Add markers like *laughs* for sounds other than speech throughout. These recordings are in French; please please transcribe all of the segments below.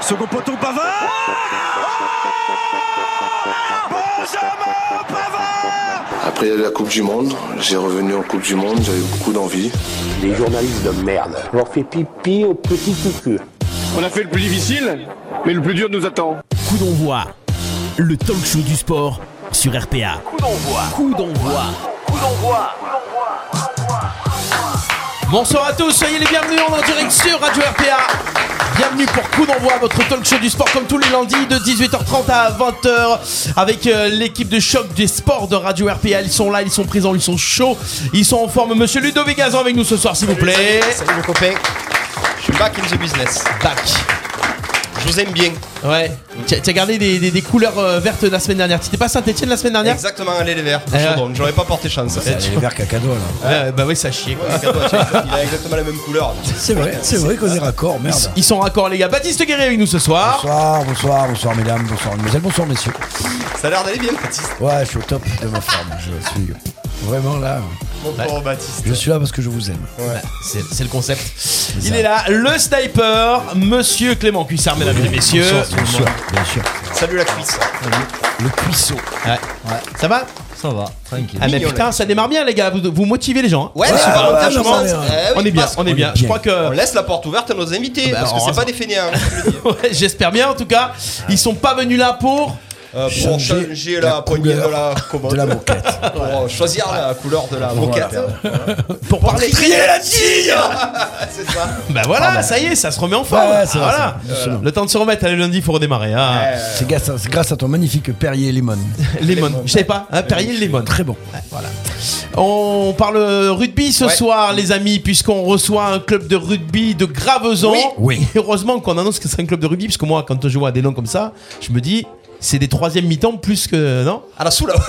Second poteau Pavard Oh Benjamin Pavard Après la Coupe du Monde, j'ai revenu en Coupe du Monde, j'avais beaucoup d'envie. Des journalistes de merde. On leur fait pipi au petit cucu. On a fait le plus difficile, mais le plus dur nous attend. Coup d'envoi, le talk show du sport sur RPA. Coup d'envoi. Coup d'envoi. Bonsoir à tous, soyez les bienvenus on est en direct sur Radio RPA. Bienvenue pour Coup d'envoi, votre talk show du sport comme tous les lundis de 18h30 à 20h avec euh, l'équipe de choc des sports de Radio RPA. Ils sont là, ils sont présents, ils sont chauds, ils sont en forme. Monsieur Ludovic Gazan avec nous ce soir s'il vous plaît. Salut mon copain. Je suis back in the business. Back. Je vous aime bien. Ouais. Tu as gardé des, des- des couleurs euh, vertes de la semaine dernière. Tu étais pas à Saint-Etienne la semaine dernière Exactement, allez les verts. ouais. Donc j'aurais pas porté chance. Eh, tu- Les verts cacado là. Ouais, Bah oui, ça chie. Ouais, regarde-toi, tu vois, Il a exactement la même couleur. C'est vrai, c'est vrai qu'on est raccord, merde. Ils sont raccords les gars. Baptiste Guéret avec nous ce soir. Bonsoir, bonsoir, bonsoir mesdames, bonsoir mesdemoiselles, bonsoir messieurs. Ça a l'air d'aller bien, Baptiste. Ouais, je suis au top de ma forme, je suis vraiment là. Mon pauvre Baptiste. Je suis là parce que je vous aime. C'est c'est le concept. Il est là, le sniper, monsieur Clément Cuissard, mesdames et messieurs. Bonsoir tout le monde. Bien sûr. Salut la cuisse. Le cuisseau. Ouais. Ça va Ça va, tranquille. Ah, mais Mignon, putain, là. ça démarre bien, les gars. Vous, vous motivez les gens. hein. Ouais, c'est ouais, pas ouais, franchement, ça va bien. eh oui, on est bien, parce on est bien. Je bien. crois qu'on que. laisse la porte ouverte à nos invités Bah, parce que heureusement. c'est pas hein. des fainéants. *laughs* Ouais, J'espère bien, en tout cas. Ils sont pas venus là pour. Euh, pour Changer changer la la poignée de la commande. De *laughs* la moquette. Pour euh, choisir la couleur de la Voilà. moquette. Pour parler. Trier la tige C'est ça. Bah voilà, ça y est, ça se remet en forme. Ouais, ouais, c'est vrai, voilà. c'est vrai. Absolument. Le temps de se remettre. Allez, lundi, faut redémarrer. hein. Euh, C'est grâce, à- c'est grâce à ton magnifique Perrier Lemon. Lemon. Je savais pas. Hein, Perrier Lemon. Très bon. On parle rugby ce Ouais. soir, les amis, puisqu'on reçoit un club de rugby de Gravezan. Oui. Oui. Et heureusement qu'on annonce que c'est un club de rugby, parce que moi, quand je vois des noms comme ça, je me dis, c'est des troisième mi-temps plus que. Non À la soule. *laughs*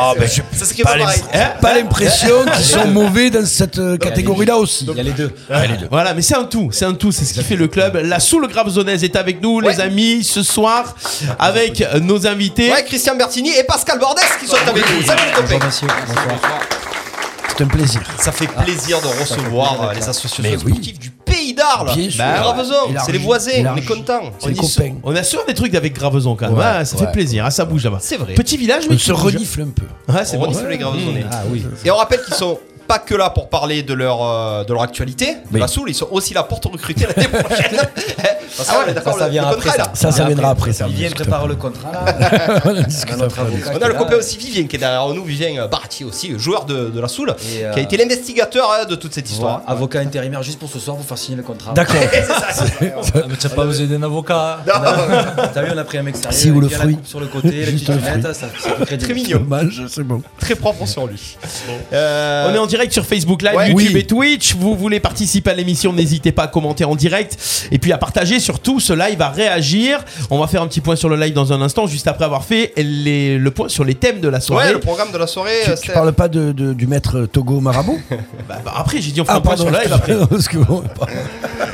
Ah, ben je. Ça serait pas pareil. Hein Pas l'impression qu'ils sont mauvais dans cette euh, catégorie-là aussi. Il y a les deux. Hein? Voilà, mais c'est un tout, c'est un tout, c'est ce qui fait le club. La Soule Gravezonaise est avec nous, les Ouais. amis, ce soir, avec nos invités. Ouais, Christian Bertini et Pascal Bordès qui sont avec nous. Salut les copains. Bonjour monsieur. Bonsoir. C'est un plaisir. Ça fait plaisir de recevoir euh, les Mais associations oui. sportives du Pays d'Arles. Bien sûr. Bah, Gravezon, Élargi, c'est les voisins, on est élargi. contents. C'est les On y- copains. On a souvent des trucs avec Gravezon quand même, Ouais, hein, ça ouais. fait plaisir, hein, ça bouge là-bas. C'est vrai. Petit village, mais On qui se bouge. renifle un peu. Ouais, c'est On bon. renifle les Gravezonais. Ah oui. Et on rappelle qu'ils sont pas que là pour parler de leur, euh, de leur actualité, de Oui. la Soule, ils sont aussi là pour te recruter l'année prochaine. Parce Ah qu'on est ouais, d'accord, ça, ça le- vient le après contrat, ça. Ça, ça viendra après ça. Il vient préparer le contrat Ah, là. On en discute Notre après. avocat là. qui On a est le là. copain aussi Vivien qui est derrière nous, Vivien euh, Barty aussi, euh, joueur de, de la Soule, Et, euh, qui a été l'investigateur hein, de toute cette histoire. Voilà, Avocat intérimaire juste pour ce soir, vous faire signer le contrat. D'accord. Ah, mais t'as pas besoin d'un avocat. hein. *laughs* T'as vu, on a pris un mec sérieux. Si, ou il le vient la fruit. coupe Sur le côté, la Juste petite le fruit. lunette, ça ça fait Très crédible. mignon, Dommage, c'est bon. très propre sur lui. Euh, On est en direct sur Facebook Live, Ouais. YouTube Oui. et Twitch. Vous voulez participer à l'émission, n'hésitez pas à commenter en direct et puis à partager surtout ce live, à réagir. On va faire un petit point sur le live dans un instant, juste après avoir fait les- le point sur les thèmes de la soirée. Ouais, le programme de la soirée, Tu, euh, tu c'est- parles pas de, de- du maître Togo Marabout Bah, bah, après, j'ai dit on Ah, Ah, fera un point sur le live. après. parce que Euh, bon,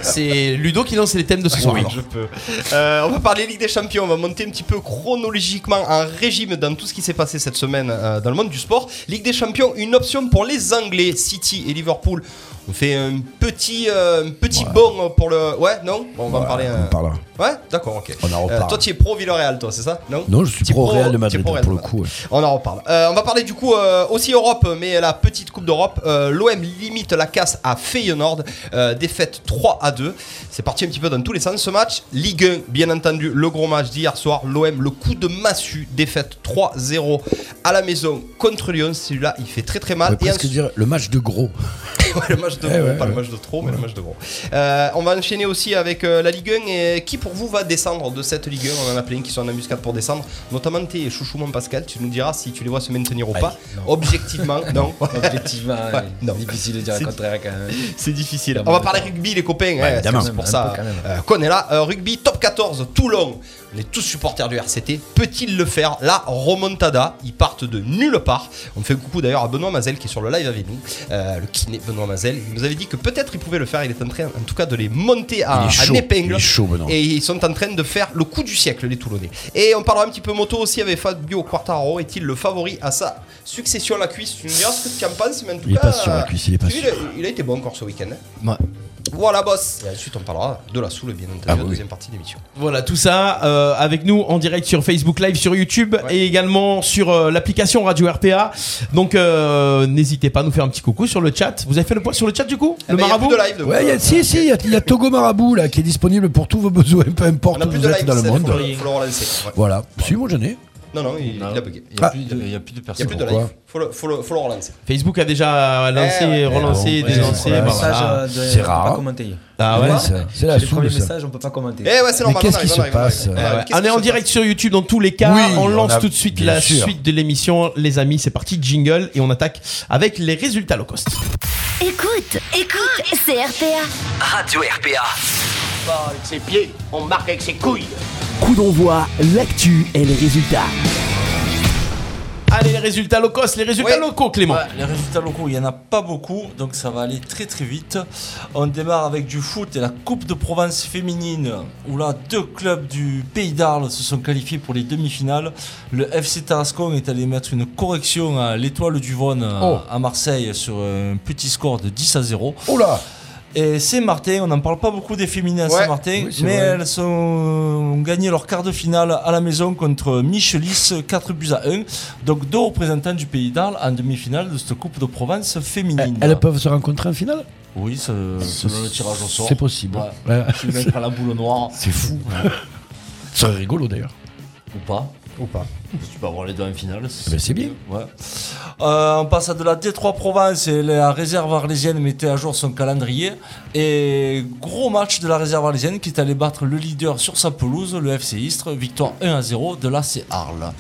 C'est Ludo qui lance les thèmes de ce soir. Oui, alors. *laughs* je peux. Euh, on va parler Ligue des Champions. On va monter un petit peu chronologiquement en régime dans tout ce qui s'est passé cette semaine euh, dans le monde du sport. Ligue des Champions, une option pour les Anglais, City et Liverpool. On fait un petit, euh, un petit bond pour le. Ouais, non Bon, on va en parler. on euh, parle. Ouais, d'accord, ok. Euh, On en reparle. toi, tu es pro Villarreal, toi, c'est ça Non Non, je suis Tu es pro Real de tu es Madrid hein, pro Real pour le de coup. ouais. on en reparle. Euh, on va parler du coup euh, aussi Europe, mais la petite Coupe d'Europe. Euh, L'OM limite la casse à Feyenoord. Euh, défaite 3 à 2. C'est parti un petit peu dans tous les sens ce match. Ligue 1, bien entendu, le gros match d'hier soir. L'OM, le coup de massue. Défaite 3-0 à la maison contre Lyon. Celui-là, il fait très très On Ah, mal. peut Et presque ensuite- dire le match de gros. *laughs* Ouais, le match de Eh gros, ouais, pas le ouais. match de trop, mais le match de gros. Euh, on va enchaîner aussi avec euh, la Ligue 1. Et qui pour vous va descendre de cette Ligue 1 On en a plein qui sont en embuscade pour descendre, notamment tes chouchou mon Pascal. Tu nous diras si tu les vois se maintenir ou pas. *laughs* Objectivement, non. Objectivement, Ouais, ouais, non. c'est difficile de dire C'est- le contraire euh, quand même. C'est difficile. On va parler rugby, les copains. hein, évidemment. c'est pour Un ça peu quand même. euh, qu'on est là. Euh, rugby top 14, Toulon. On est tous supporters du RCT. Peut-il le faire La remontada. Ils partent de nulle part. On fait coucou d'ailleurs à Benoît Mazel qui est sur le live avec nous. Euh, le kiné Benoît Mazel. Il nous avait dit que peut-être il pouvait le faire. Il est en train, en tout cas, de les monter à, Il est à chaud. l'épingle. Il est chaud, Benoît. Et ils sont en train de faire le coup du siècle, les Toulonnais. Et on parlera un petit peu moto aussi avec Fabio Quartaro. Est-il le favori à sa succession à la cuisse Tu nous diras ce que tu en penses, mais en tout Il est cas, pas sûr, la cuisse, il est pas tu sais, sûr. il a été bon encore ce week-end. hein. Voilà, boss. Et ensuite, on parlera de la soule, bien Ah entendu, la deuxième partie d'émission. Voilà, tout ça euh, avec nous en direct sur Facebook Live, sur YouTube et également sur euh, l'application Radio RPA. Donc euh, n'hésitez pas à nous faire un petit coucou sur le chat. Vous avez fait le point sur le chat du coup Le ben, y a marabout plus de live, donc. Ouais, il y a, si, si, il y a, il y a Togo Marabout là qui est disponible pour tous vos besoins, peu On importe n'a où plus vous de êtes live, dans le ça, monde. faut le- faut le relancer. Ouais. Voilà. Si, moi j'en ai. Non, non, il, il a bugué. Il n'y a, Ah. plus de- il y a plus de Il n'y personne. a plus de live. Pourquoi Faut le, faut, le, faut le relancer. Facebook a déjà lancé, Eh ouais. relancé, Ouais, délancé. ouais, bah, message, voilà. euh, de- C'est on peut rare. Pas commenter. Ah ouais. Ouais, c'est- C'est la Les premiers soule ça. messages, on peut pas commenter. Eh ouais, c'est normal. Mais on qu'est-ce arrive, qui on se arrive, on passe, arrive. euh, Ouais, Ouais. Ah, qu'est-ce On est qui en se direct sur YouTube dans tous les cas. Oui, on on lance a- tout de suite bien la sûr. suite de l'émission, les amis. C'est parti, jingle et on attaque avec les résultats low cost. Écoute, écoute, c'est RPA. ses pieds, on marque avec ses couilles. Coup d'envoi, l'actu et les résultats. Allez, les résultats low cost, les résultats Ouais. locaux, Clément. Ouais, les résultats locaux, il n'y en a pas beaucoup, donc ça va aller très très vite. On démarre avec du foot et la Coupe de Provence féminine, où là, deux clubs du Pays d'Arles se sont qualifiés pour les demi-finales. Le FC Tarascon est allé mettre une correction à l'Étoile du Rhône euh, à Marseille sur euh, un petit score de 10 à 0. Oh là Et Saint-Martin, on n'en parle pas beaucoup des féminines à Ouais, Saint-Martin, oui, c'est mais vrai. elles sont, ont gagné leur quart de finale à la maison contre Michelis, 4 buts à 1. Donc deux représentants du pays d'Arles en demi-finale de cette Coupe de Provence féminine. Eh, Elles peuvent se rencontrer en finale Oui, c'est- selon le tirage au sort. C'est possible. Ouais. Ouais. Tu le mets à la boule noire. C'est fou. C'est rigolo d'ailleurs. Ou pas. Ou pas. Tu peux avoir les deux en finale. Eh ben, c'est bien. Ouais. Euh, on passe à de la D3 Provence et la réserve arlésienne mettait à jour son calendrier. Et gros match de la réserve arlésienne qui est allé battre le leader sur sa pelouse, le FC Istres. Victoire 1 à 0 de l'AC Arles.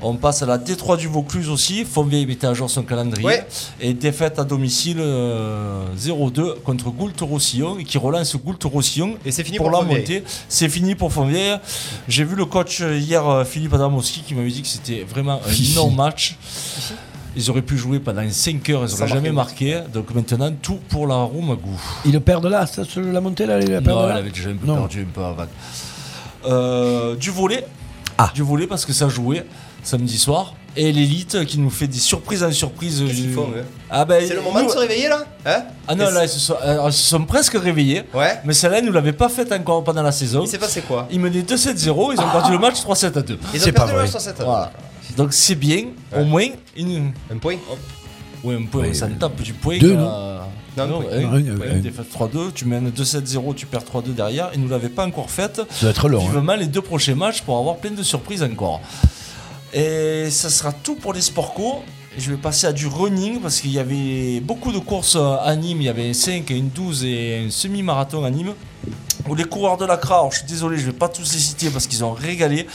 On passe à la D3 du Vaucluse aussi. Fontvieille mettait à jour son calendrier. Ouais. Et défaite à domicile euh, 0-2 contre Goult-Roussillon et qui relance Goult-Roussillon Et c'est fini pour, pour la Fontvieille. montée. C'est fini pour Fontvieille. J'ai vu le coach euh, hier, euh, Philippe Adamowski, qui m'avait dit que c'était vraiment un Fifi. énorme match. Ils auraient pu jouer pendant 5 heures, ils Ça n'auraient jamais marquait. marqué. Donc maintenant, tout pour la room à goût. Ils perdent là, ça, ce- la montée là, Ah, ils la ben perdent Non, elle là. avait déjà un peu Non. perdu un peu avant. Euh, du volet. Ah. Du volet parce que ça jouait samedi soir. Et l'élite qui nous fait des surprises en surprise. Qu'est-ce qu'ils du- font, eux Ah ben, C'est le moment de nous- se réveiller là Hein Ah non, là, ils se sont, euh, ils se sont presque réveillés. Ouais. Mais celle-là, ils nous l'avaient pas faite encore pendant la saison. Il s'est passé quoi Ils menaient 2-7-0, ils ont perdu le match 3-7 à 2. Ils C'est ont pas perdu le vrai. 67. Voilà. Donc c'est bien, au moins, une... Un point hop. ouais, un point, ça tape du point. Deux, euh, Non, Non, un point. un, Non, euh, une- ouais, une. défaite 3-2, tu mènes 2-7-0, tu perds 3-2 derrière, ils nous l'avaient pas encore faite. Ça doit être long. hein. Vivement les deux prochains matchs pour avoir plein de surprises encore. Et ça sera tout pour les sports co. Et Je vais passer à du running parce qu'il y avait beaucoup de courses à Nîmes. Il y avait un 5, une 12 et un semi-marathon à Nîmes. Où les coureurs de la CRA, alors je suis désolé, je vais pas tous les citer parce qu'ils ont régalé.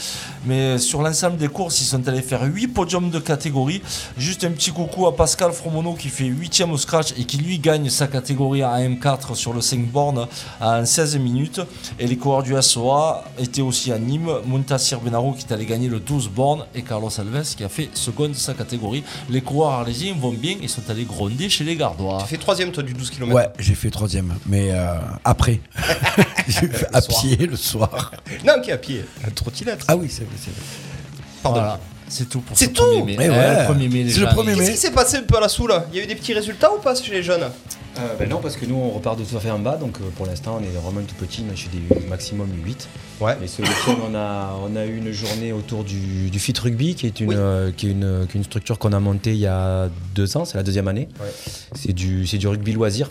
Mais euh, sur l'ensemble des courses, ils sont allés faire 8 podiums de catégorie. Juste un petit coucou à Pascal Fromono qui fait 8ème au scratch et qui lui gagne sa catégorie à M4 sur le 5 bornes en 16 minutes. Et les coureurs du SOA étaient aussi à Nîmes. Montassir Benaro qui est allé gagner le 12 bornes et Carlos Alves qui a fait seconde de sa catégorie. Les coureurs arlésiens vont bien et sont allés gronder chez les Gardois. Tu fais troisième toi du 12 km. Ouais, j'ai fait troisième, mais euh, *laughs* après. J'ai fait à pied le soir. Non, qui est à pied. Un trottinette. Ah oui, c'est vrai. c'est vrai. Pardon. Voilà, c'est tout pour C'est ce premier tout mai. Eh Ouais, ouais. le premier mai, les C'est le gens, premier ils- mai. Qu'est-ce qui s'est passé un peu à la soule Il y a eu des petits résultats ou pas chez les jeunes Euh, ben non, parce que nous on repart de tout à fait en bas, donc euh, pour l'instant on est vraiment tout petit, mais je suis des maximum 8. Ouais. Et ce week-end on a, on a eu une journée autour du, du Fit Rugby, qui est une, Oui. euh, qui est une, qui est une structure qu'on a montée il y a deux ans, c'est la deuxième année. Ouais. C'est du, c'est du rugby loisir,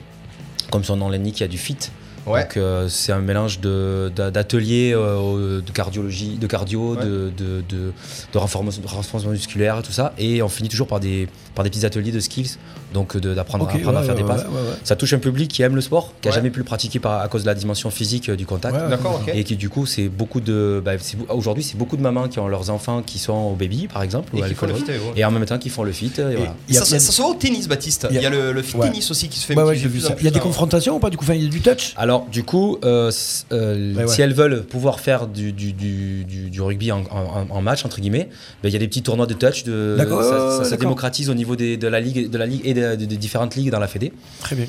comme son nom l'indique, il y a du fit. Ouais. Donc euh, c'est un mélange de- d'a- d'ateliers euh, de cardiologie, de cardio, Ouais. de, de, de, de renforcement, de renforcement musculaire, tout ça. Et on finit toujours par des, par des petits ateliers de skills, donc euh, de- d'apprendre Ok, à, apprendre à ouais, faire ouais, des passes. ouais, ouais, ouais. Ça touche un public qui aime le sport, qui Ouais. a jamais pu le pratiquer par- à cause de la dimension physique euh, du contact. Ouais, ouais, D'accord, ok. Et qui du coup, c'est beaucoup de. bah, c'est- Aujourd'hui, c'est beaucoup de mamans qui ont leurs enfants qui sont au baby, par exemple, Et ou à qui font le l'école. fit, ouais. Et en même temps, qui font le fit. et voilà. Il y a- ça, il y a- ça se voit au tennis, Baptiste. Il y a, il y a- le, le fit ouais. tennis aussi qui se fait. Ouais, un ouais, petit j'ai peu vu plus en ça. plus, Il y a des hein. confrontations ou pas Du coup, enfin, il y a du touch Alors, du coup, euh, s- euh, Bah Ouais, ouais. si elles veulent pouvoir faire du, du, du, du- du rugby en, en- en match, entre guillemets, ben, il y a des petits tournois de touch. De, ça, D'accord, ouais, ça- ouais, ça d'accord. démocratise au niveau des- de, la ligue, de la ligue et des- des différentes ligues dans la Fédé. Très bien.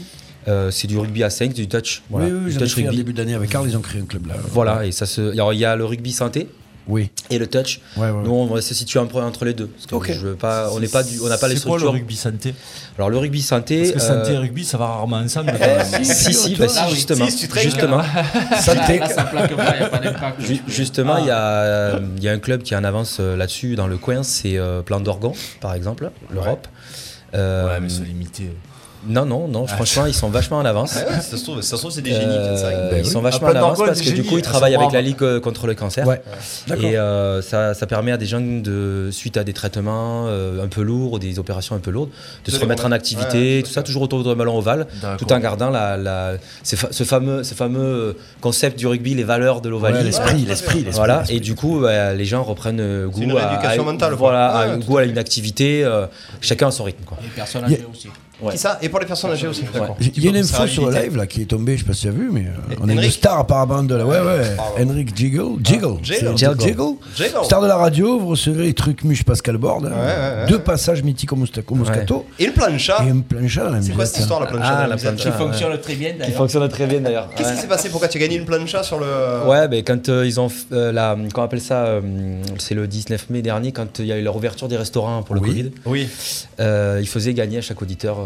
Euh, c'est du rugby à 5, du touch. Voilà. Oui, oui, du j'en ai touch fait en rugby. début d'année avec Carl, ils ont créé un club là. Voilà, et ça se. Alors, il y a le rugby santé, Oui. et le touch. Ouais, ouais, ouais. Nous, on va se situer un peu entre les deux. Parce que Ok. je veux pas, Euh, on n'est pas, du- on n'a pas les C'est quoi structures. le rugby santé Alors le rugby santé. Parce que santé et euh, rugby, ça va rarement ensemble. Eh, quand même. si, si, si, bah, si, justement. justement. *laughs* Santé. Ju- Justement, il y a- il y, a un club qui est en avance euh, là-dessus dans le coin, c'est euh, Plan d'Orgon, par exemple, l'Europe. Euh, Ouais, mais c'est limité. Non, non, non, franchement, ils sont vachement en avance. Ouais, ouais, si ça se trouve, si ça se trouve, c'est des génies, Euh, peut-être, ça. Ben oui. ils sont vachement Ah, en Plan avance d'Orgon, parce que des du génies, coup, ils elles sont travaillent avec braves. la Ligue euh, contre le cancer. Ouais. D'accord. Et euh, ça, ça permet à des gens, de, suite à des traitements euh, un peu lourds, des opérations un peu lourdes, de De se les remettre en remettre. activité, Ouais, tout ça, toujours autour d'un ballon ovale, D'accord. tout en gardant la, la- ces fa- ce, fameux, ce fameux concept du rugby, les valeurs de l'ovalie. Ouais, l'esprit, Ouais, l'esprit, l'esprit, Voilà, et du coup, bah, les gens reprennent euh, goût une à, rééducation à- mentale, quoi. voilà, à- Ouais, ouais, goût à une activité, euh, chacun à son rythme. Quoi. Personne âgée aussi. Qui ça Et pour les personnes âgées aussi, d'accord. Il y a une info Ça sur le habilite. live là qui est tombée, je sais pas si tu as vu, mais euh, on a une Henrik. star apparemment de la. Ouais, ouais. Ah, Pardon. Ah, Henrik Jiggle. Jiggle. Jiggle. c'est- Jiggle. Jiggle. Star de la radio, vous recevrez les trucs muche Pascal Borde. hein. Ouais, ouais, ouais. Deux passages mythiques au Moustaco- au Moscato. Et le plancha Et un plancha à la C'est quoi cette histoire, la plancha Ah, dans la musette, là plancha. Qui fonctionne très bien Qui fonctionne très bien d'ailleurs. Qu'est-ce qui s'est passé Pourquoi tu as gagné une plancha sur Ah. le. Ouais, ben quand euh, ils ont f- euh, la, qu'on appelle ça, euh, c'est le 19 mai dernier, quand euh, il y a eu la réouverture des restaurants pour le Oui. Covid, Oui. euh, ils faisaient gagner à chaque auditeur euh,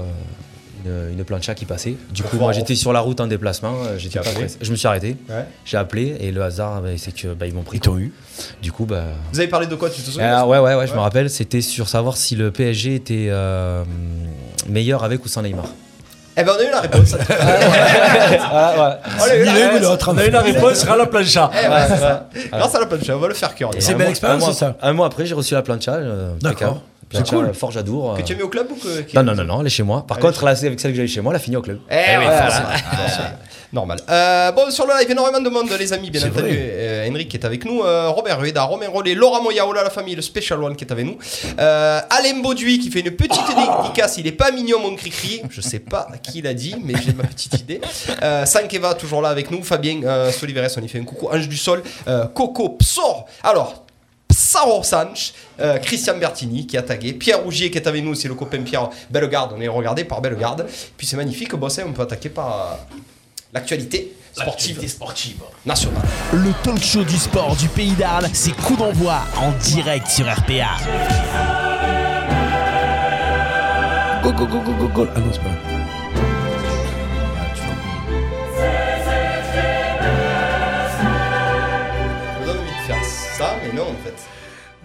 une, une plancha qui passait. Du coup, Wow. moi j'étais sur la route en déplacement, euh, j'étais T'as pas appelé pressé. je me suis arrêté, Ouais. j'ai appelé et le hasard, ben, c'est que ben, ils m'ont pris. Ils t'ont eu. Du coup, ben, Vous avez parlé de quoi Tu te souviens ah, ouais, ouais, ouais, je Ouais. me rappelle, c'était sur savoir si le PSG était euh, meilleur avec ou sans Neymar. Eh ben, on a eu la *laughs* réponse. Voilà, ouais. On a eu la Ni l'un réponse. ni l'autre. en On a eu fait. la réponse, sera la plancha. Eh ouais, c'est ça. Grâce à la plancha, on va le faire Hein. cœur. Et C'est un belle mois- expérience, un mois- ça. Un mois après, j'ai reçu la plancha. euh, D'accord. impeccable. Plancha, cool. euh, Forge à Dour. Que euh, tu as mis au club ou que. qui- Non, non, non, non, elle est chez moi. Par Elle contre, là, c'est avec celle que j'avais chez moi, elle a fini au club. Eh oui, forcément. Ah, Normal. Euh, bon, sur le live, énormément de monde, les amis, bien C'est entendu. vrai. Euh, Henrik qui est avec nous, euh, Robert Rueda, Romain Rollet, Laura Moyaola, la famille, le Special One qui est avec nous. Euh, Alain Bauduit qui fait une petite dédicace. Il est pas mignon, mon cri-cri. Je sais pas qui l'a dit, mais j'ai ma petite idée. Euh, Sankeva, toujours là avec nous. Fabien euh, Soliveres, on y fait un coucou. Ange du Sol, euh, Coco Psor. Alors. Psaro Sanch, euh, Christian Bertini qui a tagué, Pierre Rougier qui est avec nous, c'est le copain Pierre Bellegarde, on est regardé par Bellegarde. Puis c'est magnifique, bon, ça, on peut attaquer par euh, l'actualité sportive sportive. nationale. Le talk show du sport du pays d'Arles, c'est coup d'envoi en direct sur RPA. Go, go, go, go, go, go. Ah non, c'est pas. vrai. Vous avez envie de faire ça, mais non, en fait.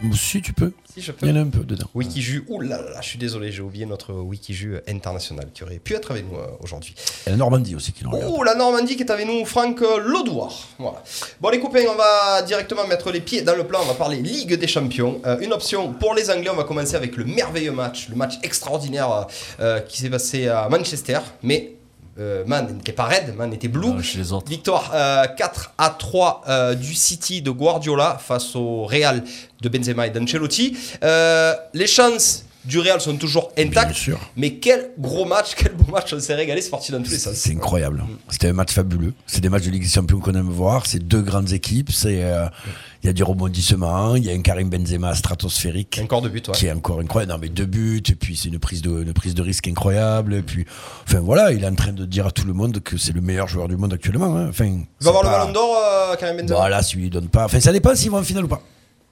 Bon, Si tu peux. Si je Il y peux. en a un peu dedans. Wikiju, ouh là là, je suis désolé, j'ai oublié notre Wikiju international qui aurait pu être avec nous euh, aujourd'hui. Et la Normandie aussi qui nous regarde. Ouh, la Normandie qui est avec nous, Franck euh, Lodouard. Voilà. Bon, les copains, on va directement mettre les pieds dans le plat. On va parler Ligue des Champions. Euh, une option pour les Anglais, on va commencer avec le merveilleux match, le match extraordinaire euh, euh, qui s'est passé à Manchester. Mais euh, Man n'était pas raide, Man était blue. Ah, chez les autres. Victoire euh, 4 à 3 euh, du City de Guardiola face au Real de Benzema et d'Ancelotti. Euh, les chances du Real sont toujours Bien intactes. sûr. Mais quel gros match, quel beau match, on s'est régalé, c'est parti dans tous les sens. Mm. C'est incroyable. C'était un match fabuleux. C'est des matchs de Ligue des Champions qu'on aime voir. C'est deux grandes équipes. C'est euh, il y a du rebondissement. Il y a un Karim Benzema stratosphérique Un corps de but, ouais. qui est encore incroyable. Non mais deux buts et puis c'est une prise de une prise de risque incroyable. Et puis enfin voilà, il est en train de dire à tout le monde que c'est le meilleur joueur du monde actuellement. hein. Enfin, Il va avoir c'est le pas- ballon d'or, euh, Karim Benzema Voilà, s'il lui donne pas. Enfin, ça dépend s'il va en finale ou pas.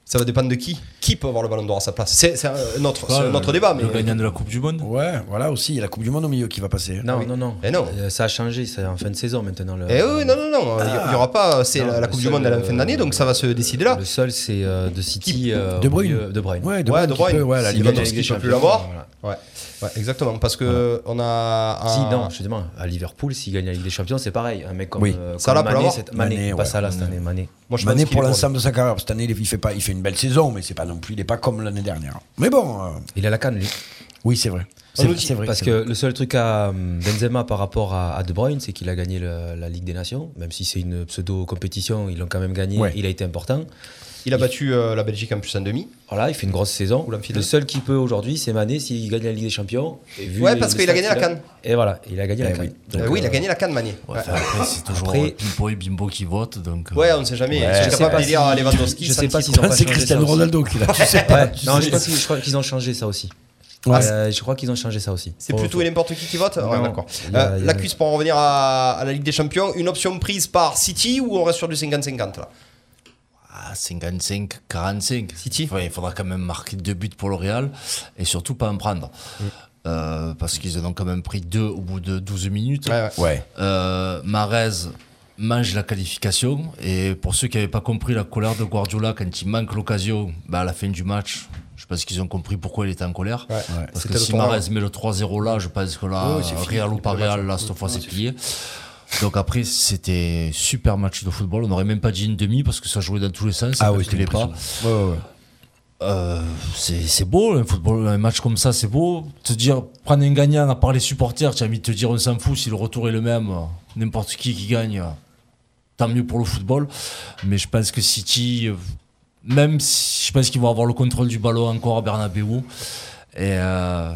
Ça va dépendre de qui Qui peut avoir le ballon d'or à sa place C'est c'est un- notre, c'est un autre le- débat, mais. Le gagnant de la Coupe du Monde. Ouais, voilà aussi. Il y a la Coupe du Monde au milieu qui va passer. hein. Non, Ah oui. non, non. Eh non. Euh, ça a changé, c'est en fin de saison maintenant. Le, Eh oui, non, non, non, il y- il y aura pas. C'est Non, la, la le Coupe du seul, Monde à la euh, fin d'année, donc ça va se décider là. Le seul, c'est euh, de City. euh, De au Bruyne. milieu- de Bruyne. Ouais, Ouais, De qui peut, Bruyne. ouais, la Si Ligue Ligue des- des Lewandowski peut plus Champions, l'avoir. voilà. Ouais. ouais, exactement, parce que on a. Si, un- non, justement, à Liverpool, s'il gagne la Ligue des Champions, c'est pareil. Un mec comme, Oui. euh, Salah comme peut Mané, l'avoir. cette- Mané, Mané, pas ouais. Salah cette année, Mané. Moi, je Mané pense qu'il pour est l'ensemble de sa carrière. Cette année, il fait pas, il fait une belle saison, mais c'est pas non plus, il est pas comme l'année dernière. Mais bon, euh, Il a la canne, lui. oui, c'est vrai. On C'est nous vrai, dit- c'est vrai. Parce c'est que vrai. le seul truc à euh, Benzema par rapport à, à De Bruyne, c'est qu'il a gagné le- la Ligue des Nations. Même si c'est une pseudo-compétition, ils l'ont quand même gagné. Ouais. Il a été important. Il a battu euh, la Belgique en plus en demi. Euh, Voilà, il fait une grosse saison. Ou l'Anfield. Le seul qui peut aujourd'hui, c'est Mané s'il gagne la Ligue des Champions. Et vu Ouais, les- parce les qu'il a stats gagné la Cannes. Et voilà, il a gagné Eh la Cannes. oui. Donc, Euh, oui, il a euh, gagné la canne Mané. Ouais, enfin, après, c'est toujours Après- euh, Pimpo et Bimbo qui votent. Donc, euh, Ouais, on ne sait jamais. je Ils sont sais capables pas de dire si- à Lewandowski. je sais pas Santi, s'ils ont quoi. pas *laughs* c'est changé Cristiano ça aussi. Ronaldo qui l'a. Tu sais pas. Ouais, non, je pense qu'ils- je crois qu'ils ont changé ça aussi. Euh, je crois qu'ils ont changé ça aussi. C'est Faut- plutôt faut- n'importe qui qui vote Ouais, Non. d'accord. Il y a- Euh, il y a- la cuisse pour en revenir à, à la Ligue des Champions, une option prise par City ou on reste sur du 50-50 là ah, à 55, 45. Enfin, il faudra quand même marquer deux buts pour L'Oréal et surtout pas en prendre. Mm. Euh, parce qu'ils en ont quand même pris deux au bout de 12 minutes. Ouais. Euh, Marez mange la qualification. Et pour ceux qui n'avaient pas compris la colère de Guardiola quand il manque l'occasion bah, à la fin du match, je pense qu'ils ont compris pourquoi il était en colère. Parce C'était que le si tournant. Marez met le 3-0 là, je pense que là, Ouais, ouais, c'est fini. Real ou pas Real, là, cette fois, c'est plié. Donc après, c'était super match de football. On n'aurait même pas dit une demi parce que ça jouait dans tous les sens. Ah ça oui, calculait c'était pas. Euh, c'est c'est beau, un, football, un match comme ça, c'est beau. Te dire, prendre un gagnant à part les supporters, tu as envie de te dire, on s'en fout si le retour est le même, euh, n'importe qui qui gagne, euh, tant mieux pour le football. Mais je pense que City, euh, même si je pense qu'ils vont avoir le contrôle du ballon encore à Bernabeu, et euh,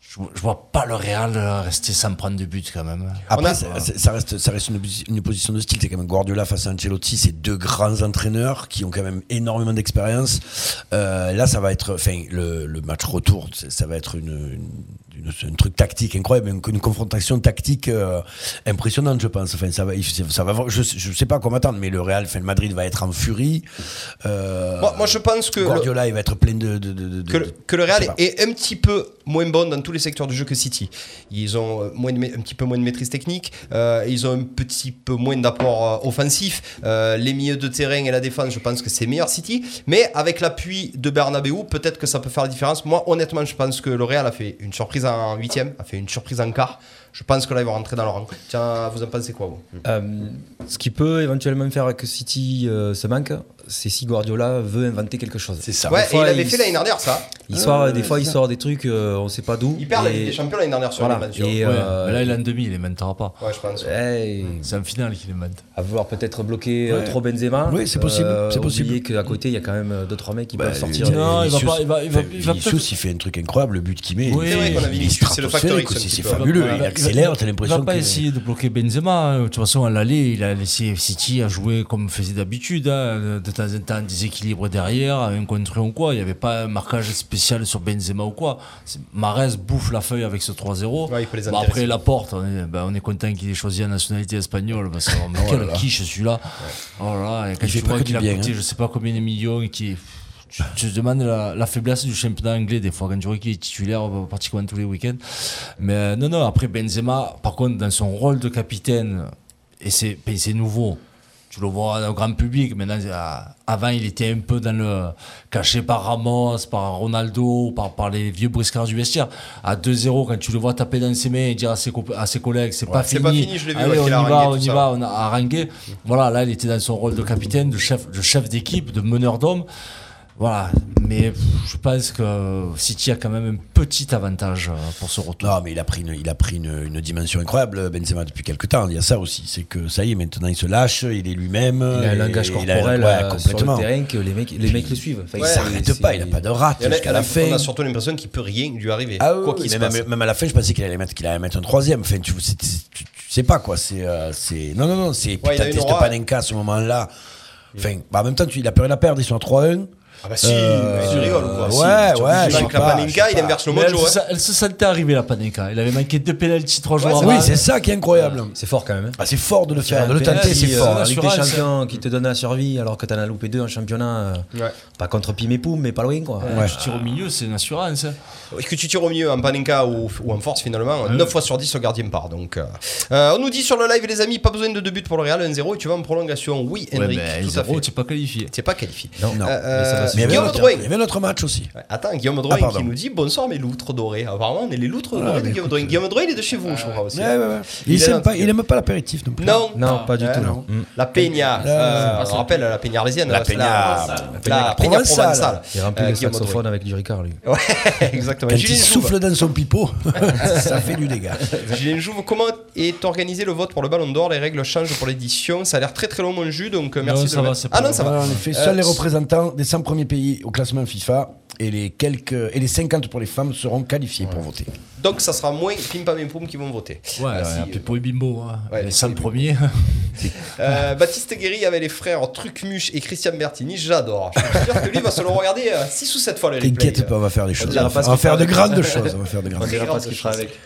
je, je vois pas le Real euh, rester sans prendre de but quand même. Après, ça, ça- ça reste, ça reste une, posi- une position de style. C'est quand même Guardiola face à Ancelotti. C'est deux grands entraîneurs qui ont quand même énormément d'expérience. Euh, là, ça va être, enfin, le, le match retour, c'est- ça va être une, une- une- un truc tactique incroyable, une, une confrontation tactique euh, impressionnante, je pense. Enfin, ça va, il- ça va, vraiment- je, je sais pas à quoi m'attendre, mais le Real, enfin, le Madrid va être en furie. Euh, Moi- moi, je pense que le- Guardiola, il va être plein de, de, de- de- que, le- de- que le je Real sais pas. est un petit peu moins bon dans tous les secteurs du jeu que City. Ils ont euh, moins de ma- un petit peu moins de maîtrise technique, euh, ils ont un petit peu moins d'apport euh, offensif. euh, les milieux de terrain et la défense, je pense que c'est meilleur City. Mais avec l'appui de Bernabeu, peut-être que ça peut faire la différence. Moi, honnêtement, je pense que le Real a fait une surprise en huitième, a fait une surprise en quart. Je pense que là, ils vont rentrer dans leur rang. Tiens, vous en pensez quoi, vous Euh, ce qui peut éventuellement faire que City euh, se manque, c'est si Guardiola veut inventer quelque chose. C'est ça. Ouais, et il avait fait l'année dernière, ça. Il sort, Euh, des fois, il ça. sort des trucs, euh, on sait pas d'où. Il perd la et- Ligue des Champions l'année dernière sur voilà. les matchs. Ouais, Et, euh, Hmm. mais là, il est en demi, il les mènera pas. Ouais, je pense. Hey, C'est en finale qu'il les mène. à vouloir peut-être bloquer euh, Ouais. trop Benzema. euh, Oui, c'est possible, c'est possible. Oublier qu'à côté, il y a quand même euh, deux trois mecs qui Bah, peuvent sortir. Non, il va Vinicius- pas- il va- il va- enfin, il va Vinicius, peut-être- il fait un truc incroyable, le but qu'il met. Oui, c'est vrai qu'on a il est Vinicius, c'est le facteur stratosphérique X, aussi, un petit C'est peu. fabuleux, Voilà, il va- accélère, va- t'as l'impression Il va pas que- essayer de bloquer Benzema. hein. De toute façon, à l'aller, il a laissé City à jouer comme faisait d'habitude, hein, de temps en temps, un déséquilibre derrière, un contre un ou quoi. Il n'y avait pas un marquage spécial sur Benzema ou quoi. C'est- Mahrez bouffe la feuille avec ce 3-0. Ouais, il peut les Bon, intéresser. après, la porte, on est, ben, on est content qu'il ait choisi la nationalité espagnole parce que mais Oh quel là là. quiche celui-là. Oh là là, et quand Il fait tu pas vois que qu'il du a bien, coûté, hein. je sais pas combien de millions, et qui tu, tu te demandes la, la faiblesse du championnat anglais des fois quand tu vois qu'il est titulaire euh, pratiquement tous les week-ends. Mais euh, non, non, après Benzema, par contre, dans son rôle de capitaine, et c'est ben, c'est nouveau. Tu le vois au grand public. Maintenant, euh, avant, il était un peu dans le euh, caché par Ramos, par Ronaldo, par, par les vieux briscards du vestiaire. À 2-0, quand tu le vois taper dans ses mains et dire à ses, co- à ses collègues, c'est pas c'est fini. pas fini, je l'ai vu, Allez, ouais, on y qu'il a va, harangué, on tout y ça. va, on a harangué. Voilà, là, il était dans son rôle de capitaine, de chef, de chef d'équipe, de meneur d'homme. Voilà, mais pff, je pense que City a quand même un petit avantage euh, pour ce retour. Non, mais il a pris, une, il a pris une, une dimension incroyable, Benzema, depuis quelques temps. Il y a ça aussi. C'est que ça y est, maintenant, il se lâche, il est lui-même. Il a un et- langage et il corporel ouais, euh, sur complètement. le terrain que les mecs, les mecs le suivent. Enfin, Il c'est- s'arrête c'est- pas, il n'a pas de rate Il y en a- jusqu'à la on a- fin. On a surtout l'impression qu'il peut rien lui arriver. Ah oui, quoi oui, qu'il se même, passe. même à la fin, je pensais qu'il allait mettre, qu'il allait mettre un troisième. Enfin, tu, c'est- c'est- tu- tu sais pas quoi. C'est, euh, c'est- non, non, non. C'est il a putain, une teste aura. Panenka à ce moment-là. Enfin, bah, en même temps, tu, il a plus rien à perdre. Ils sont à 3-1. Ah bah si, mais tu euh, rigoles ou quoi Si, Ouais, tu ouais. rigoles. je sais Avec la pas, Panenka, je sais il pas. inverse le hein. Mais mot, elle, Joe, se, elle se sentait arriver, la Panenka. Il avait manqué deux pénaltys trois jours avant. Oui, c'est ça qui est incroyable. C'est fort quand même. Ah, c'est fort de le faire, Un de le penalty, tenter, c'est euh, fort. en Ligue des Assurance. champions qui te donne la survie alors que t'en as loupé deux en championnat. euh, Ouais. Pas contre Pim et Poum, mais pas loin quoi. Euh, Tu tires au milieu, c'est une assurance. hein. Est-ce que tu tires au mieux en paninka ou, ou en force Ah finalement 9 fois sur 10 le gardien part. Donc, euh, euh, on nous dit sur le live les amis, pas besoin de deux buts pour le Real 1-0 et tu vas en prolongation. Oui, Ouais, Henrik, mais tout à fait. tu pas qualifié. T'es pas qualifié. ben, Non, non. Euh, mais ça va euh, se faire. Guillaume il, y Drouin. avait, il y avait notre match aussi. Ouais, Attends, Guillaume Ah, Drouin pardon. Ah, qui nous dit bonsoir mes loutres dorées. Apparemment, on est les loutres mais dorées de Guillaume écoute, euh, ah, Drouin. Guillaume Drouin, il est de chez vous, je crois aussi. Ouais, ouais, ouais. Il Il, est aime là, pas, ce il aime pas l'apéritif non plus. Non, Non, pas du Hein, tout. non. non. Mm. La Peña, euh, on rappelle la Peña arlésienne, La là, c'est Peña- la, Peña la Peña provençale. Il remplit Euh, le Guillaume Drouin. saxophone avec du Ricard lui. Ouais, *laughs* exactement. Quand Julien il Jouve. souffle dans son pipeau, *laughs* ça fait du dégât. Julien Jouve, comment est organisé le vote pour le Ballon d'Or Les règles changent pour l'édition. Ça a l'air très très long mon jus, donc euh, merci. Non, de ça le va, mettre. c'est Ah pas non, ça Voilà, va. en effet, Euh, seuls les représentants des 100 premiers pays au classement FIFA et les, quelques, et les 50 pour les femmes seront qualifiées pour voter. Donc ça sera moins Pim Pam et Poum qui vont voter. Ouais, Ah, si, ouais, puis pour les bimbo, hein. Ouais, les les 5 premiers. Euh, Baptiste Guéry avait les frères Trucmuche et Christian Bertini, j'adore. Je suis sûr que lui va se le regarder 6 ou 7 fois le replay. T'inquiète pas, on va faire des On choses. dira On pas ce va qu'il faire de fera avec. grandes choses. On va faire de *laughs* On grandes dira pas choses. ce qu'il fera avec.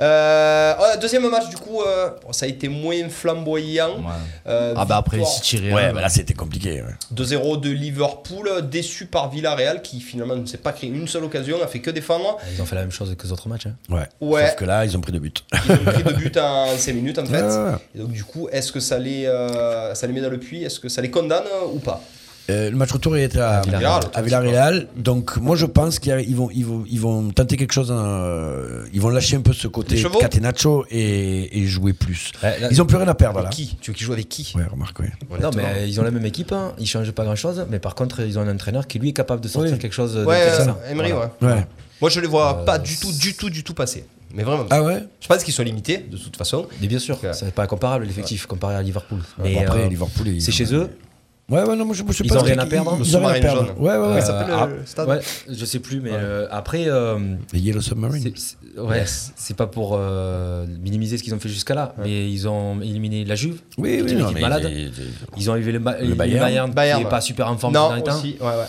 Euh, voilà, deuxième match du coup, euh, bon, ça a été moins flamboyant. Euh, Ah bah après, victoire si tirer. Ouais, bah là c'était compliqué. ouais. 2-0 de Liverpool, déçu par Villarreal qui finalement ne s'est pas créé une seule occasion, a fait que défendre. Ils ont fait la même chose que les autres matchs. hein. Ouais. Ouais. Sauf que là, ils ont pris deux buts. Ils ont pris deux buts en 5 minutes en fait. Ouais. Et donc du coup, est-ce que ça les, euh, ça les met dans le puits Est-ce que ça les condamne euh, ou pas Euh, le match retour est à, Villarreal. à Villarreal. Donc, moi, je pense qu'ils vont, ils vont, ils vont tenter quelque chose. euh, ils vont lâcher un peu ce côté Les chevaux Catenaccio et, et jouer plus. Ouais, là- Ils ont plus rien à perdre là. Qui Tu veux qu'ils jouent avec qui Ouais, remarque, ouais. Non, mais euh, ils ont la même équipe, hein. ils changent pas grand chose, mais par contre, ils ont un entraîneur qui lui est capable de sortir Oui. quelque chose de Ouais, euh, Emery, ouais. Ouais. Moi, je les Euh, vois pas du tout, du tout, du tout passer. Mais vraiment. Ah ouais Je pense qu'ils sont limités, de toute façon. Mais bien sûr, Ouais. c'est pas comparable l'effectif comparé à Liverpool. Bon, Mais, Après, euh, Liverpool. ils- c'est chez eux. Ouais, ouais, non, moi, je, je sais Ils pas ont ce rien qu'ils- à perdre, Ils, le ont rien à sous-marin perdre. jaune. Ouais, ouais, ouais. Ça s'appelle, ah, euh, le stade ouais, je sais plus, mais euh, après, euh, Les Yellow Submarine. c'est- c'est- ouais, c'est pas pour euh, minimiser ce qu'ils ont fait jusqu'à là, mais ils ont éliminé la Juve. Oui, qui oui, est une non, équipe mais malade. des- des- Ils ont élevé le, Ma- le Bayern. Bayern, Bayern, qui est ouais. pas super en forme non, ces derniers temps. aussi. Ouais, ouais. hein.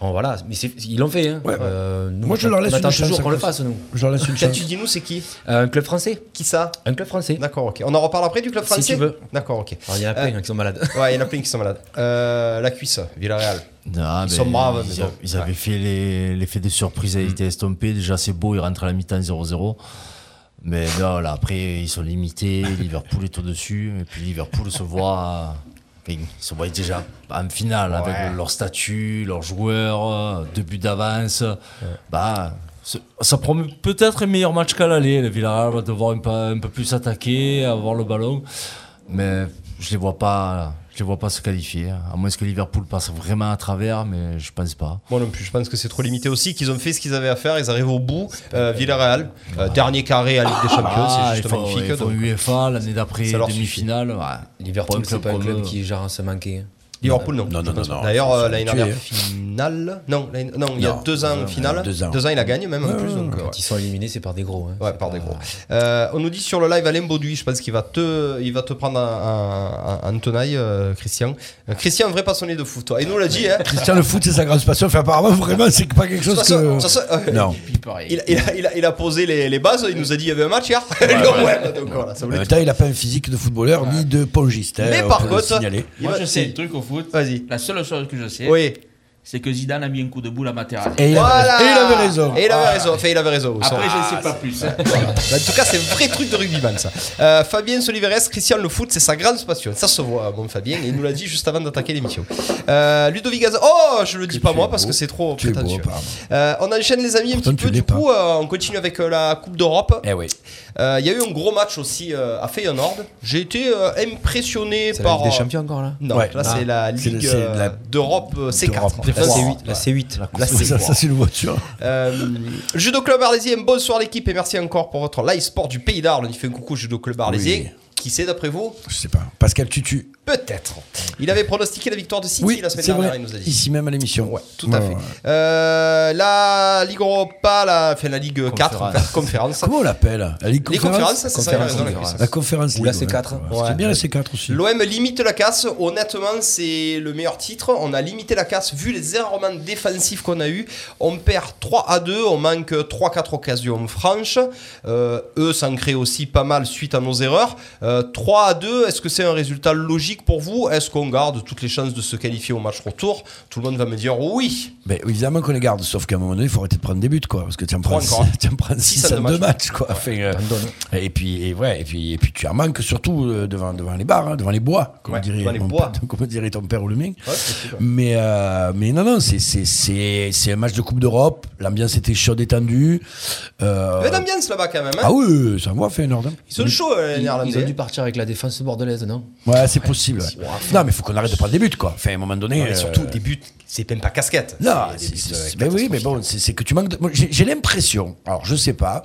Bon, voilà, mais c'est- ils l'ont fait. Hein. Ouais. Euh, nous, Moi, on je leur laisse attend une chance toujours qu'on le encore. fasse, nous. Je leur laisse une Tiens, chance. tu dis nous, c'est qui Euh, Un club français Qui ça Un club français D'accord, ok. On en reparle après du club Si français tu veux. D'accord, ok. Alors, il y en a plein hein, qui sont malades. Ouais, il y en a plein qui sont malades. Euh, la cuisse, Villarreal. Non, Ils mais sont braves, Mm. mais Ils, bon. a- ils avaient Ouais. fait les- l'effet des surprises, ils étaient estompés. Déjà, c'est beau, ils rentrent à la mi-temps 0-0. Mais non, là, après, ils sont limités. *laughs* Liverpool est au-dessus. Et puis, Liverpool se voit. enfin, Ils se voient déjà en finale avec leur statut, leurs joueurs, euh, deux buts d'avance. Bah, Ce- Ça promet peut-être un meilleur match qu'à l'aller. Le Villarreal va devoir un peu, un peu plus attaquer, avoir le ballon. mais je les vois pas, je les vois pas se qualifier. hein. À moins que Liverpool passe vraiment à travers, mais je pense pas. Moi non plus, je pense que c'est trop limité aussi, qu'ils ont fait ce qu'ils avaient à faire, ils arrivent au bout. Euh, Villarreal, euh, dernier carré à Ligue des Champions, Ah, c'est il juste faut, magnifique. il faut donc. UEFA l'année d'après, Ça leur demi-finale. ouais. Pour un Liverpool, c'est club pas un comme euh, club eux. qui genre se manquer. hein. Liverpool, non. Non, non, je pense non, pas. non, D'ailleurs, ils euh, sont l'année tués, dernière, hein. finale. Non, l'année- non, il y a Non, deux ans, finale. deux ans. il a gagné même en plus. donc, ouais. Quand ils sont éliminés, c'est par des gros. hein. Ouais, par des gros. Euh, on nous dit sur le live Alain Bauduit, je pense qu'il va te, il va te prendre un, un- un- un tenaille, euh, Christian. Euh, Christian, un vrai passionné de foot, toi. Il nous l'a dit, hein. De Christian, le foot, c'est sa grande passion. Enfin, apparemment, vraiment, c'est pas quelque toute chose façon- de toute que. façon, euh, Non. Il, il a, il a- il a posé les, les bases, il nous a dit il y avait un match hier. Non, ouais, *laughs* donc voilà, ça En voulait même dire. temps, il a pas un physique de footballeur ni de pongiste. hein, Mais on par peut le contre- signaler. Il va- il- truc au foot. Vas-y. La seule chose que je sais, Oui. c'est que Zidane a mis un coup de boule à Materazzi. Et il, Voilà. avait, et il avait raison. Et il avait raison. Ah. Enfin, il avait raison. ça. Après, je ne sais pas plus. hein. En tout cas, c'est un vrai truc de rugbyman, ça. Euh, Fabien Soliveres, Christian, le foot, c'est sa grande passion. Ça se voit, mon Fabien. Il nous l'a dit juste avant d'attaquer l'émission. Euh, Ludovic Gaza. Oh, je le dis pas tu moi es parce beau. que c'est trop Tu es beau, prétentieux. apparemment. Euh, on enchaîne, les amis, un Pourtant, petit tu peu. l'es Du pas. coup, euh, on continue avec euh, la Coupe d'Europe. Eh oui. Euh, Il y a eu un gros match aussi euh, à Feyenoord. J'ai été euh, impressionné C'est la par. Ligue des euh, Champions encore là Non, Ouais. là, c'est Ah. la C'est le- Ligue c'est euh, la- d'Europe euh, d'Europe. C4. La Wow. C8. La C8. La *laughs* C4. ça, ça, c'est une voiture. Euh, Judo Club Arlésien, bonsoir l'équipe et merci encore pour votre live sport du Pays d'Arles. On y fait un coucou Judo Club Arlésien. Oui. Qui c'est d'après vous Je sais pas. Pascal Tutu. Peut-être. Il avait pronostiqué la victoire de City Oui, la semaine c'est dernière, vrai. il nous a dit. Ici même à l'émission. Ouais, tout à fait. Euh, la Ligue Europa, la, enfin, la Ligue 4, en fait, conférence. Comment on l'appelle La Ligue Les conférence, conférences, ça, c'est ça, il a raison, la conférence. La conférence. Ou la Ligue, ouais. C4. Ouais, Ouais. C'était bien la C4 aussi. L'OM limite la casse. Honnêtement, c'est le meilleur titre. On a limité la casse vu les errements défensifs qu'on a eu. On perd 3 à 2. On manque 3-4 occasions franches. Euh, eux s'en créent aussi pas mal suite à nos erreurs. Euh, 3 à 2, est-ce que c'est un résultat logique pour vous Est-ce qu'on garde toutes les chances de se qualifier au match retour Tout le monde va me dire oui. Ben, évidemment qu'on les garde, sauf qu'à un moment donné, il faut arrêter de prendre des buts, quoi. Parce que tu en prends, encore. *laughs* tu en prends Six 6 en en deux 2 matchs, quoi. Enfin, euh, et, puis, et, ouais, et, puis, et puis tu en manques surtout euh, devant, devant les bars, hein, devant les bois, comme, Ouais, dirait, devant les mon- bois. comme dirait ton père *laughs* ou le mien. possible. mais, euh, mais non, non, c'est- c'est- c'est c'est un match de Coupe d'Europe. L'ambiance était chaude et tendue. Euh, Mais d'ambiance là-bas quand même. hein. ah oui, ça envoie fait un ordre. Ils sont chauds, euh, les Ils ont Néerlandais. dû partir avec la défense bordelaise, non Ouais, c'est possible. ouais. Non, mais il faut qu'on arrête de prendre des buts, quoi. Enfin, à un moment donné. Et surtout, euh, des buts, c'est même pas casquette. Non, C'est des buts, c'est- euh, c'est- mais oui, mais bon, c'est c'est que tu manques. de- moi, J'ai j'ai l'impression, alors je sais pas,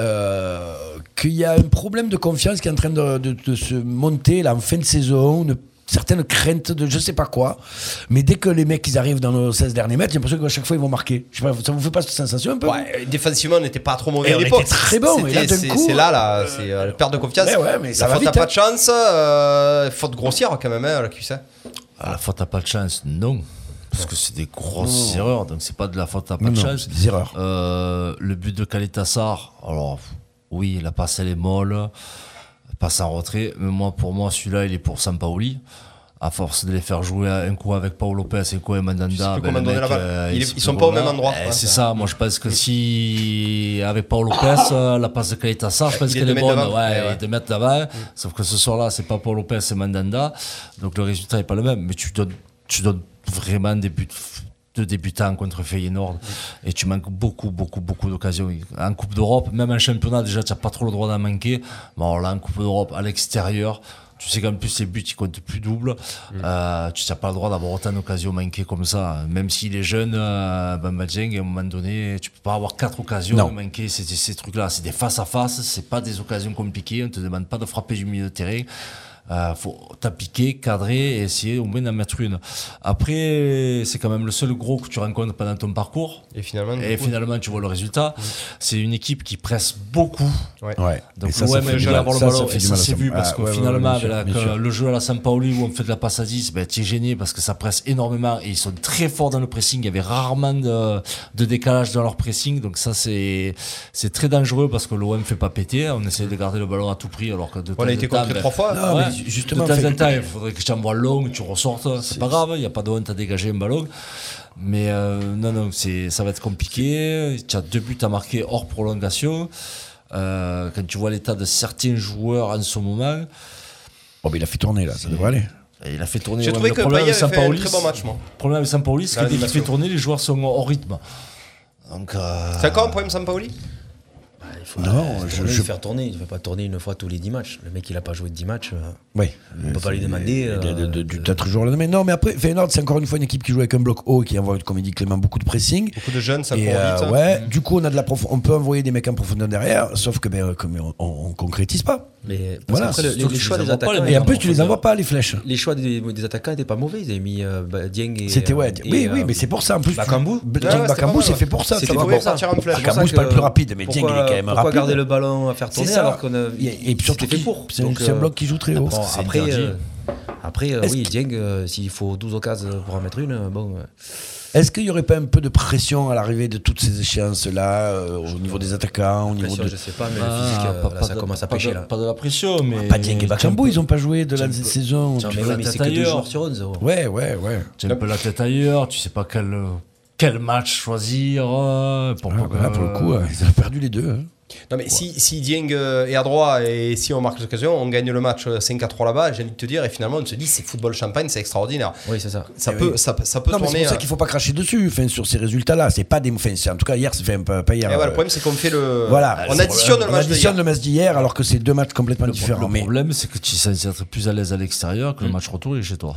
euh, qu'il y a un problème de confiance qui est en train de, de- de se monter là en fin de saison. Une certaines craintes de je sais pas quoi. Mais dès que les mecs ils arrivent dans nos 16 derniers mètres, j'ai l'impression qu'à chaque fois ils vont marquer. Je sais pas, ça vous fait pas cette sensation un peu vous Ouais, euh, défensivement, on n'était pas trop mauvais Et à on l'époque. était très bon, et C'était- là, d'un C'est coup, c'est là, là, c'est euh, perte de confiance. mais ouais, mais ça la va faute vite, à pas hein. de chance, euh, faute grossière quand même, hein, la QC. À la faute à pas de chance, non. Parce que c'est des grosses Non. erreurs, donc c'est pas de la faute à pas Non, de non, chance. c'est des erreurs. Euh, le but de Kalitassar, alors oui, la passe elle est molle, passe en retrait, mais moi pour moi celui-là il est pour Sampaoli. À force de les faire jouer un coup avec Paul Lopez, un coup avec Mandanda, ben, plus comment le donner mec, la balle. euh, Il est- se ils sont fait pas au voilà. même endroit. Eh, Ouais, c'est c'est ça, moi je pense que si avec Paul Lopez, euh, la passe de Kalitassar, je pense Il est qu'elle deux est mètres bonne. Ouais, devant. Ouais, il est ouais. Mm. de mettre là-bas. Sauf que ce soir-là, c'est pas Paul Lopez, c'est Mandanda. Donc le résultat n'est pas le même. Mais tu donnes, tu donnes vraiment des buts de débutants contre Feyenoord Mm. et tu manques beaucoup beaucoup beaucoup d'occasions en Coupe d'Europe même en championnat déjà tu n'as pas trop le droit d'en manquer mais alors là en Coupe d'Europe à l'extérieur tu sais qu'en plus les buts ils comptent plus double Mm. Euh, tu n'as pas le droit d'avoir autant d'occasions manquées comme ça même s'il est jeune euh, Bamba Dieng, à un moment donné tu peux pas avoir quatre occasions Non. manquer ces, ces- ces trucs-là. C'est des face-à-face, c'est pas des occasions compliquées, on te demande pas de frapper du milieu de terrain. Euh, faut t'appliquer, cadrer et essayer au moins d'en mettre une. Après, c'est quand même le seul gros que tu rencontres pendant ton parcours. Et finalement, Mm. du et coup- finalement tu vois le résultat. C'est une équipe qui presse beaucoup. Ouais. Ouais. Et Donc ça, ça l'OM fait aime du bien mal. avoir le Ça, ça ballon. fait Et du ça mal à s'est ça. vu parce Ah, que ouais, ouais, ouais, finalement, bien avec sûr, la- bien sûr. euh, le jeu à la Sampaoli où on fait de la passe à 10, ben, tu es gêné parce que ça presse énormément et ils sont très forts dans le pressing. Il y avait rarement de, de décalage dans leur pressing. Donc ça, c'est c'est très dangereux parce que l'OM fait pas péter. On essaie de garder le ballon à tout prix alors que de On a temps été en temps, contré ben, trois fois. Non, ouais, mais ju- justement, de temps en fait- temps, il faudrait que tu envoies long, que tu ressortes. C'est pas grave, il n'y a pas de honte à dégager un ballon. Mais euh, non, non, c'est- ça va être compliqué. Tu as deux buts à marquer hors prolongation. Euh, quand tu vois l'état de certains joueurs en ce moment, Oh, mais il a fait tourner là, ça devrait aller. et il a fait tourner. J'ai ouais, trouvé mais que le problème Payet avec avait fait Sampaoli, un très bon match, moi. Le problème avec Sampaoli, c'est Dans que dès qu'il fait l'animation. tourner, les joueurs sont hors rythme. Donc, euh, C'est Ah. encore un problème, Sampaoli Non, je- je vais je- euh, faire tourner. Il ne va pas tourner une fois tous les 10 matchs. Le mec, il n'a pas joué de 10 matchs. euh, Oui. On ne peut pas lui demander. De- euh, de- de- de- Peut-être toujours le nommer. Non, mais après, Feyenoord, c'est encore une fois une équipe qui joue avec un bloc haut et qui envoie, comme il dit Clément, beaucoup de pressing. Beaucoup de jeunes, ça Et, court euh, vite. hein. Mm. ouais, du coup, on, a de la prof- on peut envoyer des mecs en profondeur derrière, sauf que ben, euh, comme on, on- on concrétise pas. Mais parce voilà. qu'après, le- les, Surtout les que choix tu les des envoies pas, les attaquants. mecs, Et en plus, tu les envoies pas, les flèches. Les choix des, des attaquants n'étaient pas mauvais. Ils avaient mis euh, bah, Dieng et. C'était, ouais, et, oui, oui, euh, mais c'est pour ça, en plus, tu- Bakambu Dieng Ouais, ouais, Bakambu, c'est c'est pas fait mal, pour ça, ouais. ça C'était va pour pas. ça. Sortir un flash. Bakambu, Bakambu, c'est pas le plus rapide, mais Dieng, pourquoi- il est quand même Pourquoi rapide. garder le ballon à faire C'est tourner ça. alors qu'on a. Et- et puis surtout c'était qu'il- fait pour. c'est- Donc, c'est un euh, bloc qui joue très haut. bon, Parce que c'est Après, interdit. euh, après, euh, Est-ce oui, Dieng, euh, s'il faut 12 occasions pour en mettre une, euh, bon. euh, Est-ce qu'il n'y aurait pas un peu de pression à l'arrivée de toutes ces échéances-là, euh, au niveau des attaquants, au niveau Pression, de. je sais pas, mais le physique, euh, là, ça commence à Ah, pas pêcher, de- là. pas de la pression, mais. Pas Dieng et Bakambu, ils n'ont pas joué de la Tiens, saison. tiens, Tu mais vois, oui, mais t'as c'est que deux tailleur. joueurs sur oh. onze, ouais. Ouais, ouais, ouais. J'ai un peu la tête ailleurs, tu sais pas quel, euh, quel match choisir. euh, Pour, Ah, bah là, pour le coup, euh, ils ont perdu les deux. hein. Non, mais si, si Dieng euh, est à droit et si on marque l'occasion, on gagne le match euh, 5 à 3 là-bas, j'ai envie de te dire, et finalement on se dit c'est football champagne, c'est extraordinaire. Oui, c'est ça. Ça Eh peut, oui. ça, peut- ça peut non, mais tourner. C'est pour ça euh, qu'il faut pas cracher dessus, enfin, sur ces résultats-là. C'est pas des. Enfin, c'est- en tout cas, hier, c'est enfin, pas, pas hier. et voilà, euh, Eh le problème c'est qu'on fait le. Voilà. On additionne le On match additionne le d'hier. match d'hier, alors que c'est deux matchs complètement Le, différents. pro- le mais problème, c'est que tu es censé être plus à l'aise à l'extérieur que le match retour il est chez toi.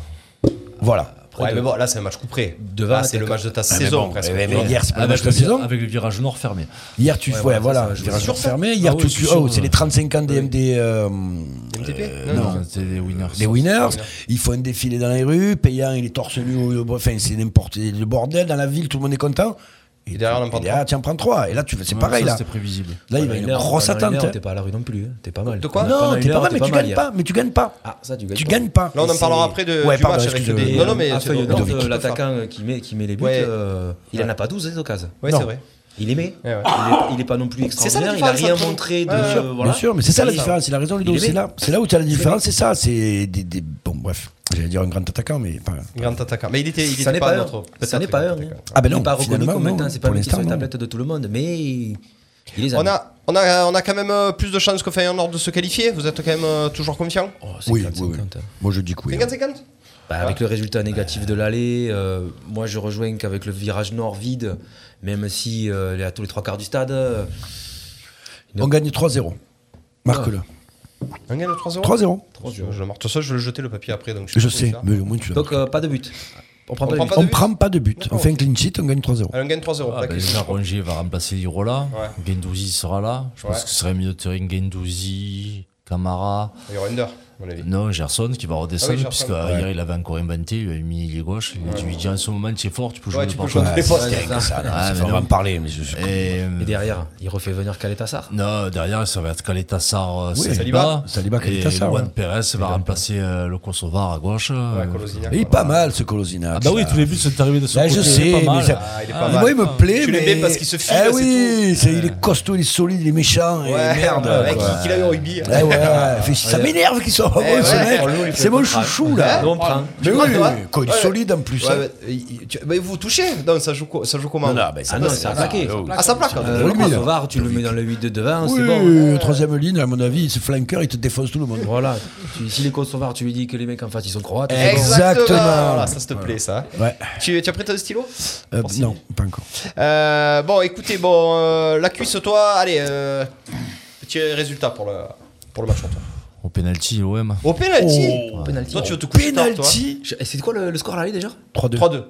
voilà. Ouais, mais bon, là c'est un match couperé. Devant, Là c'est le d'accord. match de ta Ah, mais saison bon, presque. mais- mais tu vois. hier, c'est pas le match de la vi- saison. Avec le virage nord fermé. Hier, tu. Ouais, Ouais, voilà, voilà. ça, je Virage suis sûr. fermé. Hier, Ah tu oui, tues. c'est Oh, sûr. c'est les 35 ans des MD. euh, Non, non. Euh, non, c'était des winners. Des winners, il faut un défilé dans les rues, payant, il est torse nu, au- au- enfin c'est n'importe le bordel dans la ville, tout le monde est content. Et, derrière, on en prend trois. Tiens, prends trois. Et là, tu fais- c'est Ouais, pareil ça, là. c'était prévisible. Là, il Pendant va y une avoir heure- une Eh, grosse pendant une attente. heure, hein. T'es pas à la rue non plus. hein. T'es pas mal. De quoi Pendant Non, une t'es Ah, heure, pas mal, mais tu mal gagnes hier. pas. Mais tu gagnes pas. Ah, ça, tu gagnes Tu pas. gagnes pas. Ah, Là, on en Et parlera c'est- après de- Ouais, du pardon, match avec excuse-moi. des- Non, non, mais- à c'est Feyenoord, Ludovic qui peut l'attaquant euh, qui met, qui met les buts, Ouais. euh, il en a pas 12 des occasions. Ouais, Non. c'est vrai. Il les met. Ouais, ouais. Il, est, il est pas non plus C'est ça la extraordinaire. Il a différence rien entre- montré de. Ouais, ouais. euh, voilà. Bien sûr, mais c'est ça la Et- différence. Il a raison, Ludo. Il est C'est bien. là, c'est là où tu as la bien. différence. C'est ça. C'est des, des- bon, bref. J'allais dire un grand attaquant, mais enfin, Grand attaquant. Mais il était, il ça était n'est pas, pas, notre. un. Ça n'est peut-être pas grand un. hein. attaquant. Ah ben Il non, est pas reconnu finalement, comme non, étant. C'est pas pour lui qui est sur l'instant, la non. tablette de tout le monde, mais il les a. On a, on, a, on a quand même euh, plus de chances que Feyenoord de se qualifier. Vous êtes quand même euh, toujours confiant Oh, oui, oui, oui. 50. Moi, je dis que oui. hein. 50-50 Bah, avec le résultat négatif de l'aller, euh, moi je rejoins qu'avec le virage nord vide, même si euh, il est à tous les trois quarts du stade, euh, On gagne 3-0. Marque-le. On gagne 3-0 3-0. Je, je marque ça, je vais le jeter le papier après. Donc Je suis sais, content. mais au moins tu l'as. donc euh, pas de but. On prend On pas de prend but. pas On de but prend pas de but. On fait un clean sheet, on gagne 3-0. Allez, on gagne 3-0. Ah, tac, ben, et- déjà, Rongier va remplacer Irola. Ouais. Gendouzi sera là. Je pense Ouais. que ce serait mieux de terrain Gendouzi, Camara. Il y aura une heure. Non, Gerson qui va redescendre, Ah oui, Gerson. puisque Ouais. hier il avait encore inventé, il avait mis les gauches. Il a dit, il dit en ce moment, tu es fort, tu peux jouer Ouais, tu peux jouer partout. tous les postes, Ouais, c'est c'est ça. ça. Non, Ah, ça, mais on va non. en parler, mais je- je- Et, euh, Et derrière, il refait venir Caletassar. Non, derrière, ça va être Caletassar, euh, Saliba. Oui, Saliba. Saliba, Caleta-Sarr, Et Juan ouais. Perez va remplacer euh, le Kosovar à gauche. euh, Il est pas mal ce Colosina. Ah bah oui, tous les buts sont arrivés de ce Bah, côté. il Je est sais, pas mais mal. ça- Ah, il est pas moi il me mal. plaît. Tu mais... l'aimais parce qu'il se file, Eh c'est oui, c'est- il est costaud, il est solide, il est méchant. et *laughs* Ouais, merde. ouais, quoi. qu'il- qu'il aille au rugby. Eh ouais, ouais, *laughs* fait- ça Ouais. m'énerve qu'il soit pas Eh bon ce ouais. mec. Oh, Lou, il C'est fait mon le contrat. chouchou là. Ah, Hein Tu Mais oui, crois, toi quoi, il est Ouais. solide en plus. Ouais, hein. mais, il- tu- mais vous touchez Non, ça joue, co- ça joue comment Non, non, mais ça Ah va, non, c'est c'est un plaqué. plaqué. Ah, ça plaque Ah, euh, oui, mais- Kosovar, tu le mets dans le 8 de devant, Oui, c'est bon. euh, troisième ligne, à mon avis, ce flanker, il te défonce tout le monde. Voilà. Tu- si les Kosovars, tu lui dis que les mecs en face, ils sont croates. Eh, Exactement. Voilà, ça, s'il te plaît, ça. Ouais. Tu, tu as pris ton stylo Euh, non, pas encore. Euh, Bon, écoutez, bon, euh, la cuisse, toi, allez, euh, petit résultat pour le, pour le match. Antoine. Au penalty, OM. Au penalty Au Toi, tu veux te coucher tard, toi Je- et C'est quoi le, le score là, déjà 3-2. 3-2.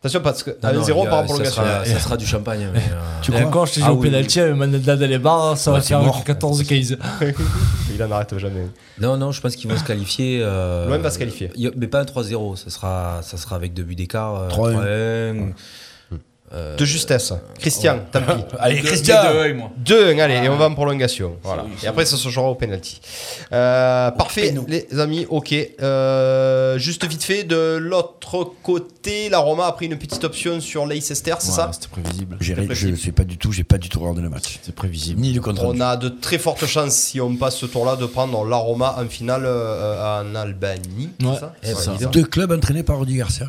Attention, parce que Non, à non, 0 il y a- Ah, par rapport au ça gars. sera- Ça sera du champagne. mais, euh, Tu crois quand je t'ai dit Ah au oui, penalty avec Mandanda dans les barres, ça va faire 14-15. Il en arrête jamais. Non, non, je pense qu'ils vont se qualifier. euh, L'OM va se qualifier. il y a- Mais pas un 3-0, ça sera, ça sera avec deux buts d'écart. euh, 3-1. 3-1. euh, De justesse. Christian, ouais. *laughs* tant pis. Allez, Deux- Christian. deux- deux, moi. 2-1, hein, allez, et on va en prolongation. Voilà. oui, Et c'est après, ça se jouera au penalty. Euh, parfait, les amis, ok. Euh, juste vite fait, de l'autre côté, la Roma a pris une petite option sur Leicester, c'est ça C'était prévisible. J'ai- C'était Je ne sais pas du tout, j'ai pas du tout regardé le match. C'est prévisible. Ni le contre On a de très fortes chances, si on passe ce tour-là, de prendre la Roma en finale euh, en Albanie. c'est Ouais, ça c'est Ouais, ça. leader. Deux clubs entraînés par Rudy Garcia.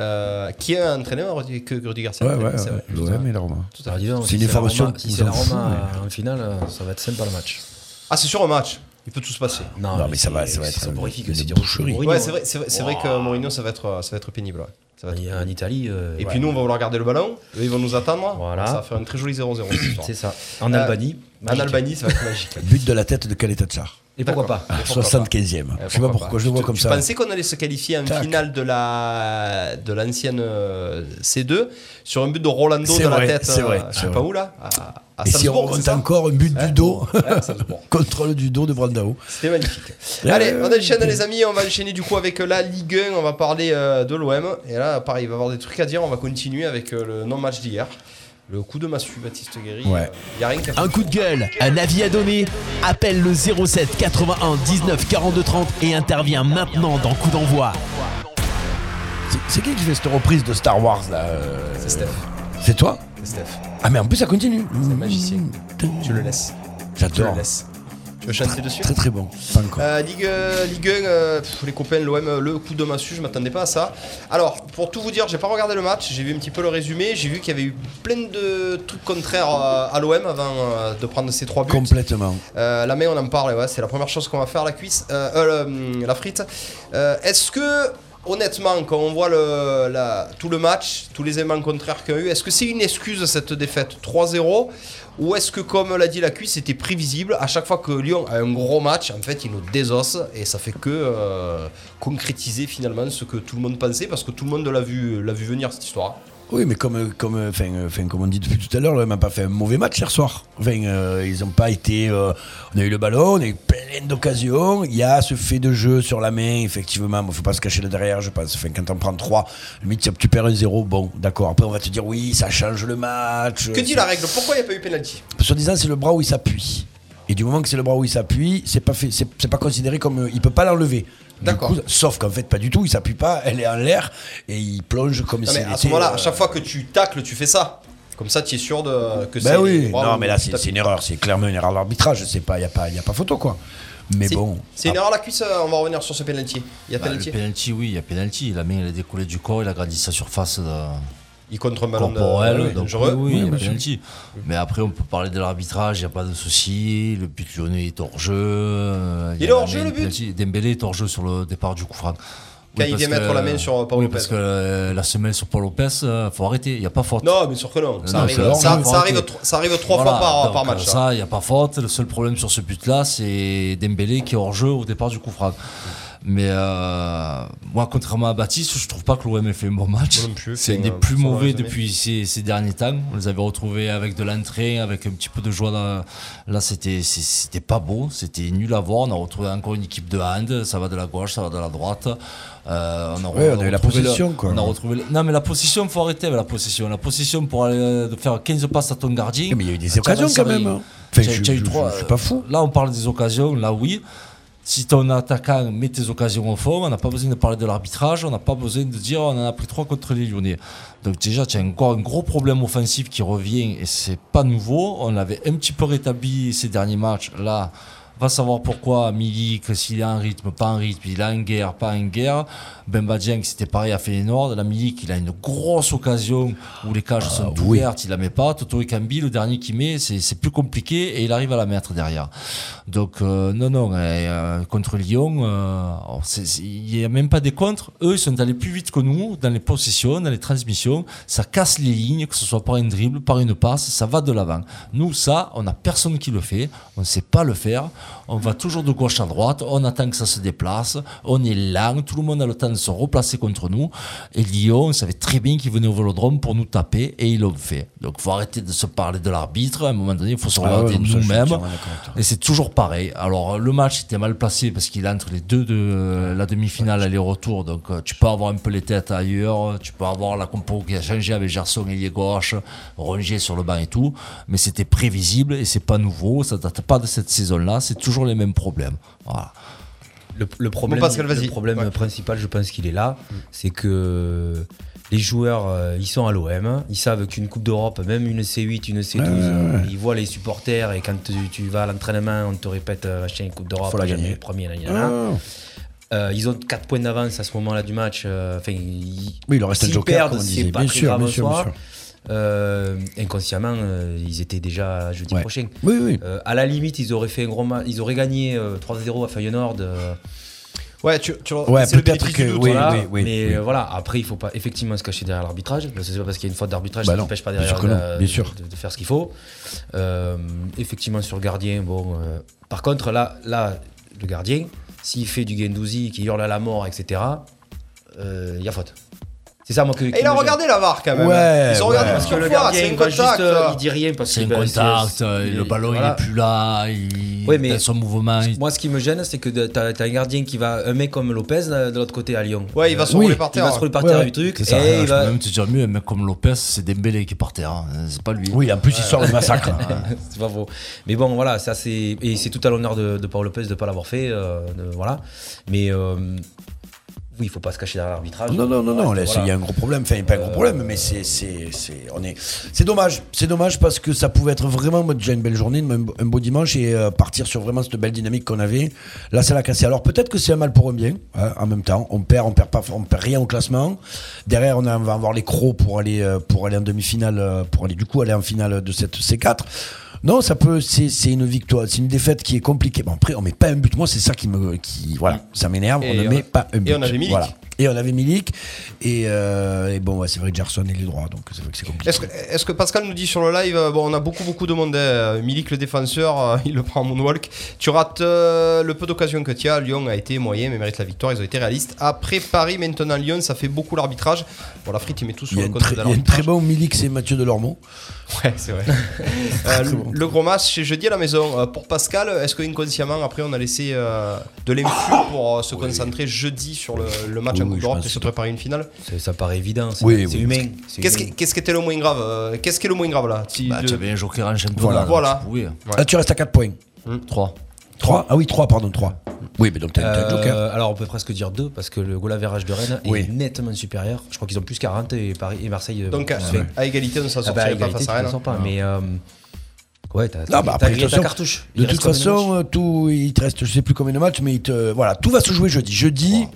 Euh, qui a entraîné Rudy- que Rudy Garcia Ouais, entraîne, ouais, c'est ouais. vrai. L'OM et la Roma. Tout à Alors, fait. dis donc, C'est si une la information Roma- Si qui c'est nous la en fout, Roma euh, en finale, euh, ça va être sympa le match. Ah, c'est sur un match. Il peut tout se passer. Non, mais ça va, ça va être horrifique. C'est dire boucherie. Ouais, c'est vrai, c'est vrai, c'est vrai que Mourinho, ça va être, ça va être pénible. ouais. Ça va être En Italie. euh, Et ouais. puis nous, on va vouloir garder le ballon. Eux, ils vont nous attendre. Voilà. Ça va faire une très jolie 0-0 ce soir. C'est ça. En Euh, Albanie. en magique. Albanie, ça va être magique. But de la tête de Kaletatsar. Et pourquoi pas Et pourquoi 75e. pas. *laughs* Ah, Je sais pas Eh, pourquoi je le vois Tu- comme tu ça. pensais qu'on allait se qualifier en Tac. finale de la de l'ancienne euh, C2 sur un but de Rolando C'est dans la vrai, tête. c'est euh, vrai, Je c'est sais pas vrai. où là. À, à Et si on Salzbourg, c'est remonte ça encore un but du dos, Ouais, Salzbourg. *laughs* contrôle du dos de Brandao. C'était magnifique. Ouais, Allez, ouais, on ouais, enchaîne ouais. les amis, on va enchaîner du coup avec euh, la Ligue 1, on va parler euh, de l'OM. Et là, pareil, il va y avoir des trucs à dire, on va continuer avec euh, le non-match d'hier. Le coup de massue, Baptiste Guéry. Il Ouais. y a rien qu'à Un coup de gueule, un avis à donner, appelle le 07 81 19 42 30 et intervient maintenant dans Coup d'envoi. C'est- C'est qui qui fait cette reprise de Star Wars là C'est Steph. C'est toi C'est Steph. Ah mais en plus ça continue. C'est magicien. Tu le laisses. Tu le J'adore. laisses. Tu veux chanter dessus Très très bon. Pas encore. Euh, Ligue, euh, Ligue 1, euh, pff, les copains, l'OM, euh, le coup de massue, je m'attendais pas à ça. Alors, pour tout vous dire, j'ai pas regardé le match, j'ai vu un petit peu le résumé, j'ai vu qu'il y avait eu plein de trucs contraires euh, à l'OM avant euh, de prendre ces trois buts. Complètement. Euh, la main, on en parle, ouais, c'est la première chose qu'on va faire, la cuisse, euh, euh, le- la frite. Euh, Est-ce que, honnêtement, quand on voit le, la- tout le match, tous les éléments contraires qu'il y a eu, est-ce que c'est une excuse cette défaite 3-0 ou est-ce que, comme l'a dit la cuisse, c'était prévisible À chaque fois que Lyon a un gros match, en fait, il nous désosse et ça fait que euh, concrétiser finalement ce que tout le monde pensait parce que tout le monde l'a vu, l'a vu venir cette histoire. Oui, mais comme, euh, comme, euh, enfin, euh, enfin, comme on dit depuis tout à l'heure, l'OM n'a pas fait un mauvais match hier soir. Enfin, euh, ils n'ont pas été. euh, on a eu le ballon, on a eu plein d'occasions. Il y a ce fait de jeu sur la main, effectivement. Il ne faut pas se cacher là derrière, je pense. Enfin, quand on prend 3, limite, tu perds un 0. Bon, d'accord. Après, on va te dire, oui, ça change le match. Que dit la règle Pourquoi il n'y a pas eu pénalty Sur disant, c'est le bras où il s'appuie. Et du moment que c'est le bras où il s'appuie, c'est pas fait, c'est c'est pas considéré comme euh, il peut pas l'enlever. Du D'accord. coup, Sauf qu'en fait, pas du tout. Il s'appuie pas. Elle est en l'air et il plonge comme Non, si. mais elle à ce était, moment-là, euh, à chaque fois que tu tacles, tu fais ça. Comme ça, tu es sûr de, que c'est. Ben oui, bravo, non, mais là, c'est tapis. c'est une erreur. C'est clairement une erreur d'arbitrage. C'est pas, il n'y a, pas- y a pas photo, quoi. Mais C'est- bon. Ah, C'est une erreur la cuisse, euh, on va revenir sur ce penalty. Il y a Bah, penalty. le penalty, oui, il y a penalty. La main, elle a décollé du corps, il a grandi sa surface de- Il contre un ballon de- corporelle. ouais, donc, dangereux. oui, oui, il y a Oui, bien penalty. Mais après, on peut parler de l'arbitrage, il n'y a pas de souci. Le but lyonnais est hors-jeu. euh, Il y a est la hors-jeu, main le de but penalty. Dembélé est hors-jeu sur le départ du coup franc. Quand Oui, il parce vient mettre que- la main sur Paul oui, Lopez. parce que euh, la semelle sur Paul Lopez, il faut arrêter, il n'y a pas faute. Non, bien sûr que non. Ça Non, arrive, c'est hors-jeu, ça- faut ça arrêter. arrive tro- ça arrive trois Voilà, fois par, donc, par euh, match. hein. ça. Ça, il n'y a pas faute. Le seul problème sur ce but-là, c'est Dembélé qui est hors jeu au départ du coup franc. Mais euh, moi, Moi, contrairement à Baptiste, je trouve pas que l'OM ait fait un bon match. Moi non plus, C'est enfin, un des euh, plus ça va mauvais jamais. depuis ces, ces derniers temps. On les avait retrouvés avec de l'entrée, avec un petit peu de joie. Là, là, c'était c'est- c'était pas beau, c'était nul à voir. On a retrouvé encore une équipe de hand. Ça va de la gauche, ça va de la droite. Euh, on a, Ouais, on a eu la retrouvé le- possession, quoi. On a retrouvé. le- Non, mais la possession, faut arrêter avec la possession. La possession pour aller euh, de faire 15 passes à ton gardien. Mais il y a eu des occasions, quand même, hein. Enfin, euh, je- je- je suis pas fou. Là, on parle des occasions, là oui. Si ton attaquant met tes occasions au fond, on n'a pas besoin de parler de l'arbitrage, on n'a pas besoin de dire on en a pris trois contre les Lyonnais. Donc déjà, tu as encore un gros problème offensif qui revient et c'est pas nouveau. On l'avait un petit peu rétabli ces derniers matchs. Là, va savoir pourquoi Milik, s'il est en rythme, pas en rythme, il est en guerre, pas en guerre. Bemba Dieng, c'était pareil à Feyenoord. La Milik, il a une grosse occasion où les cages sont ouvertes, il la met pas. Toto Ekambi, le dernier qui met, c'est c'est plus compliqué et il arrive à la mettre derrière. Donc, euh, non, non, euh, euh, contre Lyon, euh, alors, c'est- c'est- il n'y a même pas des contres. Eux, ils sont allés plus vite que nous dans les possessions, dans les transmissions. Ça casse les lignes, que ce soit par un dribble, par une passe, ça va de l'avant. Nous, ça, on n'a personne qui le fait. On ne sait pas le faire. On va toujours de gauche à droite. On attend que ça se déplace. On est lent. Tout le monde a le temps de se replacer contre nous. Et Lyon, on savait très bien qu'ils venaient au vélodrome pour nous taper et ils l'ont fait. Donc, faut arrêter de se parler de l'arbitre. À un moment donné, il faut se Ah regarder ouais, ça, je suis nous-mêmes. entièrement d'accord avec toi. Et c'est toujours pareil. Alors, le match était mal placé parce qu'il est entre les deux de euh, la demi-finale aller-retour. Donc, euh, tu peux avoir un peu les têtes ailleurs. Tu peux avoir la compo qui a changé avec Gerson, ailier gauche, Rongier sur le banc et tout. Mais c'était prévisible et c'est pas nouveau. Ça date pas de cette saison-là. C'est toujours les mêmes problèmes. Voilà. Le, le problème, Bon, Pascal, vas-y. Mm. le problème principal, je pense qu'il est là, c'est que les joueurs, euh, ils sont à l'OM, ils savent qu'une Coupe d'Europe, même une C8, une C12, Ouais, ouais, ouais. euh, ils voient les supporters et quand tu, tu vas à l'entraînement, on te répète euh, machin, Coupe d'Europe, Faut la jamais gagner. le premier, là, là, là. Ouais. Euh, ils ont 4 points d'avance à ce moment-là du match. euh, Enfin, ils- Oui, il leur reste un s'ils joker, perdent, comme on c'est disait. pas Bien très sûr, grave bien en sûr, bien soi. sûr. Euh, inconsciemment, euh, ils étaient déjà jeudi Ouais. prochain. Oui, oui. Euh, à la limite, ils auraient fait un gros ma- ils auraient gagné euh, 3-0 à Feyenoord. euh, Ouais, tu, tu Ouais, c'est le peut-être bénéfice que- du doute, oui, voilà. oui, oui, mais oui. euh, voilà, après, il faut pas effectivement se cacher derrière l'arbitrage. parce que C'est pas parce qu'il y a une faute d'arbitrage Bah ça ne non, t'empêche pas bien sûr derrière que non, euh, bien sûr. De, de faire ce qu'il faut. Euh, effectivement, sur le gardien, bon. euh, par contre, là, là, le gardien, s'il fait du Gendouzi, qui hurle à la mort, etc., euh, il y a faute. C'est ça, moi, que. Et il a regardé la VAR quand même. Ouais, Ils ont regardé ouais. parce que Parce le que gardien, c'est un le gardien, il va contact. juste, euh, là. il dit rien parce C'est qu'il un ben, contact. c'est- euh, il- le ballon, voilà. il est plus là. Il Oui, mais- dans son mouvement. il- Moi, ce qui me gêne, c'est que de- t'as t'as un gardien qui va, un mec comme Lopez, euh, de l'autre côté à Lyon. Ouais, il va se Oui. rouler par terre. Il va se rouler par terre avec le C'est truc. ça, et je il va- peux même te dire mieux, un mec comme Lopez, c'est Dembélé qui est par terre. hein. C'est pas lui. Oui, en plus, il sort le le *laughs* massacre. c'est pas faux. Mais bon, voilà, ça c'est et c'est tout à l'honneur de, de Paul Lopez de pas l'avoir fait, euh, de- voilà. Mais euh, oui, il faut pas se cacher derrière l'arbitrage. Non, non, non, non, là, Voilà. c'est- il y a un gros problème. Enfin, pas un gros problème, mais c'est, c'est, c'est, on est, c'est dommage. C'est dommage parce que ça pouvait être vraiment moi, déjà une belle journée, un, un beau dimanche et euh, partir sur vraiment cette belle dynamique qu'on avait. Là, ça l'a cassé. Alors, peut-être que c'est un mal pour un bien, hein, en même temps. On perd, on perd pas, on perd rien au classement. Derrière, on, a- on va avoir les crocs pour aller, euh, pour aller en demi-finale, euh, pour aller, du coup, aller en finale de cette C4. Non, ça peut, c'est, c'est une victoire, c'est une défaite qui est compliquée. Bon, après, on met pas un but. Moi, c'est ça qui me, qui, voilà, ça m'énerve. Et on ne on- met pas un et but. on avait Milik. Voilà. Et on avait Milik. Et, euh, et bon, ouais, c'est vrai que Gerson est les droits, donc c'est vrai que c'est compliqué. Est-ce que, est-ce que Pascal nous dit sur le live, euh, bon, on a beaucoup beaucoup de monde, hein, Milik le défenseur, euh, *laughs* il le prend en moonwalk. Tu rates euh, le peu d'occasions que tu as. Lyon a été moyen mais mérite la victoire, ils ont été réalistes. Après Paris, maintenant Lyon, ça fait beaucoup l'arbitrage. Bon, la frite, il met tout Il sur y a le une compte très, il y de a une l'arbitrage. très bonne Milik, c'est Mathieu Delormeau. *laughs* Ouais, c'est *laughs* vrai. Euh, le- le gros match, c'est jeudi à la maison. Euh, pour Pascal, est-ce que inconsciemment, après, on a laissé euh, de l'influx pour euh, se concentrer jeudi sur le, le match Oui, en oui, Coupe je d'Europe pense et se que- préparer une finale C'est- Ça paraît évident, c'est Oui, c'est oui. humain. c'est Qu'est-ce humain. qui, qu'est-ce qui était le moins grave euh, Qu'est-ce qui est le moins grave là Si Bah, de- tu avais un joker en championnat. Voilà. donc Voilà. Tu pouvais. Ah, tu restes à 4 points. 3. 3 Ah oui, 3, pardon, 3. Oui, mais donc t'as t'as un Euh, joker. alors on peut presque dire deux parce que le goal average de Rennes Oui. est nettement supérieur. Je crois qu'ils ont plus 40 et Paris et Marseille. euh, Ah, Donc, à- enfin, à égalité, on s'en ah sortirait bah, à pas égalité, face à hein. tu Rennes. t'en sors pas, Non. mais euh, ouais, t'as Non, bah t'as après, de grillé toute ta façon, cartouche. de Il reste toute combien de matchs façon, euh, tout, il te reste, je sais plus combien de matchs, mais il te, voilà, tout va se jouer jeudi. Jeudi,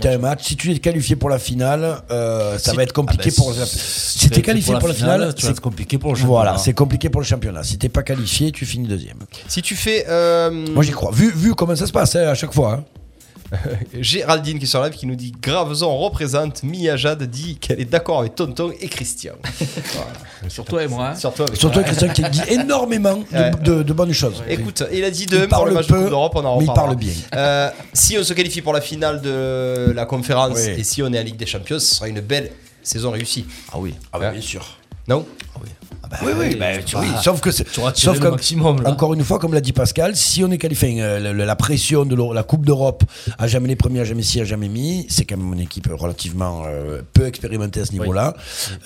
t'as un match. Si tu es qualifié pour la finale, euh, ça Si- va être compliqué Ah bah, pour. si- la- si Si t'es t'es qualifié pour la finale, tu vas être compliqué pour le Voilà, championnat. c'est compliqué pour le championnat. Si t'es pas qualifié, tu finis deuxième. Si tu fais. euh, Moi, j'y crois. Vu, vu comment ça se passe hein, à chaque fois. hein. Géraldine qui est sur live qui nous dit Gravezon représente. Mia Jade dit qu'elle est d'accord avec Tonton *laughs* et Christian. Sur toi et moi. hein. Sur toi, avec Surtout moi. Christian qui dit énormément de, Ouais. de- de bonnes choses. Écoute, il a dit de Il même pour parle le match de peu, Coupe d'Europe, on en mais il parle reparlera. bien. Euh, si on se qualifie pour la finale de la conférence Oui. et si on est à Ligue des Champions, ce sera une belle saison réussie. Ah oui, bien sûr. Non oui, oui, bah, tu- oui, sauf que c'est- sauf comme- encore une fois, comme l'a dit Pascal, si on est qualifié, euh, le- le- la pression de l'Euro- la Coupe d'Europe à jamais les premiers, à jamais si, à jamais mis, c'est quand même une équipe relativement euh, peu expérimentée à ce niveau-là.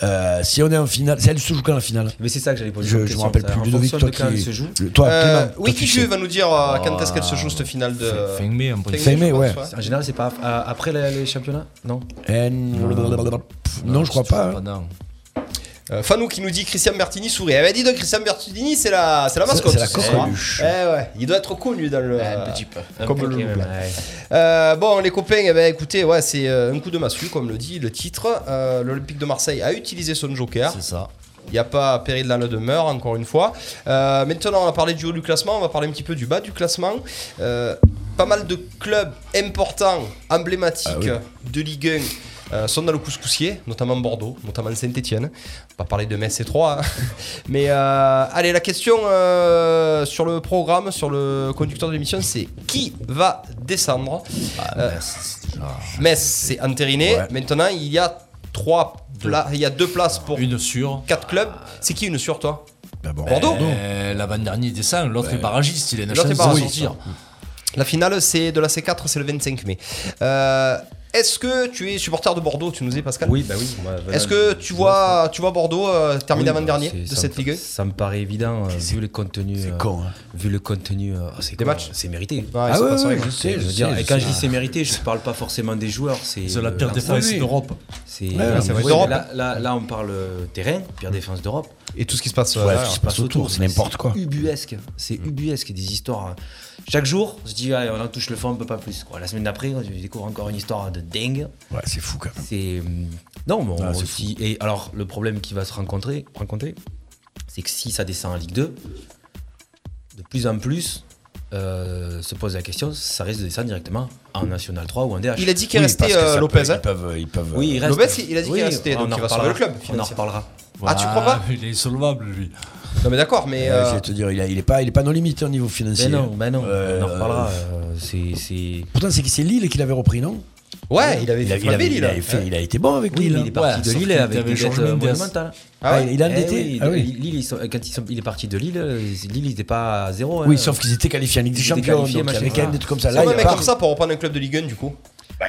Euh, si on est en finale, c'est elle se joue quand la finale Mais c'est ça que j'allais poser. Je comme je me question, rappelle ça, plus, en Ludovic, fonction toi de quand qui. elle se joue. le- Toi, Euh, Clément, oui, toi qui Kiku sais. Ah, va nous dire euh, quand Oh, est-ce qu'elle se joue cette finale de. fin- fin mai, en principe. Fin mai, je pense, ouais. En général, c'est pas euh, après les, les championnats Non Euh, Pff, Non, je crois pas. hein. Euh, Fanou qui nous dit Christian Bertini sourit. Eh ben dis donc, Christian Bertini, c'est la, c'est la C'est- mascotte. c'est la ce soir, coqueluche. hein. Eh ouais, il doit être connu dans le. Un petit Euh, peu. Comme Un le petit loup peu, blanc. ouais. Euh, bon, les copains, eh ben, écoutez, ouais, c'est euh, un coup de massue, comme le dit le titre. Euh, L'Olympique de Marseille a utilisé son joker. C'est ça. Il n'y a pas péril dans la demeure, encore une fois. Euh, maintenant, on a parlé du haut du classement, on va parler un petit peu du bas du classement. Euh, pas mal de clubs importants, emblématiques de Ligue 1 euh, sont dans le couscoussier, notamment Bordeaux, notamment Saint-Etienne. On va parler de Metz et 3. *laughs* Mais euh, allez, la question euh, sur le programme, sur le conducteur de l'émission, c'est qui va descendre Ah. Euh, bah, Metz, c'est entériné. Maintenant, il y a trois pla- il y a deux places pour une sur quatre clubs. C'est qui une sur toi Ben Bordeaux. Bordeaux Euh, L'avant-dernier descend, l'autre est barragiste, il a une L'autre chance est de barragiste. sortir. La finale, c'est de la C4, c'est le 25 mai. Euh, Est-ce que tu es supporter de Bordeaux Tu nous dis Pascal *laughs* Oui, bah oui. moi, voilà, Est-ce que tu vois, tu vois Bordeaux euh, terminer Oui, bah, avant-dernier c'est- de ça cette me- Ligue Ça me paraît évident euh, vu le contenu. euh, con, Vu le contenu, euh, oh, c'est Des con, matchs c'est mérité. Ah, c'est ouais, pas ouais, ça, ouais, je je sais, sais, je je veux dire, sais, et je quand sais. je dis c'est mérité, je ne parle pas forcément des joueurs. C'est C'est la euh, pire défense oui. d'Europe. C'est Ouais, euh, c'est vrai, oui, d'Europe. mais là, là, là, on parle euh, terrain, pire défense d'Europe. Et tout ce qui se passe, euh, Ouais, derrière. tout ce qui se passe autour, c'est n'importe quoi. Ubuesque, c'est ubuesque des histoires. hein. Chaque jour, on se dit, allez, on en touche le fond, on peut pas plus. quoi. La semaine d'après, on découvre encore une histoire de dingue. Ouais, c'est fou quand même. C'est euh, non, mais on- Ah, c'est si- et alors le problème qui va se rencontrer, rencontrer, c'est que si ça descend en Ligue 2, de plus en plus euh, se pose la question, ça risque de descendre directement en National 3 ou en DH. Il a dit qu'il Oui, restait, parce que euh, ça Lopez, peut- hein. ils peuvent- ils peuvent- oui, il reste. Lopez, il a dit qu'il Oui, restait, on donc en il va sauver le club, reparlera. On en financièrement. reparlera. Ah, tu crois pas Il est solvable, lui. Non, mais d'accord, mais. Euh, euh, je vais te dire, il, a- il est pas, il est pas nos limites au niveau financier. Mais Ben non, mais non. Euh, on en reparlera. euh, c'est- c'est Pourtant, c'est c'est Lille qui l'avait repris, non Ouais, il avait il fait a, il flipper avait- Lille, il avait hein. fait- il a été bon avec Oui, Lille. mais hein. il est parti de Lille avec des dettes euh, monumentales. Ah ouais, il a Eh endetté. oui, Ah oui. Lille, Lille, ils sont- quand ils sont- il est parti de Lille, euh, Lille ils n'étaient pas à zéro. hein. Oui, sauf qu'ils étaient qualifiés en Ligue des Champions, donc il y avait quand même des trucs comme ça. Là, Sans il même part. *laughs* comme ça pour reprendre un club de Ligue 1 du coup.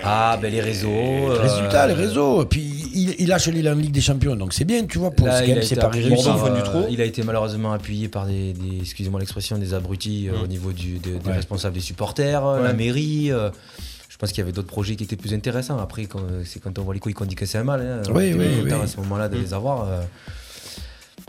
Ah, ben les réseaux. Les euh, résultats, les réseaux. Et Puis il, il lâche Lille en Ligue des Champions, donc c'est bien, tu vois. Pour Là, c'est quand il, même a été séparé appuyé réussi. par, euh, il a été malheureusement appuyé par des, des- excusez-moi l'expression, des abrutis euh, au niveau du- des, des Mm. Ouais. responsables des supporters, euh, Ouais. la mairie. euh, je pense qu'il y avait d'autres projets qui étaient plus intéressants. Après, quand, c'est quand on voit les couilles qu'on dit que c'est un mal. hein. Oui, On était oui, bien contents oui. Mm. à ce moment-là de les avoir. euh.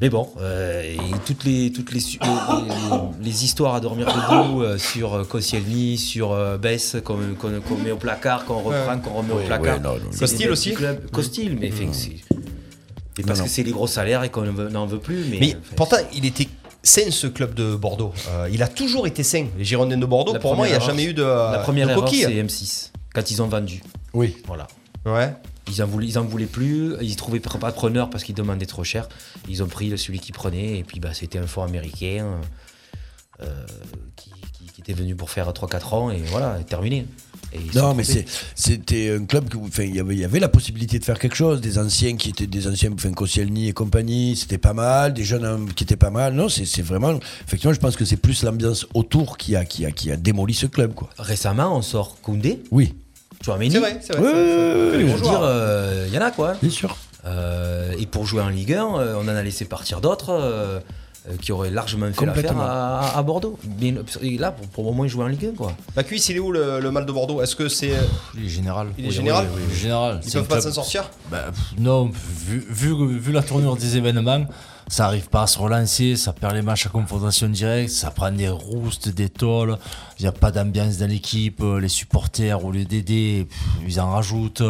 Mais bon, euh, et toutes les toutes les, su- les- les- les histoires à dormir debout euh, sur euh, Koscielny, sur euh, Bess qu'on qu'on- qu'on met au placard, qu'on reprend, qu'on remet Ouais, au ouais, placard. non, non, Mm. non. C'est Costil des bêtes aussi du club. Costil, mais fait que c'est- et parce Non, que non. c'est les gros salaires et qu'on n'en veut- n'en veut plus. Mais, euh, Mais pourtant, il était sain ce club de Bordeaux. Euh, il a toujours été sain. Les Girondins de Bordeaux, La pour moi, il n'y a première jamais erreur- eu de, La première de erreur, coquille. c'est M6, quand ils ont vendu. Oui. Voilà. Ouais. Ils en, voulaient, ils en voulaient plus, ils trouvaient pas preneur parce qu'ils demandaient trop cher. Ils ont pris celui qui prenait, et puis bah, c'était un fonds américain euh, qui, qui- qui était venu pour faire 3-4 ans, et voilà, et terminé. Et ils Non, sont mais trompés. c'est- c'était un club où il y avait, il y avait la possibilité de faire quelque chose. Des anciens qui étaient des anciens, enfin, Koscielny et compagnie, c'était pas mal. Des jeunes hein, qui étaient pas mal. Non, c'est c'est vraiment. Effectivement, je pense que c'est plus l'ambiance autour qui a, qui, a, qui a démoli ce club. Quoi. Récemment, on sort Koundé. Oui. Tu vois, Méni. C'est vrai, c'est vrai, Ouais, c'est vrai, c'est vrai. ouais, Que les ouais, bons je veux joueurs. dire, euh, il y en a quoi. Euh, Bien sûr. et pour jouer en Ligue 1, euh, on en a laissé partir d'autres euh, euh, qui auraient largement fait l'affaire hein. Complètement. à, à Bordeaux. Bien- et là, pour, pour au moins jouer en Ligue 1, quoi. La cuisse, il est où le, le mal de Bordeaux Est-ce que c'est. Il est général. Il est Oui, général oui, oui, général. Ils C'est peuvent un pas club- s'en sortir Bah, pff, Non, vu, vu, vu la tournure des événements, ça arrive pas à se relancer, ça perd les matchs à confrontation directe, ça prend des roustes, des tôles, il n'y a pas d'ambiance dans l'équipe, euh, les supporters ou les DD, pff, ils en rajoutent.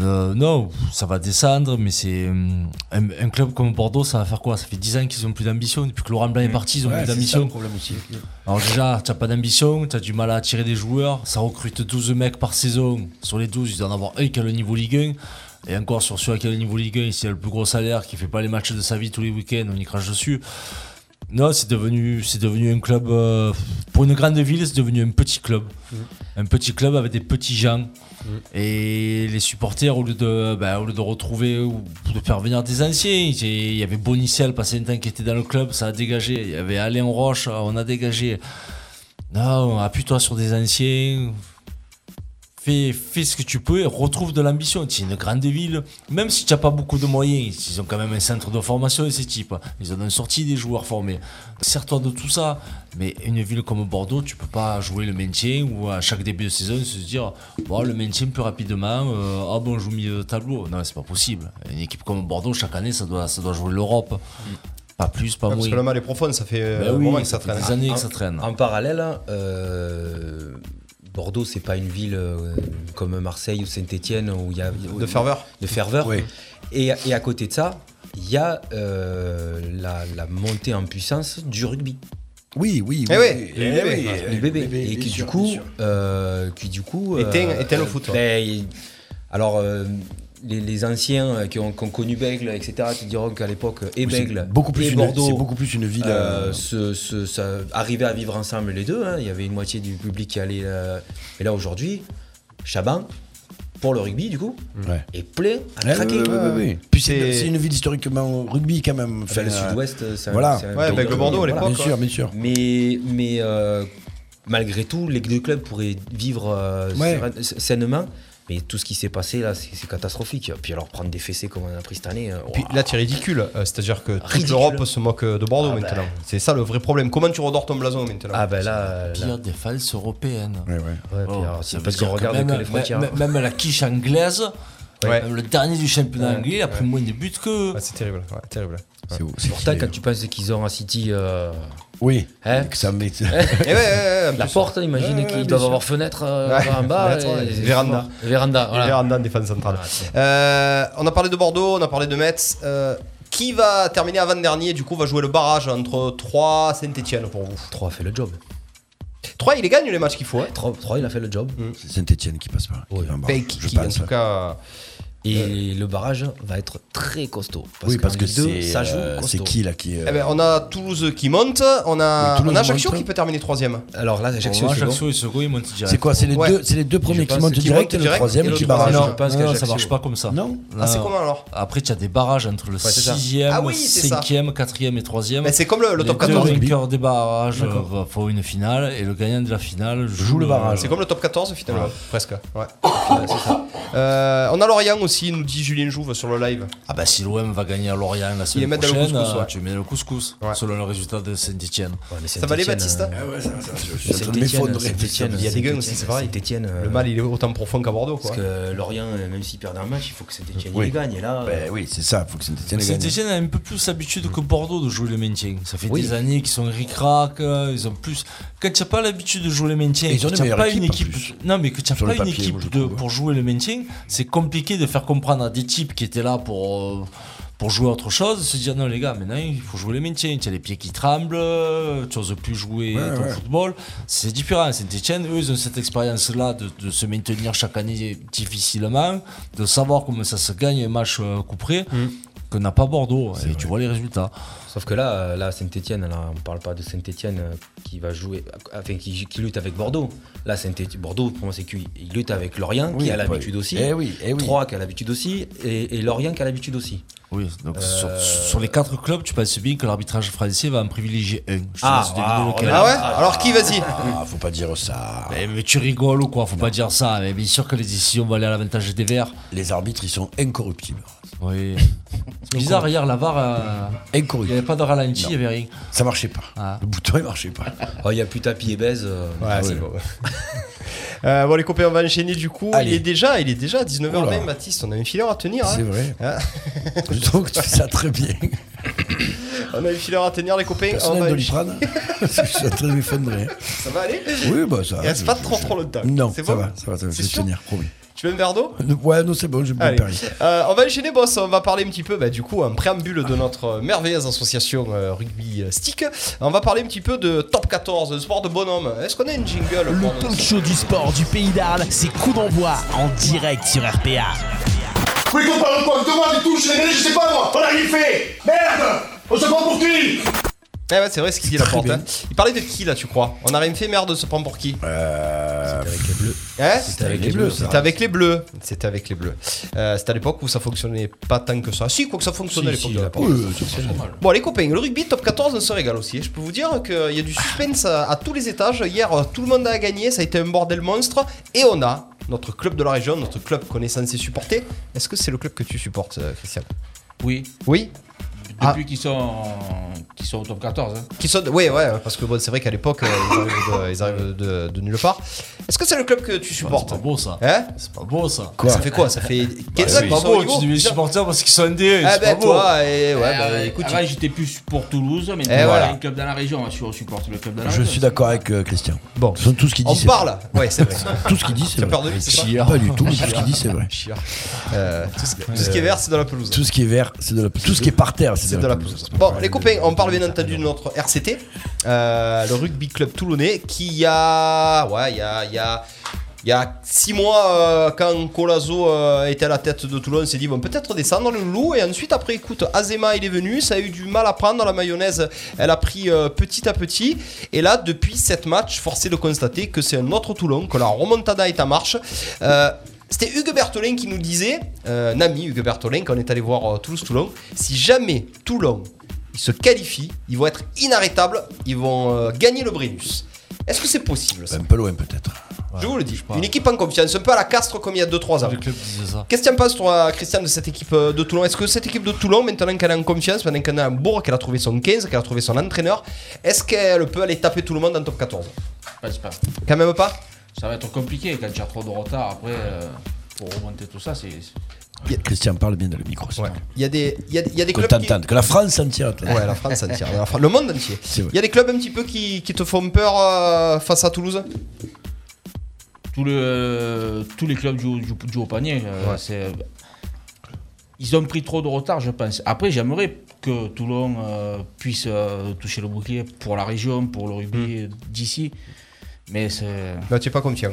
Euh, non, ça va descendre, mais c'est hum, un, un club comme Bordeaux, ça va faire quoi Ça fait 10 ans qu'ils n'ont plus d'ambition. Depuis que Laurent Blanc est parti, ils n'ont Mmh. Ouais, plus c'est ça, d'ambition. le problème aussi. Alors déjà, t'as pas d'ambition, t'as du mal à attirer des joueurs, ça recrute 12 mecs par saison. Sur les 12, il doit en avoir un qui a le niveau Ligue 1. Et encore sur celui qui a le niveau Ligue 1, s'il a le plus gros salaire, qui fait pas les matchs de sa vie tous les week-ends, on y crache dessus. Non, c'est devenu, c'est devenu un club. euh, pour une grande ville, c'est devenu un petit club. Un petit club avec des petits gens. Et les supporters, au lieu de, ben, au lieu de retrouver ou de faire venir des anciens, j'ai- il y avait Boniciel, passé un temps qui était dans le club, ça a dégagé. Il y avait Alain Roche, on a dégagé. Non, appuie-toi sur des anciens. Fais, fais ce que tu peux et retrouve de l'ambition. C'est une grande ville, même si tu n'as pas beaucoup de moyens. Ils ont quand même un centre de formation de ces types. Ils en ont sorti des joueurs formés. Sers-toi de tout ça. Mais une ville comme Bordeaux, tu peux pas jouer le maintien ou à chaque début de saison se dire bon, le maintien plus rapidement, euh, ah bon, on joue au milieu de tableau. Non, c'est pas possible. Une équipe comme Bordeaux, chaque année, ça doit, ça doit jouer l'Europe. Pas plus, pas Ouais, moins. parce que le mal est profond, ça fait euh, Ben un oui, moment que ça fait traîne. Ah, Des années que ça En- traîne. En parallèle, euh, Bordeaux, c'est pas une ville euh, comme Marseille ou Saint-Étienne où il y a De ferveur. De ferveur. Et, et à côté de ça, il y a euh, la, la montée en puissance du rugby. Oui, oui, oui. Eh oui. Et Eh oui. Euh, du bébé. bébé, Et bien qui, sûr, du coup, bien sûr. euh, qui du coup. Éteint- euh, éteint le foot, ouais. ben, il- alors. euh, les, les anciens euh, qui ont, qui ont connu Bègle, etc., qui diront qu'à l'époque, et Oui, c'est Bègle, beaucoup plus et une- Bordeaux, c'est beaucoup plus une ville, euh, euh, se- se- ça- arrivaient à vivre ensemble les deux. hein. Il y avait une moitié du public qui allait. euh, et là, aujourd'hui, Chaban, pour le rugby, du coup, Ouais. est plein à Ouais, craquer. ouais, ouais, ouais, ouais. Puis c'est c'est une ville historiquement rugby quand même. Enfin, le Enfin, euh, sud-ouest, c'est un- Voilà. c'est un Ouais, avec pays le de- Bordeaux, à voilà. l'époque, Bien sûr, ouais. bien sûr. Mais, mais euh, malgré tout, les deux clubs pourraient vivre euh, Ouais. serein- s- sainement. Mais tout ce qui s'est passé là, c'est c'est catastrophique. Puis alors prendre des fessées comme on a pris cette année. euh, Puis ouah. là, c'est ridicule. Euh, C'est-à-dire que toute Ridicule. l'Europe se moque de Bordeaux Ah ben. maintenant. C'est ça le vrai problème. Comment tu redors ton blason maintenant Ah ben là, là- Pire des falses européennes. Ouais, ouais. Ouais, puis Oh, alors, c'est ça veut parce qu'on dire regarde même, que les frontières. Même, même la quiche anglaise, Ouais. euh, le dernier du championnat Ouais. anglais a pris Ouais. moins de buts que. Ah, c'est terrible. Ouais, *laughs* terrible. C'est où Pourtant, quand tu penses qu'ils ont à City. euh, Oui. hein que ça m'est- Eh ouais, ouais, ouais, en la plus. porte, Ouais, imagine ouais, qu'ils bien doivent sûr. avoir fenêtre euh, Ouais, par en bas. fenêtre, ouais, et- véranda. Véranda, voilà. Véranda en défense centrale. Ah, Euh, on a parlé de Bordeaux, on a parlé de Metz. Euh, qui va terminer avant-dernier, du coup, va jouer le barrage entre 3 Saint-Etienne pour vous 3 a fait le job. 3, il les gagne les matchs qu'il faut. hein. 3, il a fait le job. *laughs* C'est Saint-Etienne qui passe par. qui va en bas, Fake, je qui, en pense. tout cas. euh, Et le barrage va être très costaud. oui, qu'en parce que Ligue 2, c'est ça joue euh, c'est costaud. qui là qui. euh, Eh ben, on a Toulouse qui monte, on Oui, a, Toulouse on a Ajaccio monte. qui peut terminer 3 Alors là, Ajaccio, Moi, c'est bon. Ajaccio et Sego, ils montent direct. C'est quoi C'est les, Ouais. deux, c'est les deux premiers qui pense montent qu'ils direct montent et le direct troisième et le qui troisième. barrage. Non, Non, je pense Non, ça qu'Ajaccio- marche pas comme ça. Non Ah, c'est comment alors Après, tu as des barrages entre le c'est ça. 6ème, Ah oui, c'est ça. 5ème, 4ème et 3ème. Mais c'est comme le, le top Les deux 14. vainqueurs des barrages euh, font une finale et le gagnant de la finale joue, le barrage. C'est comme le top 14 finalement. Presque. Ouais. Euh, on a Lorient aussi, nous dit Julien Jouve sur le live. Ah bah si l'OM va gagner à Lorient la les semaine mettent dans le prochaine, couscous, euh, ouais. tu mets le couscous Ouais. selon le résultat de Saint-Etienne. Ouais, mais Ça va aller, Saint-Étienne, Baptiste euh, Je suis en train de Saint-Étienne, m'effondrer. Saint-Étienne, Il y a des guns aussi, Saint-Étienne, c'est pareil. Saint-Étienne, euh, Le mal, il est autant profond qu'à Bordeaux. Quoi. Parce que Lorient, euh, même s'il perd un match, il faut que Saint-Etienne Oui. y gagne. Et là, Ben oui, c'est ça, faut que Saint-Etienne gagne. Saint-Etienne a un peu plus l'habitude que Bordeaux de jouer le maintien. Ça fait Oui. des années qu'ils sont ric-rac, euh, ils ont plus. Quand tu n'as pas l'habitude de jouer le maintien, Et ils ont que des t'as meilleures pas une équipes, en équipe. plus. Non, mais que tu n'as Sur le pas une papier, équipe moi, je de, trouve. pour jouer le maintien, c'est compliqué de faire comprendre à des types qui étaient là pour. euh, pour jouer à autre chose, se dire non les gars, maintenant il faut jouer le maintien, tu as les pieds qui tremblent, tu n'oses plus jouer ton football, c'est différent. Saint-Etienne, eux, ils ont cette expérience-là de, de se maintenir chaque année difficilement, de savoir comment ça se gagne un match euh, coup près, que n'a pas Bordeaux, et tu vois les résultats. Sauf que là, euh, là Saint-Etienne, là, on ne parle pas de Saint-Etienne euh, qui va jouer, euh, enfin, qui, qui lutte avec Bordeaux. Là, Saint-Étienne, Bordeaux, pour moi, c'est qu'il il lutte avec Lorient, Oui, qui a pas- l'habitude aussi. Eh oui, eh oui. Troyes, qui a l'habitude aussi. Et, et Lorient, qui a l'habitude aussi. Oui, donc sur, sur les quatre clubs, tu penses bien que l'arbitrage français va en privilégier un. Je te Ah, laisse deviner ah, lequel. on est- Ah ouais Alors qui vas-y Ah, faut pas dire ça. mais, Eh, mais tu rigoles ou quoi Faut pas dire ça. Mais bien sûr que les décisions vont aller à l'avantage des Verts. Les arbitres, ils sont incorruptibles. Oui. C'est bizarre, hier, la VAR, euh, il n'y Incorruptibles. avait pas de ralenti, il n'y avait rien. Ça marchait pas. Ah. Le bouton, il marchait pas. Ah. Oh, Il n'y a plus tapis et baise. euh, Ouais, c'est bon. Euh, bon, les copains, on va enchaîner du coup. Allez. Il est déjà, il est déjà Oula. 19h20, Baptiste. On a une fileur à tenir. hein. C'est vrai. Ah. Je trouve que tu fais ça très bien. On a une fileur à tenir, les copains. On Personnel va... de l'Iprane, *laughs* je suis en train de m'effondrer. Ça va aller Oui, bah ça. Il reste je- pas trop je- trop longtemps. Non, C'est ça bon va, ça va, ça va, je C'est vais sûr tenir, promis. Tu veux un verre d'eau Ouais, non, c'est bon, j'ai bien Allez. perdu. Euh, on va enchaîner, boss. On va parler un petit peu, bah, du coup, en préambule de notre euh, merveilleuse association euh, Rugby Stick. On va parler un petit peu de Top 14, le sport de bonhomme. Est-ce qu'on a une jingle pour Le talk show du sport du pays d'Arles, c'est coup d'envoi en direct sur RPA. Oui, qu'on parle quoi De moi, des touches, des mêlées, je sais pas moi On a rien fait Merde On se prend pour qui Eh ouais, c'est vrai ce qu'il dit la porte. hein. Il parlait de qui là, tu crois On a rien fait, merde, de se prendre pour qui Euh... Avec les bleus. Hein C'était avec les bleus, ça. C'était avec les bleus. C'était avec les bleus. Euh, C'était à l'époque où ça fonctionnait pas tant que ça. Si, quoi que ça fonctionnait Si, à si, l'époque de la la porte. porte, ça Bon, les copains, le rugby top 14, on se régale aussi. hein. Je peux vous dire qu'il y a du suspense à, à tous les étages. Hier, euh, tout le monde a gagné. Ça a été un bordel monstre. Et on a notre club de la région, notre club qu'on est censé supporter. Est-ce que c'est le club que tu supportes, euh, Christian Oui. Oui Depuis Ah. qu'ils sont, qu'ils sont au top 14. hein. Qui sont... Oui, ouais, parce que bon, c'est vrai qu'à l'époque, euh, ils arrivent, de, ils arrivent de- de nulle part. Est-ce que c'est le club que tu supportes C'est pas beau ça. Hein C'est pas beau ça. Quoi Ça fait quoi Ça fait Bah, 15 ans C'est qu'ils pas sont au beau, niveau tu dis mes supporters parce qu'ils sont indés. Ah c'est ben pas beau. Eh, toi, et ouais, Euh, bah écoute. avant, j'étais plus pour Toulouse, mais Eh il y voilà. a un club dans la région. hein. Je supporte le club dans la Je région. suis d'accord avec euh, Christian. Bon, Tout tout ce qu'il dit, On c'est parle vrai. *laughs* Ouais, c'est vrai. Tout ce qu'il dit, c'est T'as vrai. peur de lui, c'est ça Chiard. Pas du tout, mais tout ce qu'il dit, c'est vrai. Chiard. Euh, tout, ce, tout ce qui est vert, c'est dans la pelouse. Tout ce qui est vert, c'est de la pelouse. Tout ce qui est par terre, c'est de, la pelouse. Bon, les copains, on parle bien entendu de notre RCT, euh, le rugby club toulonnais, qui il y a, ouais, il y a, il y a, il y a six mois, euh, quand Colazo euh, était à la tête de Toulon, on s'est dit bon, peut-être descendre le loup. Et ensuite, après, écoute, Azema, il est venu, ça a eu du mal à prendre la mayonnaise. Elle a pris euh, petit à petit. Et là, depuis sept matchs, forcé de constater que c'est un autre Toulon, que la remontada est en marche. Euh, c'était Hugues Bertolin qui nous disait, euh, Nami Hugues Bertolin, quand on est allé voir euh, Toulouse-Toulon, si jamais Toulon ils se qualifient, ils vont être inarrêtables, ils vont euh, gagner le Brennus. Est-ce que c'est possible ça Un peu loin, peut-être. Je vous le dis. Une équipe en confiance, un peu à la Castres comme il y a 2-3 ans. Qu'est-ce que tu en penses, toi, Christian, de cette équipe euh, de Toulon Est-ce que cette équipe de Toulon, maintenant qu'elle est en confiance, maintenant qu'elle est en bourg, qu'elle a trouvé son 15, qu'elle a trouvé son entraîneur, est-ce qu'elle peut aller taper tout le monde dans le top 14 Je pense pas. Quand même pas Ça va être compliqué quand tu as trop de retard après euh, pour remonter tout ça. C'est Christian parle bien dans le micro. c'est vrai. Il y a des, il y a- il y a des Que clubs qui- t'entendes, que la France entière. t'entende. Ouais, la France entière. la Fran- le monde entier. C'est vrai. Il y a des clubs un petit peu qui, qui te font peur euh, face à Toulouse Tout le- tous les clubs du, du- du haut panier. euh, Ouais. c'est- ils ont pris trop de retard, je pense. Après, j'aimerais que Toulon euh, puisse euh, toucher le bouclier pour la région, pour le rugby d'ici. Mais c'est. Non, tu es pas confiant.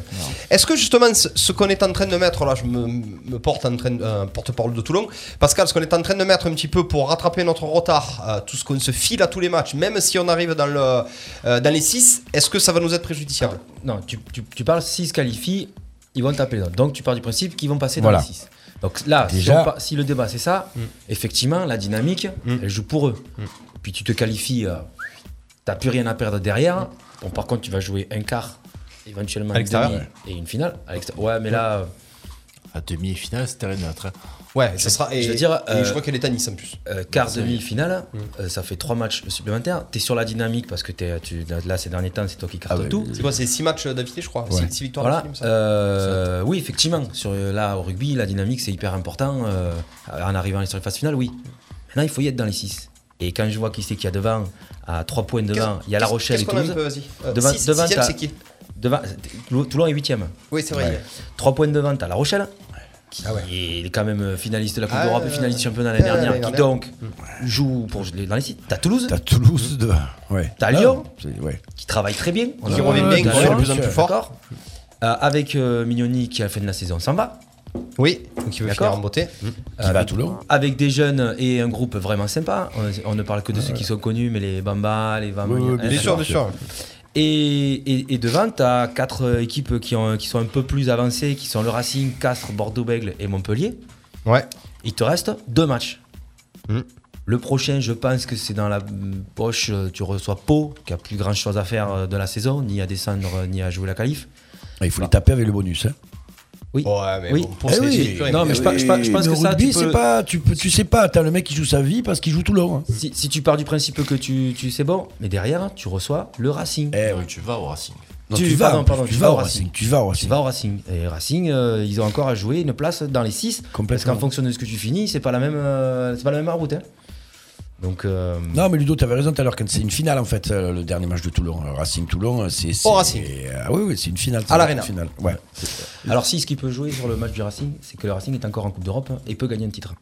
Est-ce que justement ce, ce qu'on est en train de mettre, là je me, me porte en train de- euh, porte-parole de Toulon, Pascal, ce qu'on est en train de mettre un petit peu pour rattraper notre retard, euh, tout ce qu'on se file à tous les matchs, même si on arrive dans, le, euh, dans les 6, est-ce que ça va nous être préjudiciable Non, tu, tu- tu parles s'ils se qualifient, ils vont taper les autres. Donc tu pars du principe qu'ils vont passer Voilà. dans les 6. Donc là, si Déjà- on par- si, le débat c'est ça, effectivement, la dynamique, elle joue pour eux. Puis tu te qualifies, euh, t'as plus rien à perdre derrière. Bon, par contre, tu vas jouer un quart, éventuellement À une l'extérieur, demi et une finale. À l'extérieur. ouais, mais là. À demi et finale, c'était rien hein. neutre. Ouais, ça sera. Et, je veux dire, et euh, je crois qu'elle est à Nice en plus. Euh, quart demi-finale, euh, ça fait trois matchs supplémentaires. T'es sur la dynamique parce que t'es- tu, là, ces derniers temps, c'est toi qui cartes tout. C'est quoi C'est 6 matchs d'affilée, je crois. Ouais. 6 victoires Voilà. d'affilée, il me semble. Euh, oui, effectivement. Sur, euh, là, au rugby, la dynamique, c'est hyper important. euh, en arrivant sur les phases finales, oui. Maintenant, il faut y être dans les 6. Et quand je vois qui c'est qu'il y a devant, à 3 points devant, ben, il y a La qu'est-ce- Rochelle qu'est-ce et qu'on a un Toulouse. peu, vas-y Euh, devant, six- devant, sixième, t'as- c'est qui devant- Toulon- Toulon est 8ème. Oui, c'est vrai. 3 points devant, t'as La Rochelle. Qui est quand même euh, finaliste de la Coupe Ah, d'Europe ouais, et finaliste du ouais, championnat ouais. l'année Ouais, dernière, ouais, qui ouais. Mm. donc joue pour les- dans les sites. T'as Toulouse. T'as Toulouse de. Ouais. T'as Ah, Lyon. c'est- Ouais. qui travaille très bien. Qui revient bien, qui revient de plus en plus fort. D'accord. Euh, avec euh, Mignoni qui à la fin de la saison s'en va. Oui, Mhm. donc il veut finir en beauté. Qui va à Toulon. Avec des jeunes et un groupe vraiment sympa. On, on ne parle que de ceux qui sont connus, mais les Bamba, les Van Oui, oui, hein, bien ça sûr, va. bien sûr. Et, et, et devant, tu as quatre euh, équipes qui, ont, qui sont un peu plus avancées, qui sont le Racing, Castres, Bordeaux-Bègle et Montpellier. Ouais. Il te reste deux matchs. Mm. Le prochain, je pense que c'est dans la mm, poche. euh, Tu reçois Pau, qui a plus grand chose à faire euh, de la saison, ni à descendre, euh, ni à jouer la qualif. Ah, Il faut les taper avec le bonus. hein. Oui. Ouais, mais oui. bon, pour Eh ça, oui. c'est dur, Non, mais je, pa- je pa- je pense Le que ça, rugby, tu, peux- c'est pas, tu, peux, tu sais pas. T'as le mec qui joue sa vie parce qu'il joue Toulon. hein. si, si tu pars du principe que tu, tu sais bon, mais derrière, tu reçois le Racing. Eh oui. Ouais, tu vas au Racing. Non, Tu- tu, vas, pardon, pardon, tu vas au Racing. Tu vas au Tu Racing. vas au Racing. Et Racing, euh, ils ont encore à jouer une place dans les 6. Parce Complètement. qu'en fonction de ce que tu finis, c'est pas la même, euh, c'est pas la même route. hein. Donc, euh, Non, mais Ludo, tu avais raison tout à l'heure, quand c'est une finale en fait, euh, le dernier match de Toulon, euh, Racing-Toulon, euh, c'est. c'est- Racing. euh, ah oui, oui, c'est une finale. c'est À une l'Arena. finale, Ouais. alors si ce qui peut jouer sur le match du Racing, c'est que le Racing est encore en Coupe d'Europe et peut gagner un titre.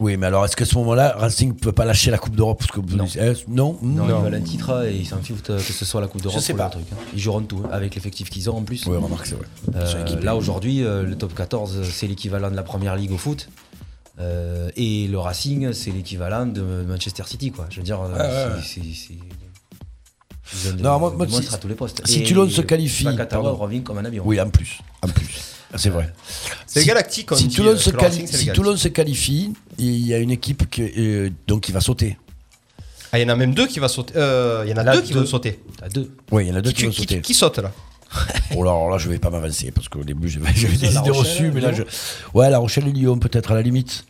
Oui, mais alors est-ce qu'à ce moment-là, Racing peut pas lâcher la Coupe d'Europe parce que vous dites, eh, non, Non, ils veulent un titre et ils s'en foutent euh, que ce soit la Coupe d'Europe sais ou pas. le truc. hein. Ils joueront tout hein, avec l'effectif qu'ils ont en plus. Ouais, remarque, c'est vrai. Ils sont Euh, équipés. là aujourd'hui, euh, le top 14, euh, c'est l'équivalent de la première ligue au foot. Euh, et le Racing, c'est l'équivalent de Manchester City, quoi. Je veux dire, euh, Ouais, ouais, c'est- c'est- c'est- ils ont des- Non, moi, des moi, monstres si- à tous les postes. si Et Toulon se qualifie, Pacataro pardon. revient comme un avion. Oui, en plus, en plus, c'est vrai. C'est Si- les Galactiques, on Si dit, Toulon euh, se que le quali- Racing, c'est les si Toulon se qualifie, il y a une équipe qui euh, donc qui va sauter. Ah, il y en a même deux qui va sauter. Euh, Il y en a Là, deux qui deux. vont sauter. À deux. Oui, il y en a deux Qui- qui, vont qui- sauter. qui saute là Oh là, alors là, je vais pas m'avancer parce qu'au début, j'avais *laughs* j'avais des La idées Rochelle, reçues, mais là, je... Lyon ouais, La Rochelle et Lyon peut-être à la limite,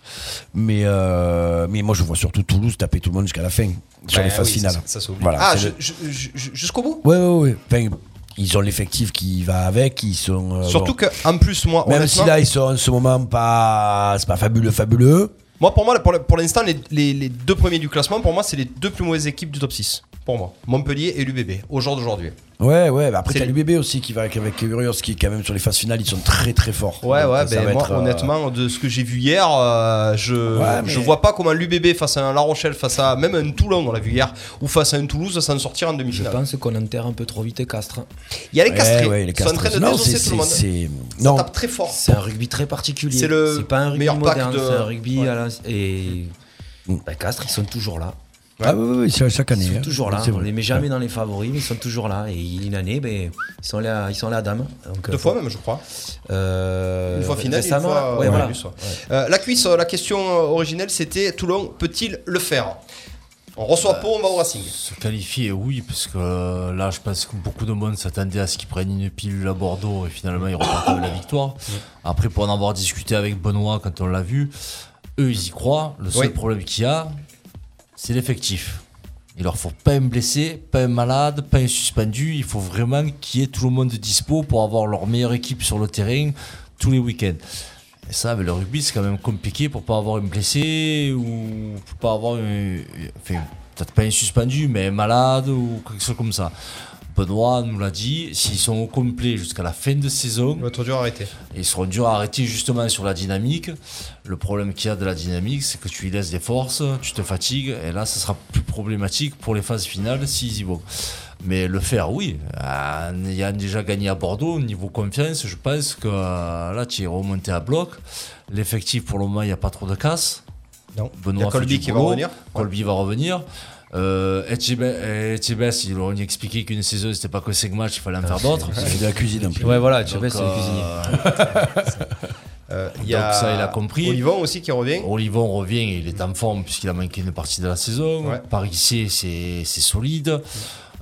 mais euh, mais moi, je vois surtout Toulouse taper tout le monde jusqu'à la fin sur Ouais, les phases Bah Ben oui, finales. ça- ça s'oublie. Voilà, ah, c'est je- le- je- je- je- jusqu'au bout Ouais, ouais, ouais. Enfin, ils ont l'effectif qui va avec, ils sont. euh, Surtout bon. que, en plus, moi, Même si honnêtement- là, ils sont en ce moment pas. C'est pas fabuleux, fabuleux. Moi, pour moi, pour le- pour l'instant, les, les- les deux premiers du classement, pour moi, c'est les deux plus mauvaises équipes du top 6. Pour moi, Montpellier et l'UBB, au jour d'aujourd'hui. Ouais, ouais. bah après, C'est t'as le- l'UBB aussi qui va avec, avec Urios, qui est quand même sur les phases finales, ils sont très très forts. Ouais, Donc, ouais, ça ben va moi, être, euh, honnêtement, de ce que j'ai vu hier, euh, je, Ouais, je mais- vois pas comment l'UBB face à un La Rochelle, face à même un Toulon, on l'a vu hier, ou face à un Toulouse, s'en sortir en Je demi-finale. pense qu'on enterre un peu trop vite Castres. hein. Il y a les Ouais, castrés, ouais, les ils sont en train Castres. de Non, désosser c'est- tout le monde. c'est- Ça non. tape très fort. C'est un rugby très particulier. C'est le pas un rugby meilleur pack moderne, de- c'est un rugby à la- Et bah, Castres, ils sont toujours là. Ah oui, oui, oui, chaque- chaque année. Ils sont hein. toujours là. C'est On vrai. les met jamais dans les favoris, mais ils sont toujours là. Et il y a une année, ben, ils sont là, ils sont là, à dame. Donc, Deux euh, fois même, je crois. Euh, Une fois finale, une récemment, fois, euh, ouais, voilà. bonus, ouais. Euh, la cuisse, euh, la question euh, originelle, c'était Toulon peut-il le faire On Euh, reçoit Pau, on va au Racing. Se qualifier, oui, parce que euh, là, je pense que beaucoup de monde s'attendait à ce qu'ils prennent une pilule à Bordeaux et finalement, ils repartent avec la victoire. Après, pour en avoir discuté avec Benoît quand on l'a vu, eux, ils y croient. Le seul Oui. problème qu'il y a, c'est l'effectif. Il leur faut pas un blessé, pas un malade, pas un suspendu. Il faut vraiment qu'il y ait tout le monde dispo pour avoir leur meilleure équipe sur le terrain tous les week-ends. Et ça, avec le rugby, c'est quand même compliqué pour pas avoir un blessé ou pour pas avoir un- enfin, peut-être pas un suspendu, mais un malade ou quelque chose comme ça. Benoît nous l'a dit, s'ils sont au complet jusqu'à la fin de saison, Ils seront durs à arrêter. Ils seront durs à arrêter justement sur la dynamique. Le problème qu'il y a de la dynamique, c'est que tu y laisses des forces, tu te fatigues, et là, ça sera plus problématique pour les phases finales s'ils y vont. Mais le faire, oui. Euh, En ayant déjà gagné à Bordeaux, au niveau confiance, je pense que euh, là, tu es remonté à bloc. L'effectif, pour le moment, il n'y a pas trop de casse. Non. Benoît Il y a fait Colby du qui va boulot. revenir. Colby va revenir. Euh, Etchebe- Etchebest, ils l'ont expliqué qu'une saison, c'était pas que 5 matchs, il fallait en Ah, faire d'autres. c'est de la cuisine, en plus. Ouais, voilà, Donc, Etchebest, c'est euh, le cuisinier. Euh, il Donc y a ça, il a compris. Olivon aussi qui revient. Olivon revient, et il est en forme puisqu'il a manqué une partie de la saison. Ouais. Paris C, c'est c'est solide.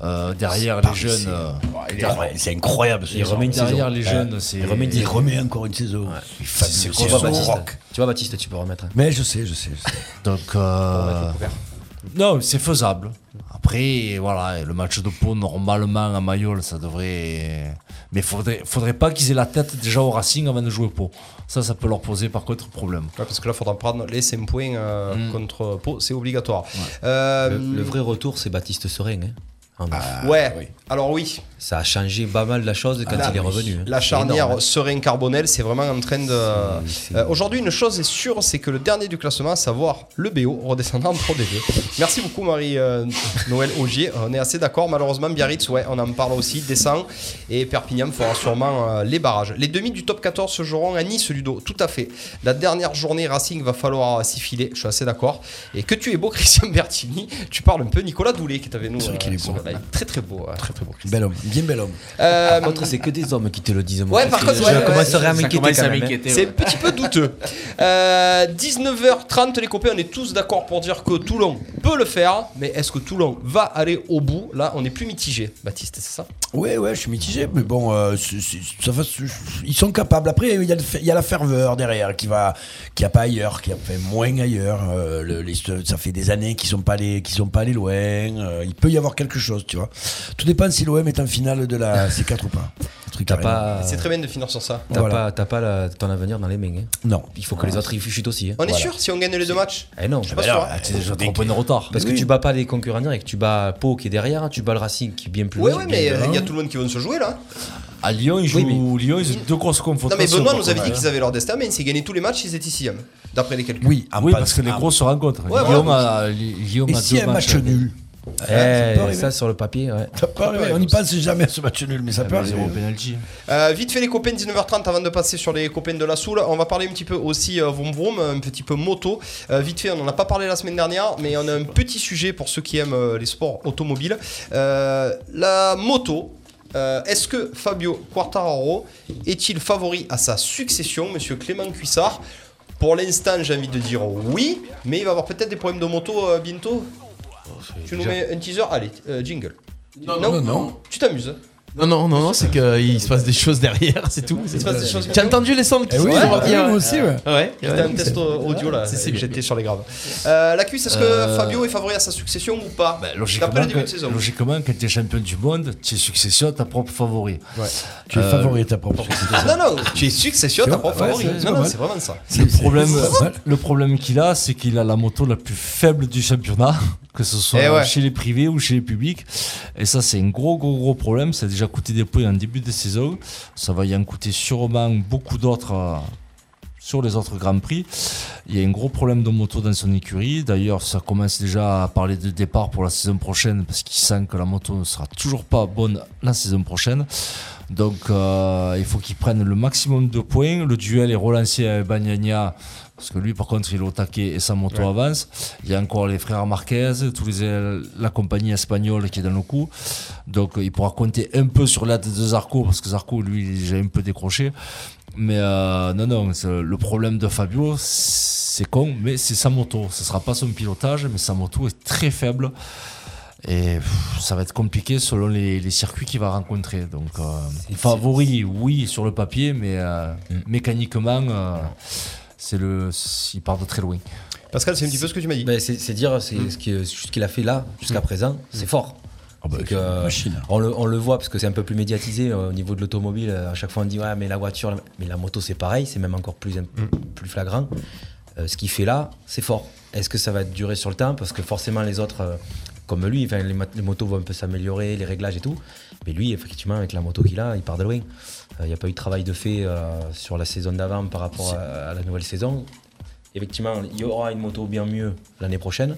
Euh, derrière les Paris C. jeunes, euh, Ouais, il est- derrière- ouais, c'est incroyable, ce Il genre remet de saison. derrière les Ouais. jeunes, c'est Il remet, il remet encore une saison. Il est fabuleux, c'est c'est quoi, son Baptiste rock. Tu vois, Baptiste, tu peux remettre. hein. Mais je sais, je sais. je sais. Donc, bah, euh, non, c'est faisable. Après, voilà, le match de peau, normalement, à Mayol, ça devrait. Mais faudrait, faudrait pas qu'ils aient la tête déjà au Racing avant de jouer Pau. Ça, ça peut leur poser par contre problème. Ouais, parce que là, il faudra prendre les 5 points euh, Mm. contre Pau, c'est obligatoire. Euh, Le, le vrai retour, c'est Baptiste Serein. hein, Ah, en neuf. Ouais, alors oui. Ça a changé pas mal la chose quand Ah, Là, il est revenu. hein. La C'est charnière énorme. Serein-Carbonel, c'est vraiment en train de. Euh, Aujourd'hui, une chose est sûre, c'est que le dernier du classement, à savoir le BO, redescendra en Pro D2. Merci beaucoup, Marie-Noël Augier. On est assez d'accord. Malheureusement, Biarritz, ouais, on en parle aussi, descend. Et Perpignan fera sûrement euh, les barrages. Les demi du top 14 se joueront à Nice, Ludo. Tout à fait. La dernière journée Racing va falloir euh, s'y filer. Je suis assez d'accord. Et que tu es beau, *laughs* Christian Bertini. Tu parles un peu Nicolas Doulet qui est avec nous. C'est vrai qu'il euh, est sur beau. le live. Très, très beau. ouais. Très, très beau. Bel homme, bien bel homme. Euh, Par contre, c'est que des hommes qui te le disent. moi. Ouais, par Parce contre, que ouais, je ouais, commencerai à ça m'inquiéter. commence à quand même, hein. m'inquiéter, C'est ouais. un petit peu douteux. Euh, 19h30, les copains, on est tous d'accord pour dire que Toulon peut le faire, mais est-ce que Toulon va aller au bout Là, on est plus mitigé, Baptiste, c'est ça Ouais, ouais, je suis mitigé, mais bon, euh, c'est- c'est- ça va se- ils sont capables. Après, il y, a le fe- il y a la ferveur derrière qui va, qui a pas ailleurs, qui a fait moins ailleurs. Euh, le- les- ça fait des années qu'ils sont pas allés, qu'ils sont pas allés loin. Euh, il peut y avoir quelque chose, tu vois. Tout dépend si l'OM est en finale de la *laughs* C4 ou pas. Un truc T'as carrément. pas. C'est très bien de finir sur ça. T'as Voilà. pas, t'as pas la- ton avenir dans les mains. hein. Non. Ah. Il faut que Ah. les autres y chutent aussi. hein. On est Voilà. sûr si on gagne les deux matchs Eh non, Je suis pas sûr. hein. c'est déjà Dès trop peu de retard. Parce que Oui. tu bats pas les concurrents directs, tu bats Pau qui est derrière, tu bats le Racing qui est bien plus Ouais, loin, ouais, bien mais devant. il y a tout le monde qui vient de se jouer là. À Lyon, ils jouent. Lyon, ils ont deux grosses Non, mais confrontations. Benoît par nous avait contre, dit ouais. qu'ils avaient leur destin, mais s'ils gagnaient tous les matchs, ils étaient sixième. D'après les calculs. hein. Oui, oui parce que les gros se rencontrent. Ah, Ouais, Guillaume voilà. a- Li- Guillaume Et a si deux un match matchs à nul Eh, Ça peut arriver. ça sur le papier, ouais. Ah, Ça peut arriver, On n'y pense jamais à ce match nul, mais ça peut arriver. penalty. Euh, vite fait les copains 19h30 avant de passer sur les copains de la Soule on va parler un petit peu aussi euh, vroom vroom un petit peu moto Euh, vite fait on en a pas parlé la semaine dernière mais on a un petit sujet pour ceux qui aiment euh, les sports automobiles Euh, la moto euh, Est-ce que Fabio Quartararo est-il favori à sa succession, Monsieur Clément Cuissard Pour l'instant, j'ai envie de dire oui, mais il va avoir peut-être des problèmes de moto euh, bientôt. tu nous bizarre. mets un teaser Allez, euh, jingle. non, non. Tu t'amuses Non, non, non, non, c'est qu'il se passe des choses derrière, c'est tout. se passe des choses. T'as entendu les sons qui Eh oui, sont ouais, sortis, ouais, hein moi aussi, ouais. Ouais, C'était un test audio, là, j'étais sur les graves. Euh, bah, euh, la cuisse, est-ce que Euh, Fabio est favori à sa succession ou pas Logiquement, D'après le début que- de saison. logiquement, quand tu es champion du monde, tu es succession à ta propre favori. Tu Euh, es favori à ta propre succession. Ah, Non, non, tu es succession, Tu t'as vois pas Ouais, favori. c'est- c'est Non, pas non, mal. c'est vraiment ça. Le problème, *laughs* le problème qu'il a, c'est qu'il a la moto la plus faible du championnat, *laughs* que ce Eh soit ouais. chez les privés ou chez les publics. Et ça, c'est un gros, gros, gros problème. Ça a déjà coûté des points en début de saison. Ça va y en coûter sûrement beaucoup d'autres euh, sur les autres Grands Prix. Il y a un gros problème de moto dans son écurie. D'ailleurs, ça commence déjà à parler de départ pour la saison prochaine parce qu'il sent que la moto ne sera toujours pas bonne la saison prochaine. Donc, euh, il faut qu'il prenne le maximum de points. Le duel est relancé avec Bagnagna parce que lui, par contre, il est au taquet et sa moto Ouais. avance. Il y a encore les frères Marquez, tous les, la compagnie espagnole qui est dans le coup. Donc, il pourra compter un peu sur l'aide de Zarco parce que Zarco, lui, il est déjà un peu décroché. Mais euh, non, non, c'est- le problème de Fabio, c'est con, mais c'est sa moto. Ce sera pas son pilotage, mais sa moto est très faible. Et pff, ça va être compliqué selon les, les circuits qu'il va rencontrer. Donc, euh, favori, oui, sur le papier, mais euh, mécaniquement, euh, c'est le, il part de très loin. Pascal, c'est un petit peu ce que tu m'as dit. c'est c'est dire c'est Hmm. ce qui- ce qu'il a fait là, jusqu'à présent, c'est fort. Ah, C'est que, euh, machine. on, le, on le voit parce que c'est un peu plus médiatisé euh, au niveau de l'automobile. euh, À chaque fois, on dit ouais, mais la voiture, la- mais la moto, c'est pareil, c'est même encore plus, imp- plus flagrant. Euh, ce qu'il fait là, c'est fort. Est-ce que ça va durer sur le temps Parce que forcément, les autres, euh, comme lui, enfin, les, mat- les motos vont un peu s'améliorer, les réglages et tout. Mais lui, effectivement, avec la moto qu'il a, il part de loin. Euh, Il n'y a pas eu de travail de fait euh, sur la saison d'avant par rapport à- à la nouvelle saison. Effectivement, il y aura une moto bien mieux l'année prochaine.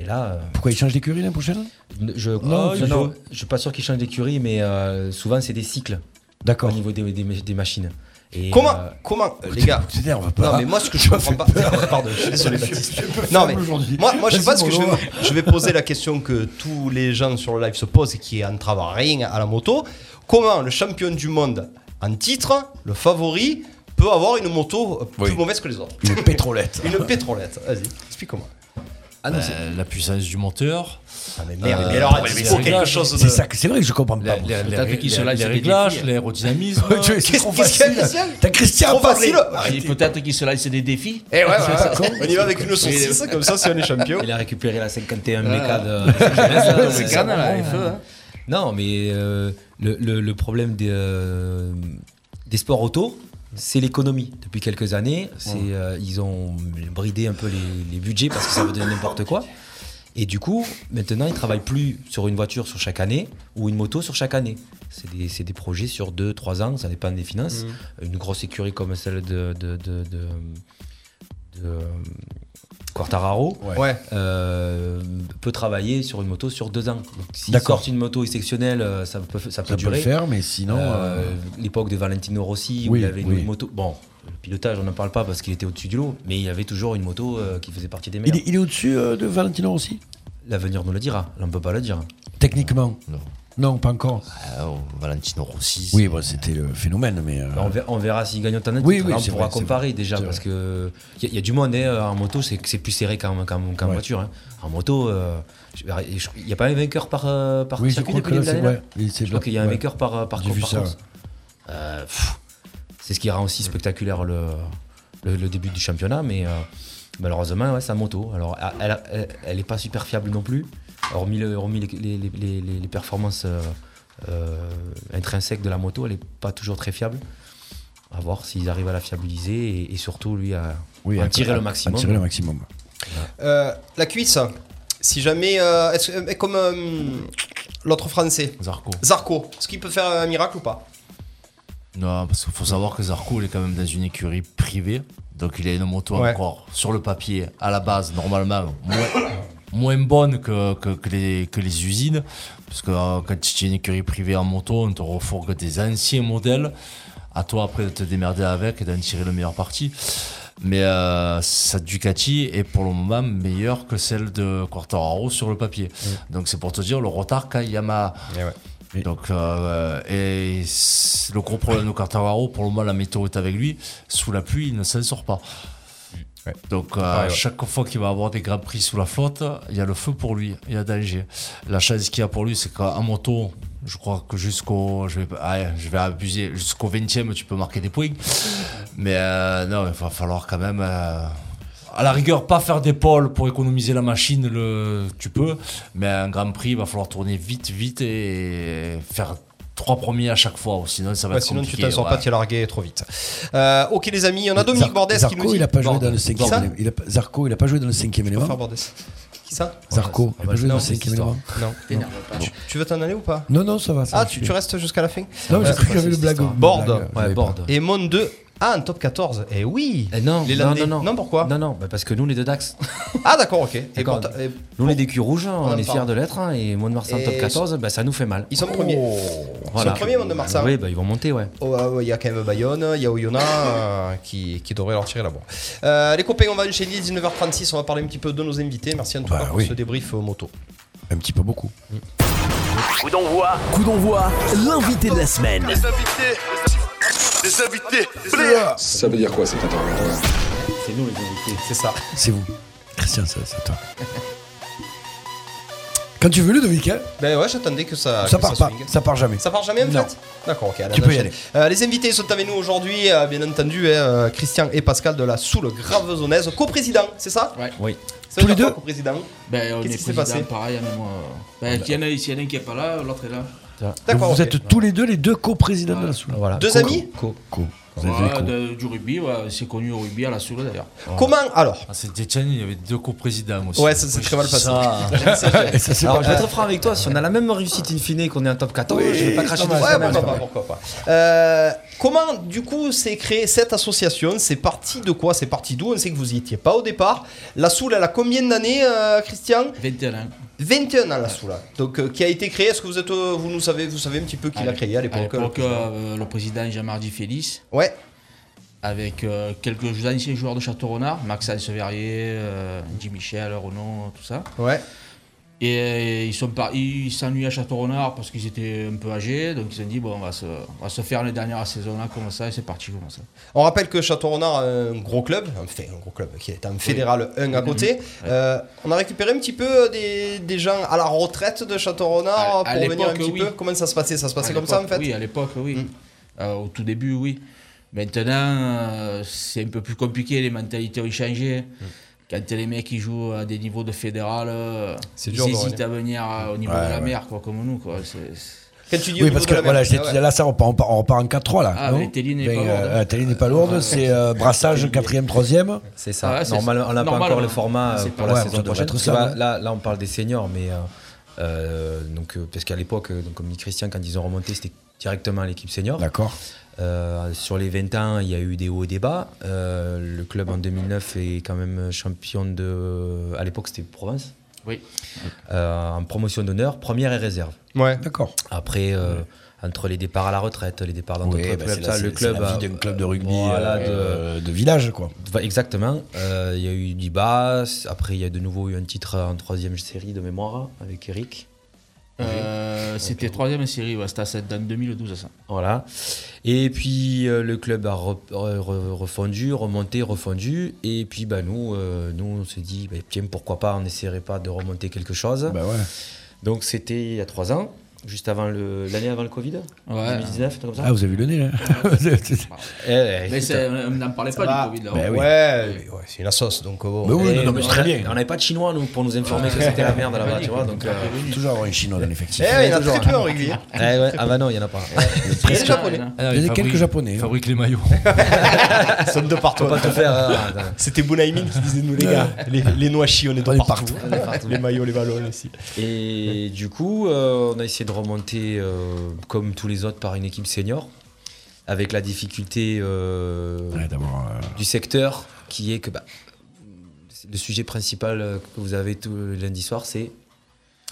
Mais là, euh, Pourquoi il change d'écurie l'année prochaine je ne Non, Ah, il faut- suis pas sûr qu'ils changent d'écurie, mais euh, souvent c'est des cycles. D'accord. Au niveau des, des- des machines. Et, Comment, euh, *laughs* comment, euh, les gars on va Non, mais moi, *laughs* ce que je comprends pas. Pardon, je suis *laughs* désolé, Baptiste. Non, mais moi, moi je Vas-y, pense que je Bruno. vais, je vais poser la question que tous les gens sur le live se posent et qui entrave à rien à la moto. Comment le champion du monde en titre, le favori, peut avoir une moto plus mauvaise que les autres *laughs* Une pétrolette. Une pétrolette, vas-y, explique-moi. Euh, la puissance du moteur. Ah, mais merde, mais alors, il faut quelque chose de- C'est ça, que- c'est vrai que je comprends pas. moi. Les, les- les- les réglages, hein. l'aérodynamisme. Tu- c'est trop facile. T'as Christian Trop à parler. facile Et Ah, Peut-être qu'il se lance des défis. Eh ouais, ouais, C'est pas con. ouais. on y va avec une saucisse, comme ça si on est champion. Il a récupéré la 51 Ah. méca *laughs* de. C'est C'est canne, bon, là, hein. FE, hein. Non, mais euh, le, le- le problème des, euh, des sports auto, c'est l'économie. Depuis quelques années, c'est, euh, ils ont bridé un peu les, les budgets parce que ça veut donner n'importe quoi. Et du coup, maintenant, ils ne travaillent plus sur une voiture sur chaque année ou une moto sur chaque année. C'est des, c'est des projets sur 2-3 ans, ça dépend des finances. Mm. Une grosse écurie comme celle de- de- de- de- de Quartararo Ouais. euh, peut travailler sur une moto sur deux ans. Donc, S'il D'accord. sort une moto exceptionnelle, euh, ça peut, ça peut peut durer. le faire, mais sinon, Euh, euh, L'époque de Valentino Rossi, où Oui, il avait une oui. moto. Bon, le pilotage, on n'en parle pas parce qu'il était au-dessus du lot, mais il y avait toujours une moto euh, qui faisait partie des meilleurs. Il est, il est au-dessus euh, de Valentino aussi L'avenir nous le dira, là, on ne peut pas le Ah. dire. Techniquement Non. Non, pas encore. Euh, Valentino Rossi. Oui, bon, c'était le phénomène, mais. euh, On verra, on verra s'il gagne autant de Oui, titres. oui, Là, on c'est pourra vrai, c'est comparer vrai. déjà C'est parce que il y, a- y a du monde hein, en moto, c'est c'est plus serré qu'en qu'en- qu'en voiture. hein. En moto, il n'y a pas un vainqueur par, euh, par Oui, je circuit crois depuis que le là, début de c'est- l'année, ouais, oui, là c'est Je crois vrai. qu'il y a un Ouais. vainqueur par euh, par, J'ai vu par ça, course. Euh, pff, c'est ce qui rend aussi spectaculaire le, le, le début du championnat, mais euh, Malheureusement, ouais, sa moto. Alors, a- elle, a- elle- elle est pas super fiable non plus, hormis, le- hormis les, les- les- les- les performances euh, euh, intrinsèques de la moto, elle est pas toujours très fiable. À voir s'ils arrivent à la fiabiliser et, et surtout lui à Oui, en à- tirer à- le maximum. à tirer le maximum. Euh, la cuisse, si jamais. euh, est-ce- euh, comme euh, l'autre français. Zarco. Zarco, est-ce qu'il peut faire un miracle ou pas Non, parce qu'il faut savoir que Zarco, il est quand même dans une écurie privée. Donc il a une moto Ouais. encore sur le papier, à la base, normalement, moins, moins bonne que, que, que les, que les usines. Parce que euh, quand tu es une écurie privée en moto, on te refourgue des anciens modèles. À toi après de te démerder avec et d'en tirer le meilleur parti. Mais euh, sa Ducati est pour le moment meilleure que celle de Quartararo sur le papier. Donc c'est pour te dire le retard qu'a Yamaha. Donc, euh, et c'est- le gros problème de Quartararo, pour le moment, la météo est avec lui. Sous la pluie, il ne s'en sort pas. Donc, euh, Ah Ouais, ouais. chaque fois qu'il va avoir des grands prix sous la flotte, il y a le feu pour lui, il y a danger. La chance qu'il y a pour lui, c'est qu'en moto, je crois que jusqu'au. Je, vais pas- ah, je vais abuser, jusqu'au 20 e tu peux marquer des points. Mais euh, non, il va falloir quand même. euh, à la rigueur, pas faire des pôles pour économiser la machine, le, tu peux. Mais un Grand Prix, il va falloir tourner vite, vite et faire trois premiers à chaque fois. Sinon, ça va Ouais, être sinon, tu compliqué. t'en sors pas, ouais. tu es largué trop vite. Euh, ok, les amis, on a Dominique Zar- Bordès Zarco, qui nous dit. il a pas joué dans le Bordès. Qui ça cinquième élément. Il a pas- Zarco, il a pas joué dans le cinquième élément. Enfin, Bordès. Qui ça Zarco, il a pas joué dans Non, le cinquième non. élément. Non. Tu, tu veux t'en aller ou pas Non, non, ça va. ça Ah, va, tu, je- tu restes jusqu'à la fin Non, mais j'ai cru que j'avais le blague. Borde. Ouais, Borde. Et Monde 2. Ah, un top 14. Eh oui Eh non, Les non, Landais. non, non. Non, pourquoi Non, non, bah parce que nous, on est de Dax. Ah, d'accord, ok. Et D'accord. pour ta- et- Nous, on est des culs rouges, On en on est parle. fiers de l'être, hein, et Mont de Marsan Et top ils 14, bah, ça nous fait mal. Ils sont premiers. Ils Oh, Voilà. sont premiers, Monde de Marsan. Oui, bah, ils vont monter, ouais. Oh, ah ouais, il y a quand même Bayonne, il y a Oyonnax euh, qui, qui devrait leur tirer la bourre. Euh, les copains, on va enchaîner 19h36, on va parler un petit peu de nos invités. Merci en Bah tout cas pour ce débrief euh, moto. Un petit peu beaucoup. Coup d'envoi. Coup d'envoi, l'invité de la semaine. invités, les invités, Ça veut dire quoi cette interview C'est nous les invités. C'est ça. C'est vous. Christian, c'est c'est toi. *laughs* Quand tu veux, Ludovic, hein Ben ouais, j'attendais que ça. Ça que part pas, swing. ça part jamais. Ça part jamais en Non. fait D'accord, ok. à la Tu peux y prochaine. aller. Euh, les invités sont avec nous aujourd'hui, euh, bien entendu, hein, euh, Christian et Pascal de la Soule Gravezonaise, coprésident, c'est ça Ouais. Oui. Ça veut dire quoi, coprésident Ben, on Qu'est-ce est qui s'est président, passé Pareil, même moi. Ben, s'il y en a s'il y en a un qui est pas là, l'autre est là. D'accord. Vous ok. êtes tous les deux les deux coprésidents de la Soule. Voilà. Deux amis Ah, Co. Co. Vous avez Ouais, fait les co. de- du rugby, ouais, c'est connu au rugby à la Soule d'ailleurs. Comment alors ah, C'est Tchétchène, il y avait deux coprésidents Ah, aussi. Ouais, ça s'est très mal passé. Ça, *laughs* c'est- Alors, je vais Euh, être franc avec toi, si on a la même réussite in fine et qu'on est en top 14, je vais pas cracher dessus. Ouais, quand pourquoi même. pas, pourquoi pas. Euh, comment, du coup, s'est créée cette association C'est parti de quoi C'est parti d'où On sait que vous n'y étiez pas au départ. La Soule, elle a combien d'années, euh, Christian 21. 21 ans, la Soule. Donc, euh, qui a été créée Est-ce que vous, êtes, euh, vous, nous savez, vous savez un petit peu qui l'a créée à l'époque l'époque, euh, le président Jean-Mardi Félix. Ouais. Avec euh, quelques anciens joueurs de Château Renard, Maxence Verrier, euh, Jim Michel, Renaud, tout ça. Ouais. Et euh, ils sont partis, ils s'ennuyaient à Château Renard parce qu'ils étaient un peu âgés, donc ils ont dit bon, on va se, on va se faire les dernières saisons là comme ça, et c'est parti comme ça. On rappelle que Château-Renard a un gros club, enfin un gros club qui est un fédéral 1 Mm-hmm. à côté. Euh, on a récupéré un petit peu euh, des, des gens à la retraite de Château-Renard À- à pour venir un l'époque, petit oui. peu. Comment ça se passait Ça se passait À comme ça en l'époque, fait Mm. Oui, à l'époque, oui. Euh, au tout début, oui. Maintenant, euh, c'est un peu plus compliqué, les mentalités ont changé. Mm. Quand les mecs ils jouent à des niveaux de fédéral, euh, C'est ils dur de hésitent revenir. à venir euh, au niveau Ouais, de la ouais. mer, quoi, comme nous. Quoi. C'est- c'est- Quand tu dis Oui, au niveau parce de que la voilà, mer, je l'ai ouais. dit, là, ça repart, on part, on part en 4-3 là. Ah, non mais Téline n'est Ben, pas lourde. Ah, euh, Téline n'est pas lourde, c'est euh, brassage 4ème, 3ème. C'est ça. Ouais, Ah, c'est Normal, ça. on n'a pas Normal, encore le hein. format euh, C'est pour pas- la ouais, saison ça doit prochaine. être Parce ça, que là, ouais. là, là, on parle des seniors, mais euh, euh, donc euh, parce qu'à l'époque, euh, donc, comme dit Christian, quand ils ont remonté, c'était directement à l'équipe senior. D'accord. Euh, sur les 20 ans, il y a eu des hauts et des bas. Euh, le club en 2009 est quand même euh, champion de. À l'époque, c'était Provence. Oui. Euh, en promotion d'honneur, première et réserve. Ouais. D'accord. Après, euh, entre les départs à la retraite, les départs dans Oui, d'autres bah, clubs, c'est la- ça, le c'est- club c'est la vie a- d'un club de rugby, voilà, euh, de, de village, quoi. Va- Exactement. Euh, Il y a eu du bas. Après, il y a de nouveau eu un titre en troisième série de mémoire avec Eric. Euh, C'était troisième série, ouais, c'était à cette- en 2012 ça. Voilà. Et puis euh, le club a re- re- re- refondu, remonté, refondu. Et puis bah, nous, euh, nous, on s'est dit, bah, tiens, pourquoi pas, on n'essaierait pas de remonter quelque chose. Bah ouais. Donc c'était il y a trois ans. Juste avant le- l'année avant le Covid Ouais. 2019, un truc comme ça Ah, vous avez vu le nez, *laughs* là Bah, Eh, Mais écoute, c'est- on n'en parlait pas ça va. du Covid là. Eh Ben oui. Ouais, oui, ouais, c'est une sauce donc. bon. Mais Bah, oui, Eh, non, non, mais on c'est très a- bien. Ah. On n'avait pas de chinois, nous, pour nous informer que c'était la merde *laughs* là-bas, tu vois. Donc, euh, Toujours avoir un chinois dans l'effectif. Eh, il y en a Toujours. très peu en rugby, hein. Eh ouais, ah bah non, il y en a pas. Il y a des Japonais. Il y en a quelques Japonais. Ah hein. Fabrique les maillots. Somme de partout. Faut pas tout faire, euh, *laughs* C'était Bounaïmin qui disait nous les gars, les, les noachis, on est de partout. Les maillots, les ballons aussi. Et du coup, euh, on a essayé de remonter, euh, comme tous les autres, par une équipe senior, avec la difficulté euh, du secteur, qui est que bah, le sujet principal euh, que vous avez tout le lundi soir, c'est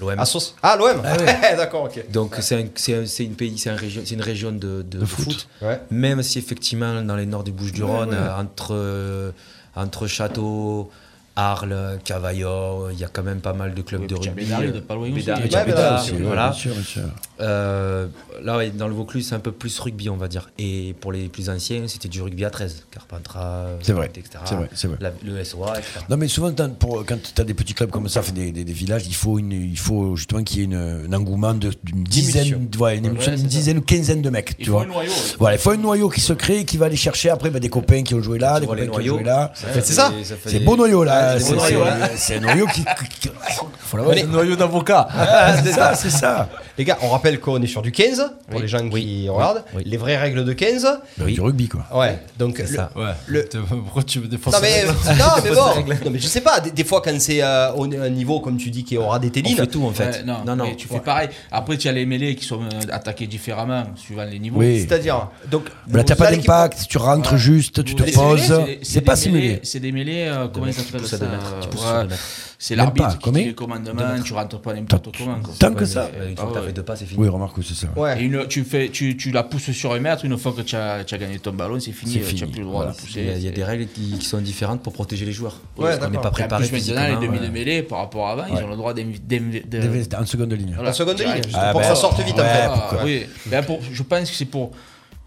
l'OM. Ah, sauce. Ah, l'OM. Ah *laughs* ouais. D'accord, ok. Donc c'est un- c'est un- c'est une pays, c'est un région- c'est une région de, de- de foot. Ouais. Même si effectivement dans les nords du Bouches-du-Rhône, Ouais, ouais. euh, entre euh, entre Château, Arles, Cavaillon, il y a quand même pas mal de clubs Oui, de puis il y a Bédard, rugby. il euh, est pas loin aussi. Bédard, Il y a Bédard, Bédard Bédard, aussi, ouais, Ah voilà. bien sûr, bien sûr. Euh, là, ouais, dans le Vaucluse, c'est un peu plus rugby, on va dire. Et pour les plus anciens, c'était du rugby à 13. Carpentras, C'est vrai, etc. c'est vrai, c'est vrai. La- le SOA, etc. Non, mais souvent, t'as- pour, quand tu as des petits clubs comme ça, fait des, des- des villages, il faut, une, il faut justement qu'il y ait une, un engouement de- d'une dizaine, ouais, une, émulsion, Ouais, une c'est ça. dizaine ou quinzaine de mecs. tu Il faut vois. un noyau, ouais. Voilà, il faut un noyau qui se crée, qui va aller chercher après ben, des copains qui ont joué là, des vois copains les qui ont noyaux, joué là. ça fait- C'est ça ça fait C'est des- beau noyau là. Ouais, c'est C'est beau noyau, hein. c'est- c'est un noyau qui. qui- qui- faut l'avoir. Allez. noyau d'avocat. Ah, *laughs* c'est ça, c'est ça. Les gars, on rappelle qu'on est sur du 15 pour les gens qui regardent. Les vraies règles de 15. Du rugby quoi. Ouais, donc le- Ouais. Pourquoi tu me défends Non mais, non, mais bon, non, mais je sais pas, des, des fois quand c'est euh, au- un niveau comme tu dis qui aura des télines. Ouais, non, mais tu fais pareil. Après, tu as les mêlées qui sont euh, attaquées différemment suivant les niveaux. Oui. C'est-à-dire, donc. Mais là, Bah, t'as pas d'impact, tu rentres juste, tu te poses. des- C'est pas des mêlées- simulé. C'est des mêlées, euh, comment mêlées, ils appellent tu ça pousses à euh, deux mètres, tu pousses ouais. à deux mètres. C'est Même l'arbitre pas, qui combien fait les commandements, tu rentres pas n'importe comment. quoi. Tant que ça. Ouais, ah ouais. Oui, remarque, oui, c'est ça. Et une- tu, fais, tu, tu la pousses sur un mètre, une fois que tu as, tu as gagné ton ballon, c'est fini, C'est euh, fini. tu n'as plus le droit Voilà. de Il y a- pousser. il y a des règles qui, qui sont différentes pour protéger les joueurs. Ouais, on n'est d'accord. pas Et en préparé. plus, maintenant, les demi physiquement, de ouais. mêlée, par rapport à avant, ils Ouais. ont le droit d'invi- d'invi- de- Des- En seconde ligne. Euh, Voilà. En seconde ligne, Direct. juste Ah, pour bah, que ça sorte vite en fait. Ah, oui. Ben, pour- je pense que c'est pour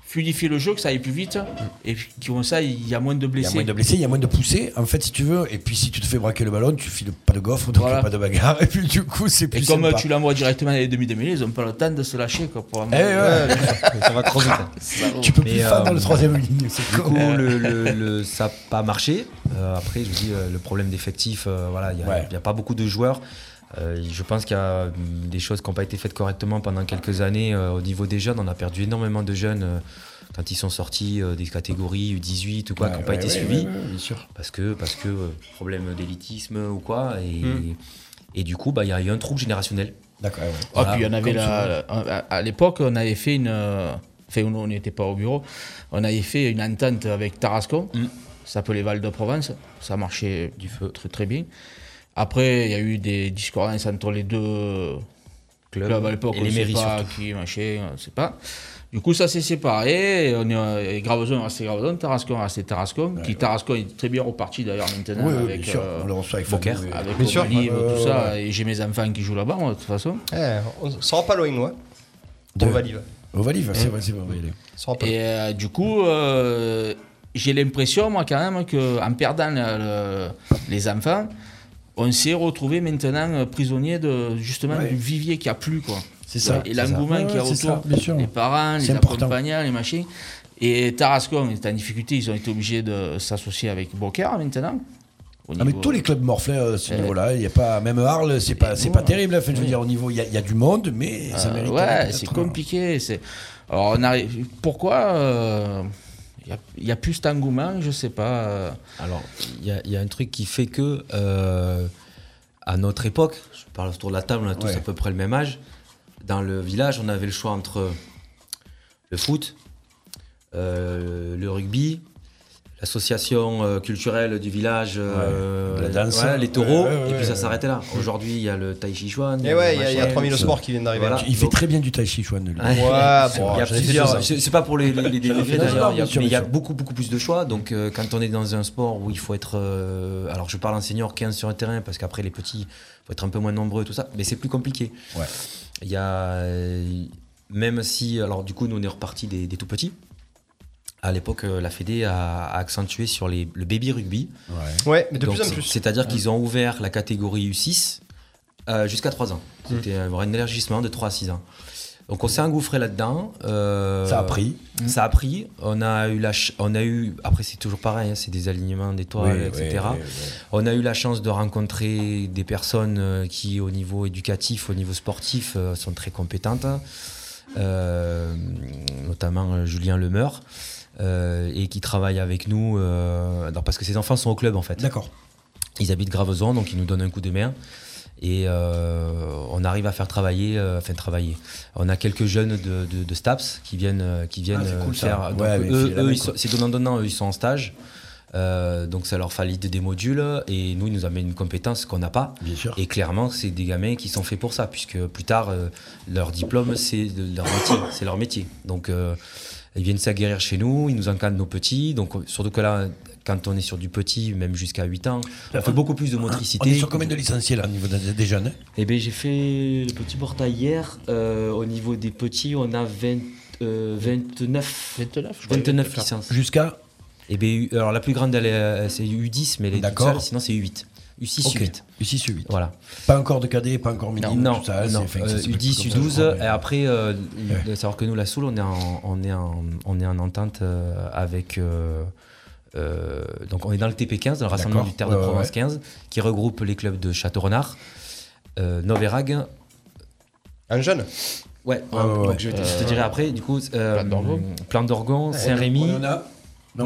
fluidifier le jeu, que ça aille plus vite, et puis comme ça, il y a moins de Il y blessés. a moins de blessés, il y a moins de poussées, en fait, si tu veux. Et puis, si tu te fais braquer le ballon, tu files pas de gaufre, donc Voilà. pas de bagarre. *laughs* Et puis, du coup, c'est Et plus. comme euh, sympa. tu l'envoies directement à les demi de mêlée, ils n'ont pas le temps de se lâcher. Quoi, pour Eh ouais. Ça va trop vite. hein. *laughs* Tu peux plus Mais, faire dans euh, le troisième ligne. c'est Du con. coup, le, le- le- ça n'a pas marché. Euh, après, je vous dis, euh, le problème d'effectif, euh, voilà, il n'y a, Ouais. il y a pas beaucoup de joueurs. Euh, je pense qu'il y a hum, des choses qui n'ont pas été faites correctement pendant quelques années euh, au niveau des jeunes. On a perdu énormément de jeunes euh, quand ils sont sortis euh, des catégories U18 ou quoi, qui n'ont pas ouais, été ouais, suivis. ouais, ouais, bien sûr. Parce que, parce que euh, problème d'élitisme ou quoi. Et, Hmm. et du coup, bah, il y a eu un trouble générationnel. D'accord. Ah, puis il y en avait la- la- à à l'époque, on avait fait une. euh, Enfin, nous, on n'était pas au bureau. On avait fait une entente avec Tarascon. Ça s'appelait Val de Provence. Ça marchait du feu très, très bien. Après, il y a eu des discordances entre les deux Club clubs, Bah, bah, à l'époque. et on les sait mairies pas surtout. qui, machin, on sait pas. Du coup, ça s'est séparé. et On est, euh, et Graveson est resté Graveson, Tarascon est resté Tarascon. qui Tarascon est très bien reparti d'ailleurs maintenant Oui, oui, avec, euh, bien sûr. On le reçoit avec Fokker. famille, oui. avec Bien sûr. Olive, Euh, tout ça. Et j'ai mes enfants qui jouent là-bas, moi, de toute façon. Eh, on sera pas loin, ouais. De- On valide. Au Valive, c'est vrai, c'est vrai. on va y aller. Et euh, du coup, euh, j'ai l'impression, moi, quand même, qu'en perdant le- le- les enfants, on s'est retrouvé maintenant euh, prisonnier de, justement Ouais. du vivier qui a plu, quoi. C'est ça, Et c'est ça. l'engouement Ouais, qu'il y a ouais, c'est autour, ça, bien sûr. les parents, les C'est important. accompagnants, les machins. Et Tarascon est en difficulté, ils ont été obligés de s'associer avec Bocard maintenant. au Ah, mais niveau- tous les clubs morflent à ce Euh, niveau-là. Il y a pas, même Arles, c'est pas, c'est pas terrible. hein, Enfin, je veux dire, au niveau, il y, a- il y a du monde, mais ça Euh, mérite. ouais, peut-être c'est un- compliqué. C'est... Alors, on arrive... Pourquoi il n'y a, plus cet engouement Je sais pas. Alors, il y, a- il y a un truc qui fait que, euh, à notre époque, je parle autour de la table, on a tous Ouais. à peu près le même âge. Dans le village, on avait le choix entre le foot, euh, le rugby, l'association euh, culturelle du village, euh, Ouais, la danse. ouais, les taureaux, Ouais, ouais, et puis ça ouais. s'arrêtait là. Aujourd'hui, il y a le tai chi chuan. Et Eh ouais, il y a- le il y a machin. euh, 3000 sports qui viennent d'arriver. Voilà. Il fait Donc, très bien du tai chi, Chouan. lui. Ouais, Ouais, bon, il y j'en ai a fait deux hein. ans. plusieurs. C'est c'est pas pour les, les, les J'en ai fait défaits deux ans, d'ailleurs. Il y bien a, sûr, mais il y a bien sûr. beaucoup beaucoup plus de choix. Donc euh, quand on est dans un sport où il faut être, euh, alors je parle en senior 15 sur un terrain parce qu'après les petits, faut être un peu moins nombreux et tout ça, mais c'est plus compliqué. Ouais. Il y a euh, même si alors du coup nous on est reparti des, des tout petits. À l'époque, euh, la Fédé a a accentué sur les, le baby rugby. Ouais, mais de Donc, plus en c'est- plus. C'est-à-dire qu'ils ont ouvert la catégorie U6 Euh, Jusqu'à 3 ans. Mhm. C'était avoir un élargissement de 3 à 6 ans. Donc on s'est engouffré là-dedans. euh, Ça a pris. Ça a pris. On a eu la ch- on a eu après c'est toujours pareil, hein, c'est des alignements d'étoiles, Oui, etc. oui, oui, oui. On a eu la chance de rencontrer des personnes euh, qui au niveau éducatif, au niveau sportif, euh, sont très compétentes, Euh, notamment euh, Julien Lemeur. euh, et qui travaille avec nous euh, alors, parce que ses enfants sont au club en fait. D'accord. Ils habitent Graveson, donc ils nous donnent un coup de main. Et euh, on arrive à faire travailler, euh, enfin travailler. On a quelques jeunes de, de- de STAPS qui viennent, euh, qui viennent Ah, c'est euh, cool, ça. faire. donc, Ouais, mais eux, c'est la eux, même, ils sont- c'est donnant donnant, eux, ils sont en stage. Euh, donc ça leur valide des modules et nous ils nous amènent une compétence qu'on n'a pas. Et clairement c'est des gamins qui sont faits pour ça puisque plus tard euh, leur diplôme c'est de- leur métier, *coughs* c'est leur métier. Donc euh, ils viennent s'aguerrir chez nous, ils nous encadrent nos petits. Donc euh, surtout que là quand on est sur du petit même jusqu'à 8 ans, on fait beaucoup plus de motricité. On est sur combien de licenciés là au niveau des, des jeunes hein Eh bien, j'ai fait le petit portail hier. Euh, au niveau des petits, on a 20, euh, 29, 29, licences. Jusqu'à Eh bien, U- alors la plus grande, elle est, euh, c'est U10, mais elle est toute D'accord. seule, sinon c'est U8. U6, Ok. U8. U6, U8. Voilà. Pas encore de cadet, pas encore minime. non, tout ça, c'est- non. fait que ça Euh, s'appelle plus U10, comme ça, je U12, crois, et mais- après, euh, de savoir que nous, la Soule, on est en, on est en, on est en entente euh, avec. euh, euh, donc, on est dans le TP15, dans le Rassemblement D'accord. du Terre Ouais, de ouais, Provence ouais. 15, qui regroupe les clubs de Château-Renard, euh, Noverag. Un jeune Ouais, Ah, Ouais, ouais, donc ouais. Je, te, Euh, je te dirai après, du coup, euh, Plan d'Orgon, Ouais, Saint-Rémy. on en a Non,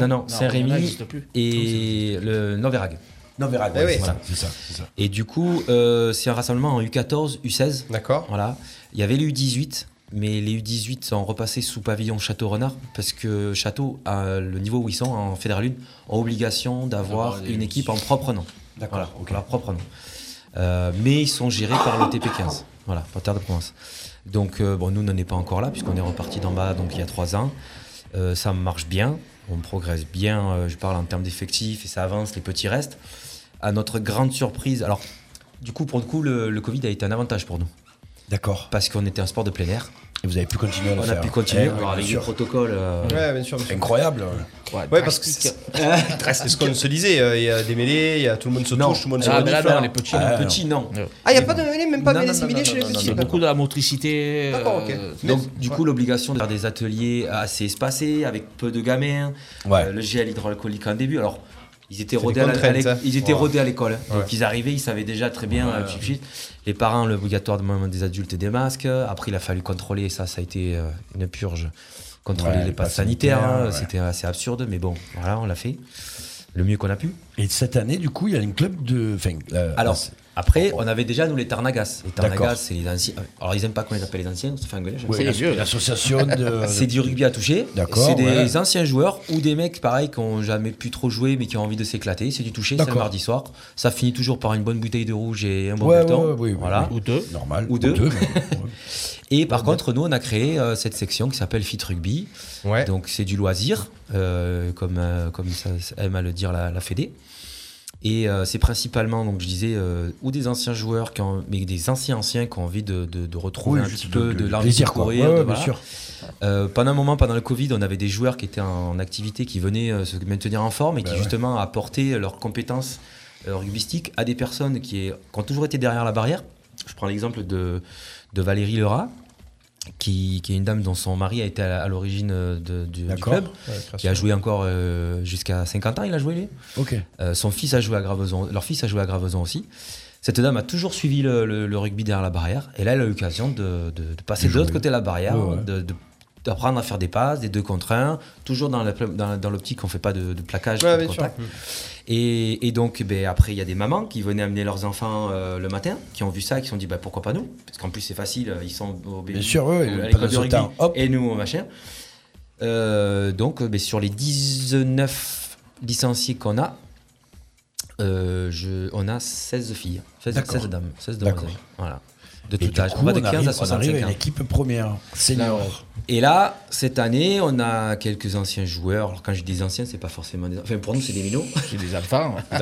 Non. non, Non, on en a, il Saint-Rémy existe plus. et le Noverag. Noverag, ouais, c'est ça, c'est ça, c'est ça. Et du coup, euh, c'est un rassemblement en U14, U16. D'accord. Voilà. Il y avait les U18, mais les U18 sont repassés sous pavillon Château-Renard parce que Château, à le niveau où ils sont en Fédéral 1, ont obligation d'avoir D'avoir des- une équipe en propre nom. D'accord, Voilà, Ah, ok. leur propre nom. Euh, mais ils sont gérés par le TP15, voilà, par Terre de Provence. Donc, euh, bon, nous, on n'en est pas encore là, puisqu'on est reparti d'en bas donc, il y a trois ans. Euh, ça marche bien, on progresse bien, euh, je parle en termes d'effectifs, et ça avance, les petits restent. À notre grande surprise, alors, du coup, pour le coup, le, le Covid a été un avantage pour nous. D'accord. Parce qu'on était un sport de plein air. Et vous avez pu continuer à le on faire. a pu continuer Eh alors, oui, bien avec du sûr. protocole. euh, Ouais, bien sûr, bien sûr. Incroyable. Ouais, Ouais, parce que c'est c'est *laughs* ce qu'on se disait, euh, il y a des mêlées, il y a tout le monde se touche, tout le monde se Ah, mais renifle. là, non, les petits, Ah, non. non. Petits, non. Ouais. Ah, il n'y a pas de mêlée, même pas de Non, mêlée non, non, similée non, chez les non, petits. non, d'accord. beaucoup de la motricité. D'accord, ok. euh, Donc, du coup, l'obligation de faire des ateliers assez espacés, avec peu de gamins, Ouais. euh, le gel hydroalcoolique en début. Alors, ils étaient C'est rodés des à, la- à contraintes, l'éc- ça. ils étaient Ouais. rodés à l'école. hein. Ouais. Donc, ils arrivaient, ils savaient déjà très bien. Ouais. euh, chip, chip. Les parents, l'obligatoire de moment des adultes et des masques. Après, il a fallu contrôler, ça, ça a été euh, une purge. Contrôler Ouais, les les passes passes sanitaires, sanitaires, hein, ouais. c'était assez absurde, mais bon, voilà, on l'a fait. Le mieux qu'on a pu. Et cette année, du coup, il y a un club de. Enfin, là- Alors, là, c'est- après, on avait déjà, nous, les Tarnagas. Les Tarnagas, D'accord. c'est les anciens. euh, Alors, ils aiment pas qu'on les appelle les anciens, on se fait engueuler. Ouais, C'est les vieux. l'association de- *laughs* c'est du rugby à toucher. D'accord, C'est des ouais. anciens joueurs ou des mecs, pareil, qui n'ont jamais pu trop jouer, mais qui ont envie de s'éclater. C'est du toucher, c'est le D'accord. mardi soir. Ça finit toujours par une bonne bouteille de rouge et un bon Ouais, bulletin. ouais, ouais, oui, oui, voilà. oui. Ou deux. Normal. Ou Ou deux. deux, même. *laughs* Et par contre, nous, on a créé euh, cette section qui s'appelle Fit Rugby. Donc, c'est du loisir, euh, comme, euh, comme ça aime à le dire la, la Fédé. Et euh, c'est principalement, donc je disais, euh, ou des anciens joueurs, qui ont- mais des anciens anciens qui ont envie de, de- de retrouver Oui, un juste petit de- peu de- de, du l'envie plaisir, de quoi. courir. Ouais, de- ouais, bien voilà. sûr. Euh, pendant un moment, pendant le Covid, on avait des joueurs qui étaient en, en activité, qui venaient euh, se maintenir en forme et qui Bah ouais. justement apportaient leurs compétences euh, rugbystiques à des personnes qui, est- qui ont toujours été derrière la barrière. Je prends l'exemple de, de Valérie Lerat, qui, qui est une dame dont son mari a été à, à l'origine euh, de- du, du D'accord. club, Ouais, qui a joué encore euh, jusqu'à 50 ans, il a joué lui. Ok. Euh, son fils a joué à Graveson, leur fils a joué à Graveson aussi. Cette dame a toujours suivi le, le- le rugby derrière la barrière, et là elle a eu l'occasion de, de- de passer de l'autre côté de la barrière, Ouais, ouais. de- de- d'apprendre à faire des passes, des deux contre un, toujours dans la pla- dans- dans l'optique qu'on ne fait pas de, de plaquage, Ouais, pas de bien contact. sûr. Et, et donc ben, après il y a des mamans qui venaient amener leurs enfants euh, le matin, qui ont vu ça, et qui se sont dit bah, pourquoi pas nous, parce qu'en plus c'est facile, euh, ils sont au Bien sûr, ouais, à pas l'école de de rugby, retard. et nous au machin. Euh, donc, euh, ben, sur les 19 licenciés qu'on a, euh, je, on a 16 filles, 16, D'accord. 16 dames, 16 D'accord. demoiselles. Voilà. De Et tout du âge. coup, on va de on 15 arrive- à on hein. arrive 65 à une ans. équipe première, senior. Et là, cette année, on a quelques anciens joueurs. Alors, quand je dis anciens, c'est pas forcément des. Enfin, pour nous, c'est des minots. C'est des enfants. *laughs*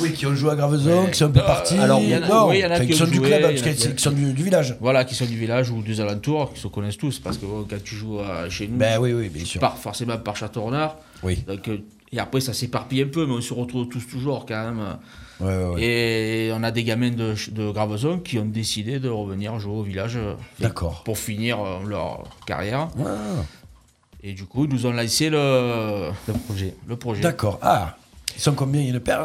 Oui, qui ont joué à Graveson, qui sont un peu partis. euh, Alors, il y en a, non, oui, il y en a enfin, qui qui ont sont du joué, club, hein, il y en a parce qui- qu'ils sont du, du village. Voilà, qui sont du village ou des alentours, qui se connaissent tous, parce que bon, quand tu joues à- euh, chez nous, Ben tu- oui, oui, bien tu sûr. pars forcément par Château Renard. Oui. Donc, euh, Et après, ça s'éparpille un peu, mais on se retrouve tous toujours quand même. Ouais, ouais, ouais. Et on a des gamins de, de Graveson qui ont décidé de revenir jouer au village euh, D'accord. pour finir euh, leur carrière. Ah. Et du coup, ils nous ont lancé le, le projet. Le projet. D'accord. Ah, ils sont combien Il y en a pas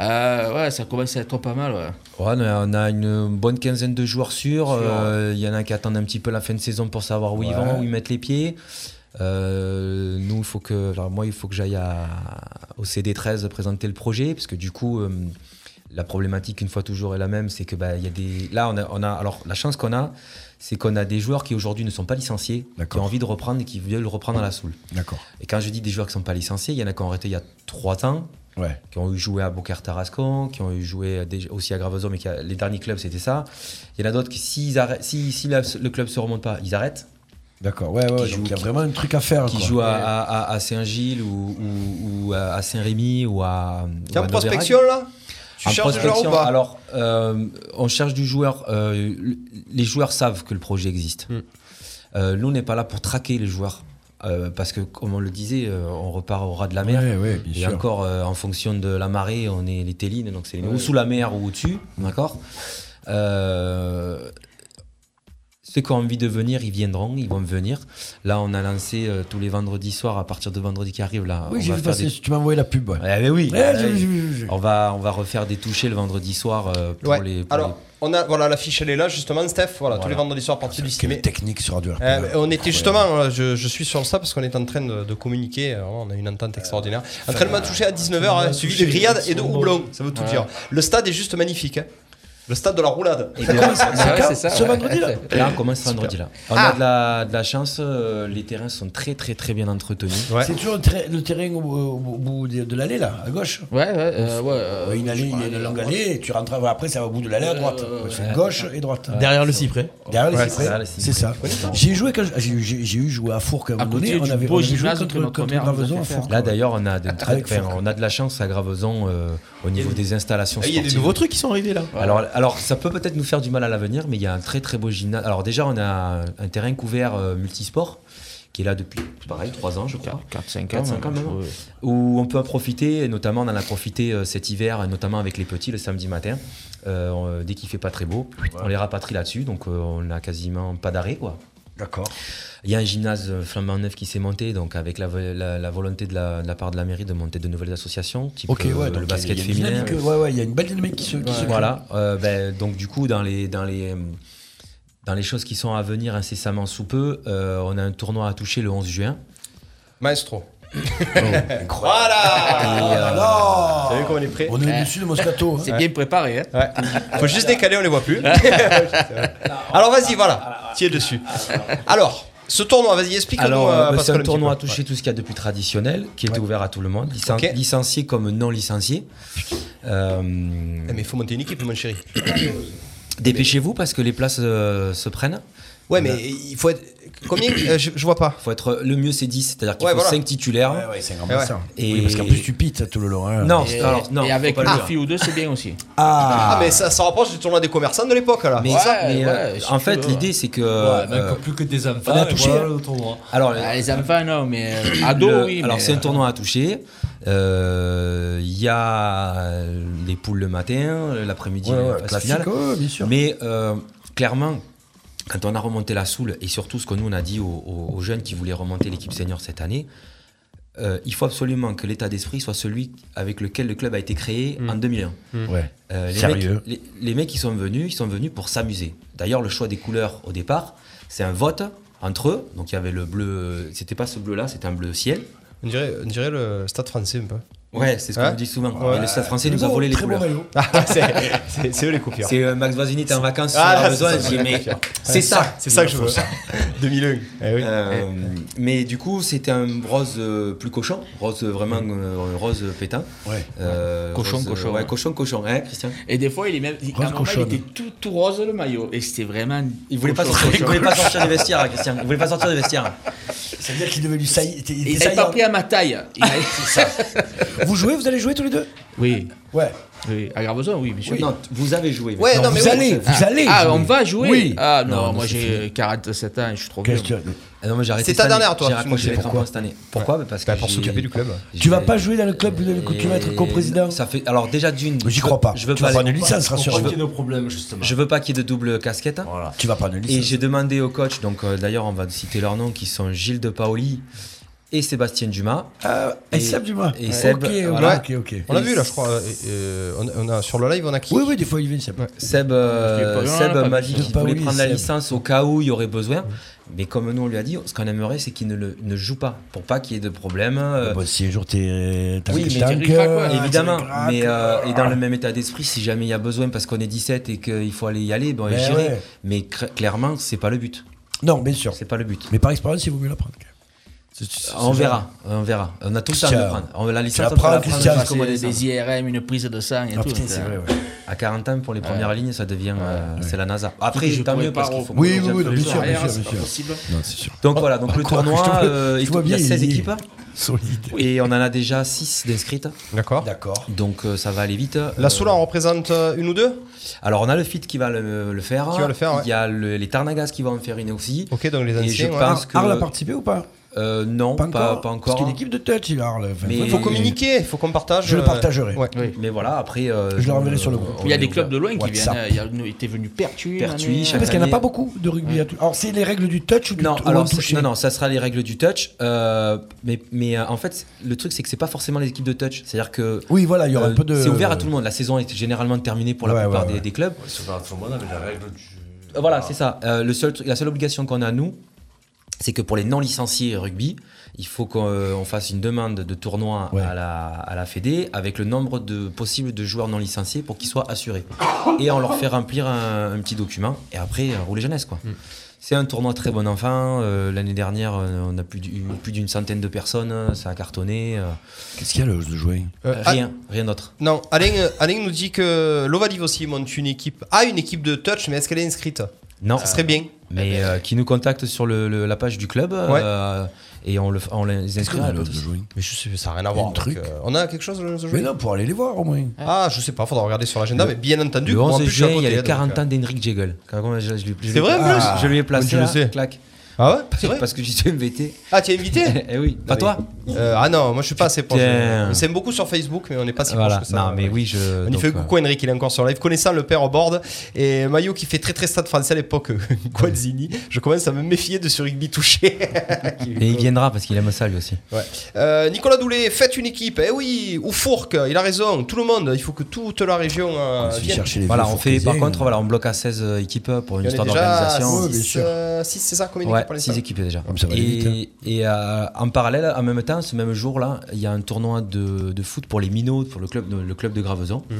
Euh, Ouais, ça commence à être pas mal. Ouais. Ouais, on a- on a une bonne quinzaine de joueurs sûrs. Sûrs. Euh, Il y en a qui attendent un petit peu la fin de saison pour savoir où Ouais. ils vont, où ils mettent les pieds. Euh, nous, il faut que, alors moi, il faut que j'aille à- au CD13 présenter le projet, parce que du coup, euh, la problématique, une fois toujours, est la même, c'est que bah, il y a des. Là, on a, on a- alors la chance qu'on a, c'est qu'on a des joueurs qui aujourd'hui ne sont pas licenciés, qui ont envie de reprendre et qui veulent reprendre à la soule. D'accord. Et quand je dis des joueurs qui ne sont pas licenciés, il y en a qui ont arrêté il y a trois ans, Ouais. qui ont eu joué à Bocaire Tarascon, qui ont eu joué à des- aussi à Graveson, mais qui a- les derniers clubs c'était ça. Il y en a d'autres qui, s'ils arrêtent- si, si la- le club se remonte pas, ils arrêtent. D'accord, ouais, ouais, Qui ouais, joue- donc il y a qui- vraiment un truc à faire. Qui quoi. jouent à, à- à- à Saint-Gilles ou, ou- ou à à Saint-Rémy ou à. T'es ou en à prospection Novérac. là Tu En cherches des joueurs ou prospection, pas Alors, euh, on cherche du joueur. euh, le- les joueurs savent que le projet existe. Hmm. Euh, nous, on n'est pas là pour traquer les joueurs. euh, parce que, comme on le disait, euh, on repart au ras de la mer. Ouais, ouais, bien et sûr. encore, euh, en fonction de la marée, on est les télines, donc c'est les- Ouais. ou sous la mer ou au-dessus, d'accord Euh, ceux qui ont envie de venir, ils viendront, ils vont venir. Là, on a lancé euh, tous les vendredis soirs, à partir de vendredi qui arrive, là. Oui, on j'ai va vu faire passer, des- tu m'as envoyé la pub. Ouais. ah, mais oui. Ouais, Ah, j'ai oui. vu, j'ai vu, j'ai vu. On va on va refaire des touchés le vendredi soir euh, pour bah. Ouais. les. pour Alors, on a, voilà, l'affiche elle est là justement, Steph. Voilà, tous les vendredis soirs, à partir du ciné. Ah, technique sur Radio Euh, mais on était justement, euh, je, je suis sur ça parce qu'on est en train de, de communiquer. euh, On a une entente extraordinaire. En train de me toucher à 19h, hein, suivi de grillades et de houblon. Ça veut tout Ouais. dire. Le stade est juste magnifique. hein. Le stade de la roulade. les- Ouais, Ah, quand ouais. Là, on commence ce Super. vendredi là. On Ah. a de la, de la chance, euh, les terrains sont très très très bien entretenus. C'est toujours le, terrain- le terrain au, au- au bout de, de l'allée, là, à gauche Ouais, ouais, ouais. euh, une allée, il y a une longue allée, et tu rentres, ouais, après ça va au bout de l'allée à droite. C'est gauche et droite. Derrière le cyprès. Derrière Ouais, le cyprès, Ah, derrière le cyprès. c'est ça. J'ai joué, quand je- j'ai eu- j'ai j'ai eu joué à Four quand À un moment côté donné, on du avait, beau on avait joué gymnase contre, que notre contre mère nous avait Graveson à fait Four. Là d'ailleurs, on a de très- Avec enfin, Fourcroy. on a de la chance à Graveson euh, au niveau des installations. Ah, il y a des sportives. nouveaux trucs qui sont arrivés, là. Alors, alors ça peut peut-être nous faire du mal à l'avenir, mais il y a un très très beau gymnase. Alors déjà, on a un terrain couvert euh, multisport qui est là depuis pareil 3 ans je crois 4 5 ans, 4 5 ans même, même, ouais. où on peut en profiter et notamment on en a profité euh, cet hiver et notamment avec les petits le samedi matin Euh, on- dès qu'il fait pas très beau on les rapatrie là-dessus donc euh, on a quasiment pas d'arrêt quoi D'accord. il y a un gymnase euh, flambant neuf qui s'est monté, donc avec la, vo- la- la volonté de la, de la part de la mairie de monter de nouvelles associations, type Ok, euh, ouais, donc il y a- le il basket y a une féminin. dynamique, euh, ouais, ouais, il y a une belle dynamique qui se- qui se crée. Voilà, euh, ben, donc du coup, dans les, dans, les, euh, dans les choses qui sont à venir incessamment sous peu, euh, on a un tournoi à toucher le 11 juin. *laughs* Maestro. Voilà T'as vu comment on est prêt On est au-dessus de Moscato. C'est bien préparé. Hein. Faut juste décaler, on les voit plus. *laughs* Alors vas-y, voilà, Ah, tu es dessus. Alors, ce tournoi, vas-y, explique-nous. Alors, euh, euh, bah, c'est Pascal, un petit tournoi peu. à toucher tout ce qu'il y a de plus traditionnel, qui était ouvert à tout le monde, licen- Ok. licencié comme non licencié. Mais il faut monter une équipe, mon chéri. Dépêchez-vous parce que les places euh, se prennent. Ouais, mais il faut être. Combien Euh, je, je vois pas. Faut être, le mieux c'est 10, c'est-à-dire qu'il Ouais, faut voilà. 5 titulaires. Ouais, ouais, c'est grand bassin. Et... Oui, parce qu'en plus tu pites tout le long. hein. Non, Et, alors, non, et faut avec pas le une dire. fille ou deux, c'est bien aussi. Ah, mais ça, ça rapproche du tournoi des commerçants de l'époque, là. Mais, ça, mais, euh, en fait, l'idée c'est que. Ouais, mais euh, encore plus que des enfants. on a et touché. voilà le tournoi. Alors, Ah, les enfants, non, mais euh, Ah, ados, le- oui. Alors, mais, c'est un euh, tournoi à toucher. Euh, Il y a les poules le matin, l'après-midi, Ouais, la ouais, phase classique, finale. ouais, bien sûr. Mais euh, clairement, quand on a remonté la Soule, et surtout ce que nous on a dit aux, aux- aux jeunes qui voulaient remonter l'équipe senior cette année, euh, il faut absolument que l'état d'esprit soit celui avec lequel le club a été créé en 2001. Mm. Ouais. Euh, les Sérieux. Mecs, les, les mecs qui sont venus, ils sont venus pour s'amuser. D'ailleurs, le choix des couleurs au départ, c'est un vote entre eux. Donc il y avait le bleu, c'était pas ce bleu-là, c'était un bleu ciel. On dirait, on dirait le stade français un peu. Ouais, c'est ce qu'on Hein nous dit souvent. Ouais. Mais le stade français Très nous a beau- volé les très beau couleurs. maillot. Ah, c'est- c'est- c'est eux les coupures. C'est euh, Max Vasini, t'es en vacances, Ah, on a là, besoin. c'est je ça, dis, c'est mais la coupure. *laughs* c'est ça. C'est ça que Il je faut veux. 2001. Euh, mais du coup, c'était un rose euh, plus cochon, rose euh, vraiment euh, rose pétain. Ouais. Euh, Cochon, cochon, Ouais, ouais. cochon, cochon. Hein, Christian Et des fois, il est même. il- à un moment, il était tout, tout rose le maillot. Et c'était vraiment. Il voulait pas sortir- il voulait pas sortir des vestiaires, hein, Christian. Il voulait pas sortir des vestiaires. C'est-à-dire qu'il devait lui saillir. Il n'avait pas pris à ma taille. Il a- c'est ça. Vous jouez, vous allez jouer tous les deux Oui. Ouais. Oui, à Garbezon, oui, bien sûr. Non, vous avez joué. Ouais, non, vous allez, vous Ah, allez. Ah, jouer. on va jouer Oui. Ah non, Non, non, moi c'est j'ai 47 ans, je suis trop vieux. Qu'est-ce que tu as- Ah non, moi, j'ai arrêté C'est ta cette année. dernière, toi, J'ai tu nous raccroché dis les pourquoi. crampons cette année. Pourquoi Bah, Parce que pour j'ai- s'occuper du club. Tu vas pas jouer dans le club dans lequel tu vas être coprésident Ça fait alors déjà d'une. J'y je crois veux- pas. Je veux Tu pas vas aller- prendre une licence, je veux- rassure-moi. je Nos problèmes, justement. veux- Je veux pas qu'il y ait de double casquette. Tu vas prendre une Et licence. j'ai demandé au coach, donc euh, d'ailleurs on va citer leurs noms, qui sont Gilles de Paoli et Sébastien Dumas. Ah, et Seb Dumas. Et Ouais. Ok, Seb. ok, voilà. ok, ok. On l'a Et vu là, je crois. euh, euh, on, on a, sur le live, on a qui Oui, oui, des fois il vient, Seb. Seb, euh, Parce qu'il est pas Seb loin, là, pas m'a de dit Seb. qu'il voulait Paoli, prendre la Seb. licence au cas où il y aurait besoin. Mais comme nous on lui a dit, ce qu'on aimerait c'est qu'il ne, le- ne joue pas pour pas qu'il y ait de problème. euh, Bah, si un jour t'es t'as oui, le mais tank, euh, évidemment. t'as le crack, Mais euh, euh, et dans le même état d'esprit, si jamais il y a besoin parce qu'on est 17 et qu'il faut aller y aller, bon, Ben j'irai. ouais. Mais cr- clairement, c'est pas le but. Non, bien sûr. C'est pas le but. Mais par expérience, il vaut mieux la prendre. On verra, on verra. On a tout le temps de Christian. le prendre. On la Tu licence, la on peut prends, la Christian. prendre jusqu'au Des, mois de des IRM, une prise de sang et Ah, tout. hein. putain, c'est vrai, ouais. À 40 ans, pour les premières Ouais. lignes, ça devient. euh, Ouais. C'est la NASA. Et Après, je tant pourrais mieux pas parce qu'il re- faut. Oui, qu'on oui, gère oui, le non, bien jeu. sûr, bien sûr, bien sûr. Possible. Non, c'est sûr. Donc voilà, donc le Encore que je tournoi, te- euh, je il te vois il y a bien, 16 il est équipes. Solide. Et on en a déjà 6 d'inscrites. D'accord. D'accord. Donc euh, ça va aller vite. La Euh, Soula en représente euh, une ou deux Alors on a le fit qui va le, le faire. Qui va le faire, ouais. Il y a le- les Tarnagas qui vont en faire une aussi. Ok, donc les Et je anciens. ouais. pense que- Arles a participé ou Ah, pas Euh, non, pas, pas encore. hein. Parce qu'il y a une équipe de touch, il a Arles. Enfin, Mais- Il faut communiquer, il faut qu'on partage. Je le euh, partagerai. ouais. Mais voilà, après. euh, Je le renverrai sur le groupe. Il y a des clubs de loin qui WhatsApp. viennent. euh, Il y a, nous, il était venu Pertuis. Pertuis, l'année- chaque Parce qu'il n'y en a année. pas beaucoup de rugby à touch. Alors, c'est les règles du touch ou du hein, euh, Mm. Non, ou un alors toucher non, non, ça sera les règles du touch. euh, mais mais euh, en fait, le truc c'est que c'est pas forcément les équipes de touch. C'est-à-dire que Oui, voilà, il y aura un peu de- Euh, C'est ouvert à tout le monde. La saison est généralement terminée pour la Ouais, plupart ouais, des, ouais. des clubs. C'est pas tout le monde avec la règle du. Euh, Voilà, c'est ça. Euh, le seul, truc- la seule obligation qu'on a nous, c'est que pour les non licenciés rugby, il faut qu'on euh, on fasse une demande de tournoi Ouais. à la à la Fédé avec le nombre de possibles de joueurs non licenciés pour qu'ils soient assurés. Et on leur fait remplir un, un petit document. Et après, euh, rouler jeunesse Mm. quoi. C'est un tournoi très bon enfant. Euh, L'année dernière, euh, on a plus d'u- plus d'une centaine de personnes. Ça a cartonné. euh, Qu'est-ce qu'il y a le jeu de jouer Euh, rien, rien d'autre. Non, Alain, euh, Alain nous dit que l'Ovalive aussi monte une équipe. Ah, une équipe de touch, mais est-ce qu'elle est inscrite Non. Ça serait bien. Mais euh, qui nous contacte sur le- le- la page du club Eh ben, Ouais. euh, et on, le, f- on les Qu'est-ce inscrit. qu'on a à le jeu de l'autre. jouer Mais je sais, ça n'a rien Il y a à voir. un truc. avec, euh, on a quelque chose le jeu de Mais jouer non, pour aller les voir au moins. Euh, Ah, je sais pas, faudra regarder sur l'agenda, mais bien entendu. Le moi, en 11 plus, je suis à juillet, il y a côté, les donc, 40 euh, ans d'Henrik Jegel. Quand je- je lui- je lui- C'est vrai, en Ah, plus Je lui ai placé Comment tu le là, sais clac. Ah ouais C'est vrai Parce que j'y suis invité. Ah, tu es *laughs* invité Eh oui, pas toi Euh, Ah non, moi je suis pas assez proche. Putain. On s'aime beaucoup sur Facebook, mais on n'est pas si Voilà. proche que ça. Non, mais oui, je. On y donc, fait euh, coucou Henrik, il est encore sur live. Connaissant le père au board et Mayo qui fait très très stade français à l'époque, *laughs* Guazzini, je commence à me méfier de ce rugby touché. euh, Et il viendra parce qu'il aime ça lui aussi. Ouais. Euh, Nicolas Doulet, faites une équipe. Eh oui, ou Fourque, il a raison. Tout le monde, il faut que toute la région euh, Je vais vienne. Ah, chercher les Voilà, vieux on fait. Par Fourquaisiens. contre, voilà, on bloque à 16 équipes euh, pour une Il y en a histoire déjà d'organisation. 6, c'est ça Combien Ouais, d'équipes pour 6 l'instant équipes déjà. Comme ça va aller et vite, hein. et, euh, en parallèle, en même temps, ce même jour-là, il y a un tournoi de, de foot pour les minots, pour le club, de- le club de Graveson. Mmh.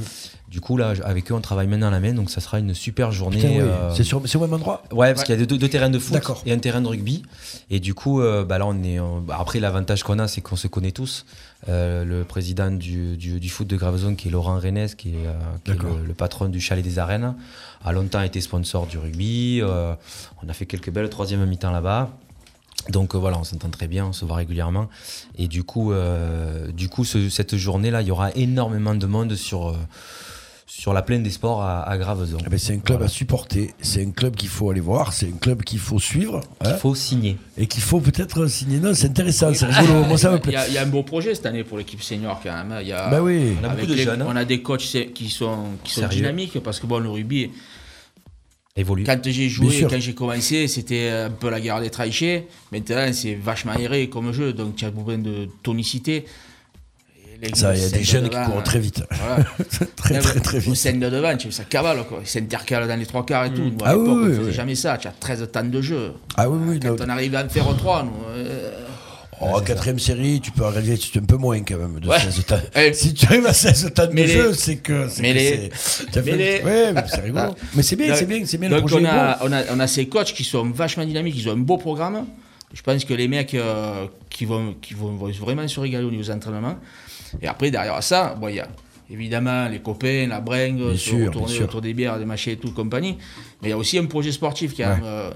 Du coup, là, je- avec eux, on travaille main dans la main, donc ça sera une super journée. Putain, oui, euh, C'est sur- c'est au même endroit Ouais, parce qu'il y a deux, deux terrains de foot D'accord. et un terrain de rugby. Et du coup, euh, bah là, on est. en- bah, Après, l'avantage qu'on a, c'est qu'on se connaît tous. Euh, le président du, du, du foot de Gravezon, qui est Laurent Rennes, qui est, euh, qui est D'accord. le, le patron du Chalet des Arènes, a longtemps été sponsor du rugby. Euh, on a fait quelques belles troisième mi-temps là-bas. Donc euh, voilà, on s'entend très bien, on se voit régulièrement. Et du coup, euh, du coup ce- cette journée-là, il y aura énormément de monde sur, euh, sur la plaine des sports à, à Graveson. Eh ben, C'est un club à supporter, c'est un club qu'il faut aller voir, c'est un club qu'il faut suivre Il hein, faut signer. et qu'il faut peut-être signer. Non, c'est intéressant, c'est rigolo, moi ça *laughs* me Il y, plaît. a, il y a un beau projet cette année pour l'équipe senior quand même. hein. Il y a, Bah oui. On a avec beaucoup de les- jeunes, hein. On a des coachs c'est- qui sont, qui sont Sérieux. dynamiques parce que bon, le rugby, Évolue. quand j'ai Bien joué, sûr. quand j'ai commencé, c'était un peu la guerre des tranchées. Maintenant, c'est vachement aéré comme jeu, donc tu as besoin de tonicité. Et les Ça, gars, il y a ils des sont jeunes qui devant, courent hein. très vite. Voilà. *laughs* Très, très, très Au vite. sein de devant, tu vois, ça cavale, quoi. Ils s'intercalent dans les trois quarts et tout. Nous, à Ah oui, l'époque, on oui, faisait oui. jamais ça. Tu as 13 temps de jeu. Ah oui, oui, non. Quand on arrive à en faire trois, nous. euh, Oh, quatrième série, tu peux arriver c'est un peu moins quand même de Ouais. 16 temps. Eh. Si tu arrives à 16 temps de Mais les- jeu, c'est que c'est. mais que les- c'est- *laughs* t'as fait- mais les- Ah. Ouais, mais c'est rigolo. Mais c'est bien, Donc- c'est bien, c'est bien le donc projet. on, a, est on, a, on a ces coachs qui sont vachement dynamiques, ils ont un beau programme. Je pense que les mecs euh, qui, vont, qui vont, vont vraiment se régaler au niveau des entraînements. Et après, derrière ça, bon, il y a évidemment les copains, la bringue, Bien se sûr, bien retourner sûr. autour des bières, des machins et tout, compagnie. Mais il y a aussi un projet sportif qui a. Ouais. euh,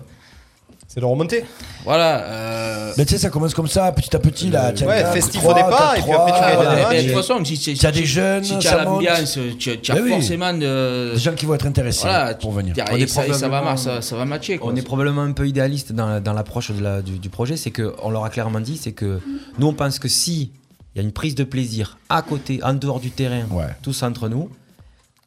C'est de remonter. Voilà. euh, Mais tu sais, ça commence comme ça, petit à petit, là. tiens, quatre, trois, quatre, trois, Ouais, voilà. mais De toute façon, si tu T'as des jeunes, si tu ça as monte. l'ambiance, tu, tu as Bah Mais oui. forcément de. Des gens qui vont être intéressés Voilà, pour venir. tu- On et est ça, et ça va, probablement- mar- ça, ça va matcher. quoi. On est probablement un peu idéaliste dans, la- dans l'approche de la- du, du projet, c'est que on leur a clairement dit, c'est que nous on pense que si il y a une prise de plaisir à côté, en dehors du terrain, tous entre nous,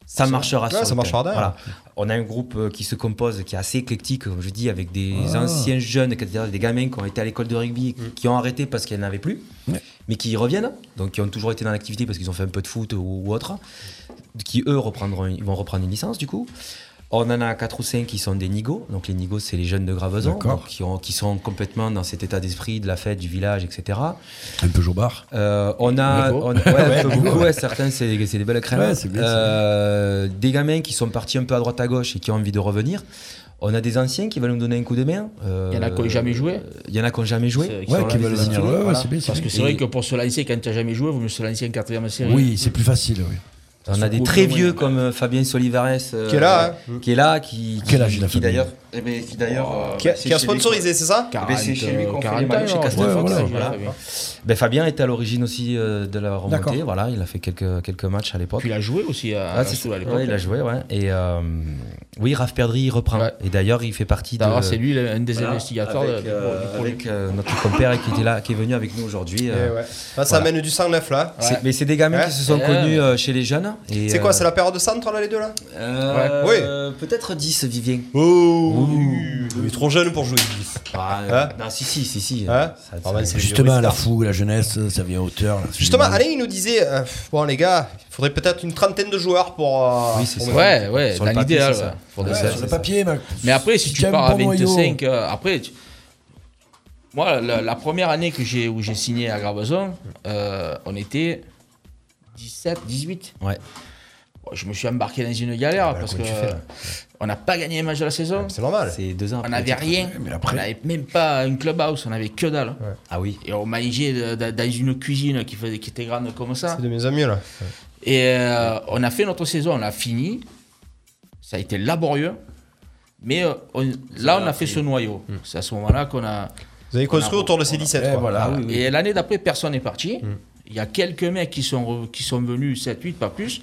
ça Ça- marchera. ouais, sur le ça marchera terrain. derrière. Voilà. On a un groupe euh, qui se compose, qui est assez éclectique, comme je dis, avec des Ah. anciens jeunes, c'est-à-dire des gamins qui ont été à l'école de rugby, qui ont arrêté parce qu'ils n'avaient plus, mais qui reviennent, donc qui ont toujours été dans l'activité parce qu'ils ont fait un peu de foot ou, ou autre, qui eux reprendront, ils vont reprendre une licence du coup. On en a 4 ou 5 qui sont des nigos. Donc les nigos, c'est les jeunes de Graveson, D'accord. donc qui, ont- qui sont complètement dans cet état d'esprit de la fête, du village, etc. Un peu jobard. Euh, on a, Nigo. on- ouais, un *laughs* Ouais, peu Nigo, beaucoup, ouais. ouais, certains, c'est c'est des belles crèmes. Ouais, c'est bien, c'est Euh, des gamins qui sont partis un peu à droite à gauche et qui ont envie de revenir. On a des anciens qui veulent nous donner un coup de main. Euh, Il y en a qui ont jamais joué. Il y en a qui n'ont jamais joué. Ceux qui sont là, les habitués, voilà. Parce que c'est vrai que pour se lancer quand tu n'as jamais joué, vaut mieux se lancer en quatrième série. Oui, c'est plus facile, oui. On a des très vieux comme euh, Fabien Solivares. euh, Qui est là, hein. Qui est là, qui, Quel âge il a, qui Fabien d'ailleurs. eh ben, qui d'ailleurs euh, Qui a- c'est qui a chez lui sponsorisé, qu'on- c'est ça Eh ben, C'est chez lui qu'on 40, fait les maillots, chez hein. ouais, Castelfox, voilà. voilà. Fabien. Ben, Fabien est à l'origine aussi euh, de la remontée. D'accord. Voilà, il a fait quelques, quelques matchs à l'époque. Puis il a joué aussi à- ah, à c'est Soul ça, à l'époque. ouais, il a joué, ouais. Et euh, oui, Raph Perdri il reprend. Et d'ailleurs, il fait partie de. D'ailleurs, Ah, c'est lui, le- un des investigateurs Avec, de- du euh, pro- du avec, euh, notre compère qui était là, qui est venu avec nous aujourd'hui. Eh euh, ouais. Ah, ça voilà. amène du sang neuf là. C'est- Mais c'est des gamins Ouais. qui se sont Eh. Ouais. connus euh, chez les jeunes. et, C'est euh, quoi, c'est la période de centre là les deux là Euh, Oui. Peut-être 10, Vivien. Oh Il est trop jeune pour jouer 10. Ah, Hein non, si, si, si, si. euh, Hein Ça- Ah, bah, c'est vieux, Justement, oui, la ça. fougue, la jeunesse, euh, ça vient à hauteur. là, c'est Justement, génial. Alain il nous disait euh, bon les gars, il faudrait peut-être une trentaine de joueurs pour. euh, Oui, c'est pour ça. mettre- Ouais, ouais, Sur le dans papier, l'idéal. c'est ça. ouais. Faut Ouais, des- sur c'est le ça. euh, papier, mais- Mais après, si si tu t'aimes pars à pas Moyo. 25, euh, après, tu- moi, la, la première année que j'ai où j'ai signé à Graveson, euh, on était 17, 18. Ouais. Bon, je me suis embarqué dans une galère parce que comment tu fais, là on n'a pas gagné un match de la saison. C'est normal. C'est deux ans On après n'avait le titre. rien. On n'avait même pas un clubhouse, on n'avait que dalle. Ah oui. Et on mangeait de- de- dans une cuisine qui, faisait, qui était grande comme ça. C'est de mes amis là. Et euh, on a fait notre saison, on a fini. Ça a été laborieux. Mais euh, on- là, on a fait ce noyau. Mm. C'est à ce moment-là qu'on a. Vous avez qu'on a- construit autour de ces 17. Eh, quoi. voilà. Mm. Et l'année d'après, personne n'est parti. Il y a quelques mecs qui sont, re- qui sont venus 7-8, pas plus.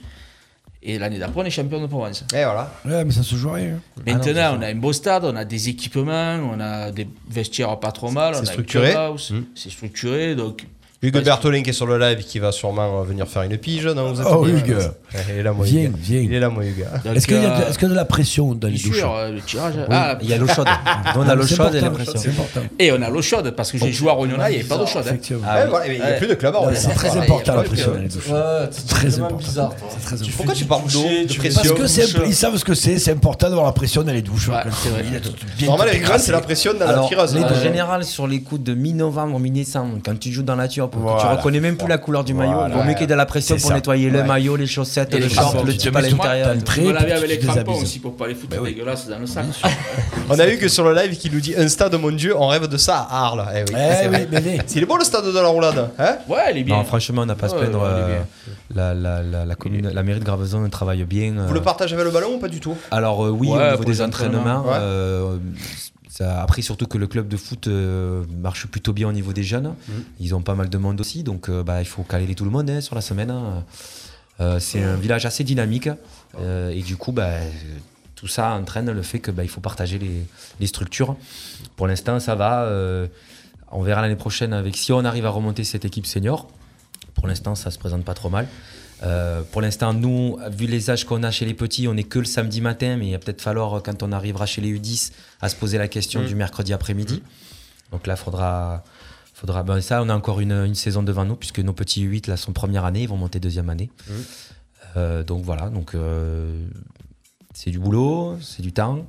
Et l'année d'après, on est champion de Provence. Ah Et Eh, voilà. Ouais, mais ça se joue à rien. hein. Maintenant, on a un beau stade, on a des équipements, on a des vestiaires pas trop mal. C'est on a un structuré. clubhouse, Mm. C'est structuré, donc. Hugues Bertolin qui est sur le live qui va sûrement euh, venir faire une pige. Non, vous êtes Oh, bien, Hugues. là. Il est là, mon Viens, Hugues. viens. Il est là, mon Hugues. Donc, Est-ce qu'il y, a de- euh, est-ce qu'il y a de la pression dans les Bien douches sûr, euh, le tirage. Oui, Ah, il y a l'eau chaude. Nous, on a l'eau chaude et la pression. C'est important. Et on a l'eau chaude parce que j'ai joué à Rognona, il n'y avait pas d'eau chaude. hein. Effectivement. Ah ouais, voilà, mais il n'y a plus de club à Ouais, Rouen. c'est très Voilà, important, il y a la pas de pression club. dans les douches. Ouais, C'est très vraiment important. bizarre, toi. Pourquoi tu parles d'eau, Toucher, de tu- pression Parce que c'est un peu- ils savent ce que c'est, c'est important d'avoir la pression dans les douches. quand tu- il y a tout- bien Normal, tout hein. avec écrasé. Grasse, c'est la pression dans la Alors, tireuse. les- hein. en euh, général, sur les coups de mi-novembre, mi-décembre, quand tu joues dans la nature, tu Voilà. reconnais même plus la couleur du maillot. Voilà. Il vaut mieux qu'il y ait de la pression C'est pour ça. nettoyer le Ouais. maillot, les chaussettes, Et le les short, chaussettes, le tu te type à mets sur l'intérieur. ta- Je me lavais avec les Tu te crampons déshabilles. aussi pour pas les foutre Bah dégueulasses dans le sac. On a eu que sur le live qui nous dit un stade, mon dieu, on rêve de ça à Arles. *laughs* Eh Eh oui, c'est oui, vrai. bébé. C'est beau le stade de la roulade. Hein Ouais, il est bien. Non, franchement, on n'a pas à se Ouais, plaindre. ouais, euh, il est la, la, la, la commune, la mairie de Graveson travaille bien. euh, Vous le partagez avec le ballon ou pas du tout Alors euh, oui, Ouais, au niveau pour des les entraînements, entraînements, ouais. euh, ça- après surtout que le club de foot euh, marche plutôt bien au niveau des jeunes. Mm. Ils ont pas mal de monde aussi, donc euh, bah, il faut caler tout le monde hein, sur la semaine. hein. Euh, c'est un village assez dynamique euh, et du coup, bah, euh, tout ça entraîne le fait que bah, il faut partager les, les structures. Pour l'instant, ça va. euh, on verra l'année prochaine avec si on arrive à remonter cette équipe senior. Pour l'instant, ça se présente pas trop mal. Euh, pour l'instant, nous, vu les âges qu'on a chez les petits, on n'est que le samedi matin, mais il va peut-être falloir, euh, quand on arrivera chez les U10, à se poser la question Mm. du mercredi après-midi. Donc là, faudra. faudra ben, ça, on a encore une, une saison devant nous, puisque nos petits U8, là, sont première année, ils vont monter deuxième année. Mm. Euh, donc voilà, donc euh, c'est du boulot, c'est du temps.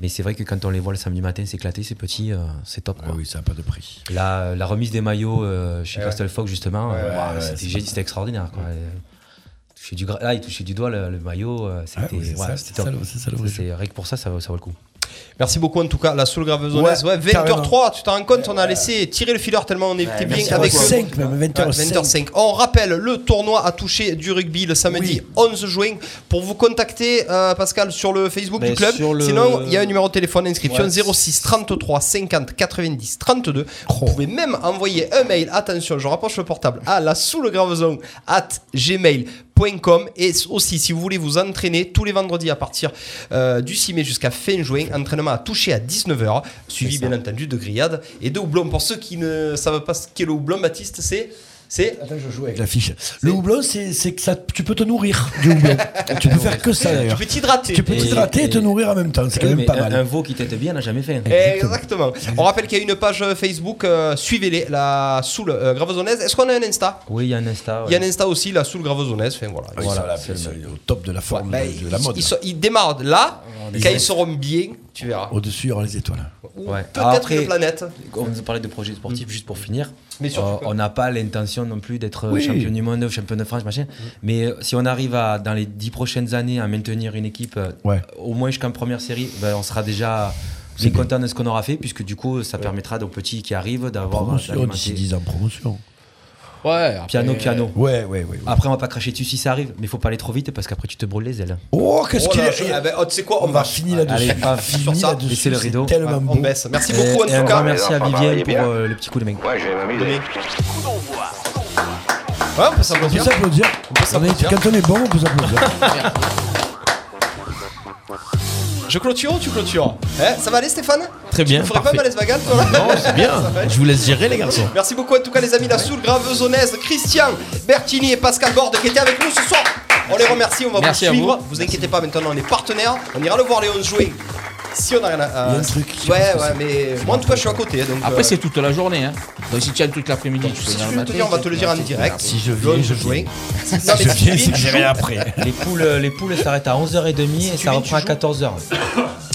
Mais c'est vrai que quand on les voit le samedi matin s'éclater, ces petits, euh, c'est top. Ah Ah oui, ça n'a pas de prix. La, la remise des maillots euh, Eh chez Ouais. Castelfox, justement, Ouais, euh, ouais, bah, ouais, c'était c'est gé- c'était extraordinaire. Quoi. Et toucher du gra- Là, il touchait du doigt le, le maillot, euh, c'était ouais, Ah c'est ouais, ça, c'était c'est top. ça, le- c'est ça le C'est- Rien que pour ça, ça, vaut- ça vaut le coup. Merci beaucoup en tout cas, la Soul Gravezonaise. Ouais, Ouais, 20h03, tu t'en rends compte, on a laissé tirer le filaire tellement on était bien avec eux. 5 même, Ouais, 20h05. 20h05. On rappelle le tournoi à toucher du rugby le samedi 11 juin. Pour vous contacter, euh, Pascal, sur le Facebook Ben, du club. sur le- Sinon, il y a un numéro de téléphone inscription Ouais. 06 33 50 90 32. Oh. Vous pouvez même envoyer un mail. Attention, je rapproche le portable à la sous le gravezon at gmail.com. Et aussi, si vous voulez vous entraîner tous les vendredis à partir euh, du 6 mai jusqu'à fin juin, entraînement à toucher à 19h, suivi bien entendu de grillades et de houblon. Pour ceux qui ne savent pas ce qu'est le houblon, Baptiste, c'est. C'est. Attends, je joue avec la fiche. Le houblon, c'est c'est que ça, tu peux te nourrir du houblon. tu peux faire que ça d'ailleurs. Tu peux t'hydrater. Eh, Tu peux Et- t'hydrater et, te et- nourrir en même temps. C'est quand Oui, même mais pas un- mal. Eh. Un veau qui tête bien n'a jamais fait. hein. Exactement. On rappelle qu'il y a une page euh, Facebook, euh, suivez-les, la Soul euh, Gravezonaise. Est-ce qu'on a un Insta Oui, il y a un Insta. Il y a un Insta aussi, la Soul Gravezonaise. Enfin, voilà. Ah, Ils sont là, c'est au top de la forme Bah, de, de la ils- mode. Ils, sont- ils démarrent là, les quand aime. ils seront bien, tu verras. Au-dessus, il y aura les étoiles. Ou Peut-être une planète. On nous parlait de projets sportifs juste pour finir. Mais sûr, Euh, tu peux. on n'a pas l'intention non plus d'être euh, Oui. champion du monde, champion de France, machin. Mais euh, si on arrive à, dans les dix prochaines années à maintenir une équipe, euh, Ouais. au moins jusqu'en première série, ben, on sera déjà bien content de ce qu'on aura fait, puisque du coup, ça permettra aux petits qui arrivent d'avoir. Promotion, d'alimenter. d'ici 10 ans, promotion. Ouais, Piano, après- piano. Ouais, ouais, ouais. Après, on va pas cracher dessus si ça arrive, mais faut pas aller trop vite parce qu'après, tu te brûles les ailes. Oh, qu'est-ce qu'il là, y a je- ah ben, oh, Tu sais quoi On va finir là-dessus. Allez, On paf, finit sur ça, là-dessus, laissez le c'est rideau. tellement on beau. baisse. Merci beaucoup, en Et, et un tout cas. grand merci à Enfin, Vivien voyez pour bien. euh, le petit coup de main. Ouais, je vais m'amuser. Ouais, on peut On peut s'applaudir. s'applaudir. On peut On est- s'applaudir. Quand on est bon, on peut s'applaudir. Je clôture ou tu clôtures Hein, Ça va aller, Stéphane Très bien, Tu ne ferais pas parfait. malaise vagal, toi là Non, c'est bien. Je vous laisse gérer, les garçons. Merci beaucoup en tout cas les amis, la soul gravezonaise, Christian, Bertini et Pascal Borde qui étaient avec nous ce soir. On les remercie, on va Merci vous à suivre. Vous. inquiétez pas maintenant, on est partenaires. On ira le voir les 11 jouer. Si on a rien à. Il y a euh, un truc, je sais Ouais, pas ce que ouais, mais moi en tout cas je suis à côté. Donc, Après, euh, c'est toute la journée. Hein. Donc, si tu as toute l'après-midi, tu peux si venir tu le veux matin. te dire, on va te le dire en direct. Si je Le viens, 11 je juin. viens. Non, mais Je si viens, tu c'est que tu j'irai joues. après. Les poules, euh, les poules s'arrêtent à 11h30 et ça reprend à 14h.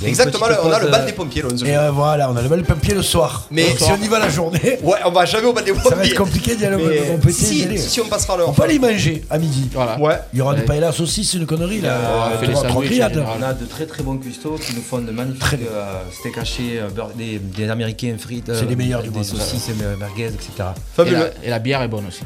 Exactement, on a le euh, bal des pompiers le 11 Et juin. euh, voilà, on a le bal pompier le soir. Mais- Donc, si on y va la journée, Ouais, on va jamais au bal des pompiers. ça va être compliqué d'y aller. au- Mais on peut essayer d'y si, aller. si on passe par le. On peut aller manger à midi. Ouais. Il y aura Ouais. des paella à saucisse, une connerie là. Euh, Tu auras trois grillades. on a de très très bons custos qui nous font de magnifiques euh, steaks hachés, euh, bur- des, des américains frites, C'est les meilleurs du des monde, saucisses, euh, merguez, etc. Et la, et la bière est bonne aussi.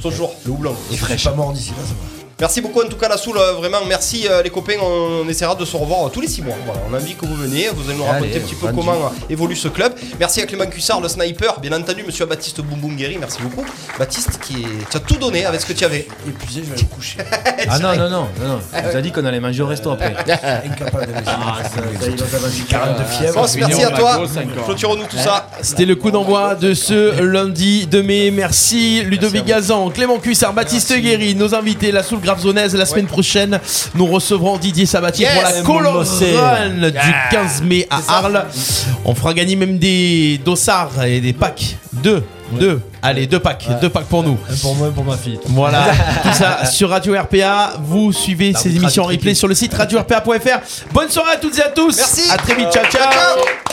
Toujours, le houblon. Et fraîche. pas mort d'ici là, ça va. Merci beaucoup en tout cas la soul, euh, vraiment merci euh, les copains, on, on essaiera de se revoir euh, tous les six mois. Voilà, on a envie que vous veniez, vous allez nous raconter Allez, un petit peu bonne comment journée. euh, évolue ce club. Merci à Clément Cussard, le sniper, bien entendu, monsieur Baptiste Boumboungueri, merci beaucoup. Baptiste qui est... Tu as tout donné avec ce que tu avais. Épuisé, je vais aller me *laughs* coucher. Ah non, non, non, non, non. On nous a dit qu'on allait manger au resto après. Incapable d'aller Ah, ça, ça, il va Ah, falloir- 40 de fièvre. France, merci à toi. encore. Clôturons-nous tout ça. C'était le coup d'envoi de ce lundi de mai. Merci Ludovic Gazan, Clément Cuissard, Baptiste Guéry, nos invités, la Soul Gravezonaise. La semaine prochaine, nous recevrons Didier Sabatier Yes, pour la mon Colonne bossé. Run du Yeah. 15 mai à Arles. On fera gagner même des dossards et des packs. Deux, deux. Allez, deux packs, deux packs pour nous. Pour moi et pour ma fille. *laughs* Voilà, tout ça sur Radio RPA. Vous suivez ces émissions en replay sur le site radio-rpa.fr. Bonne soirée à toutes et à tous. Merci. À très vite. Ciao, ciao.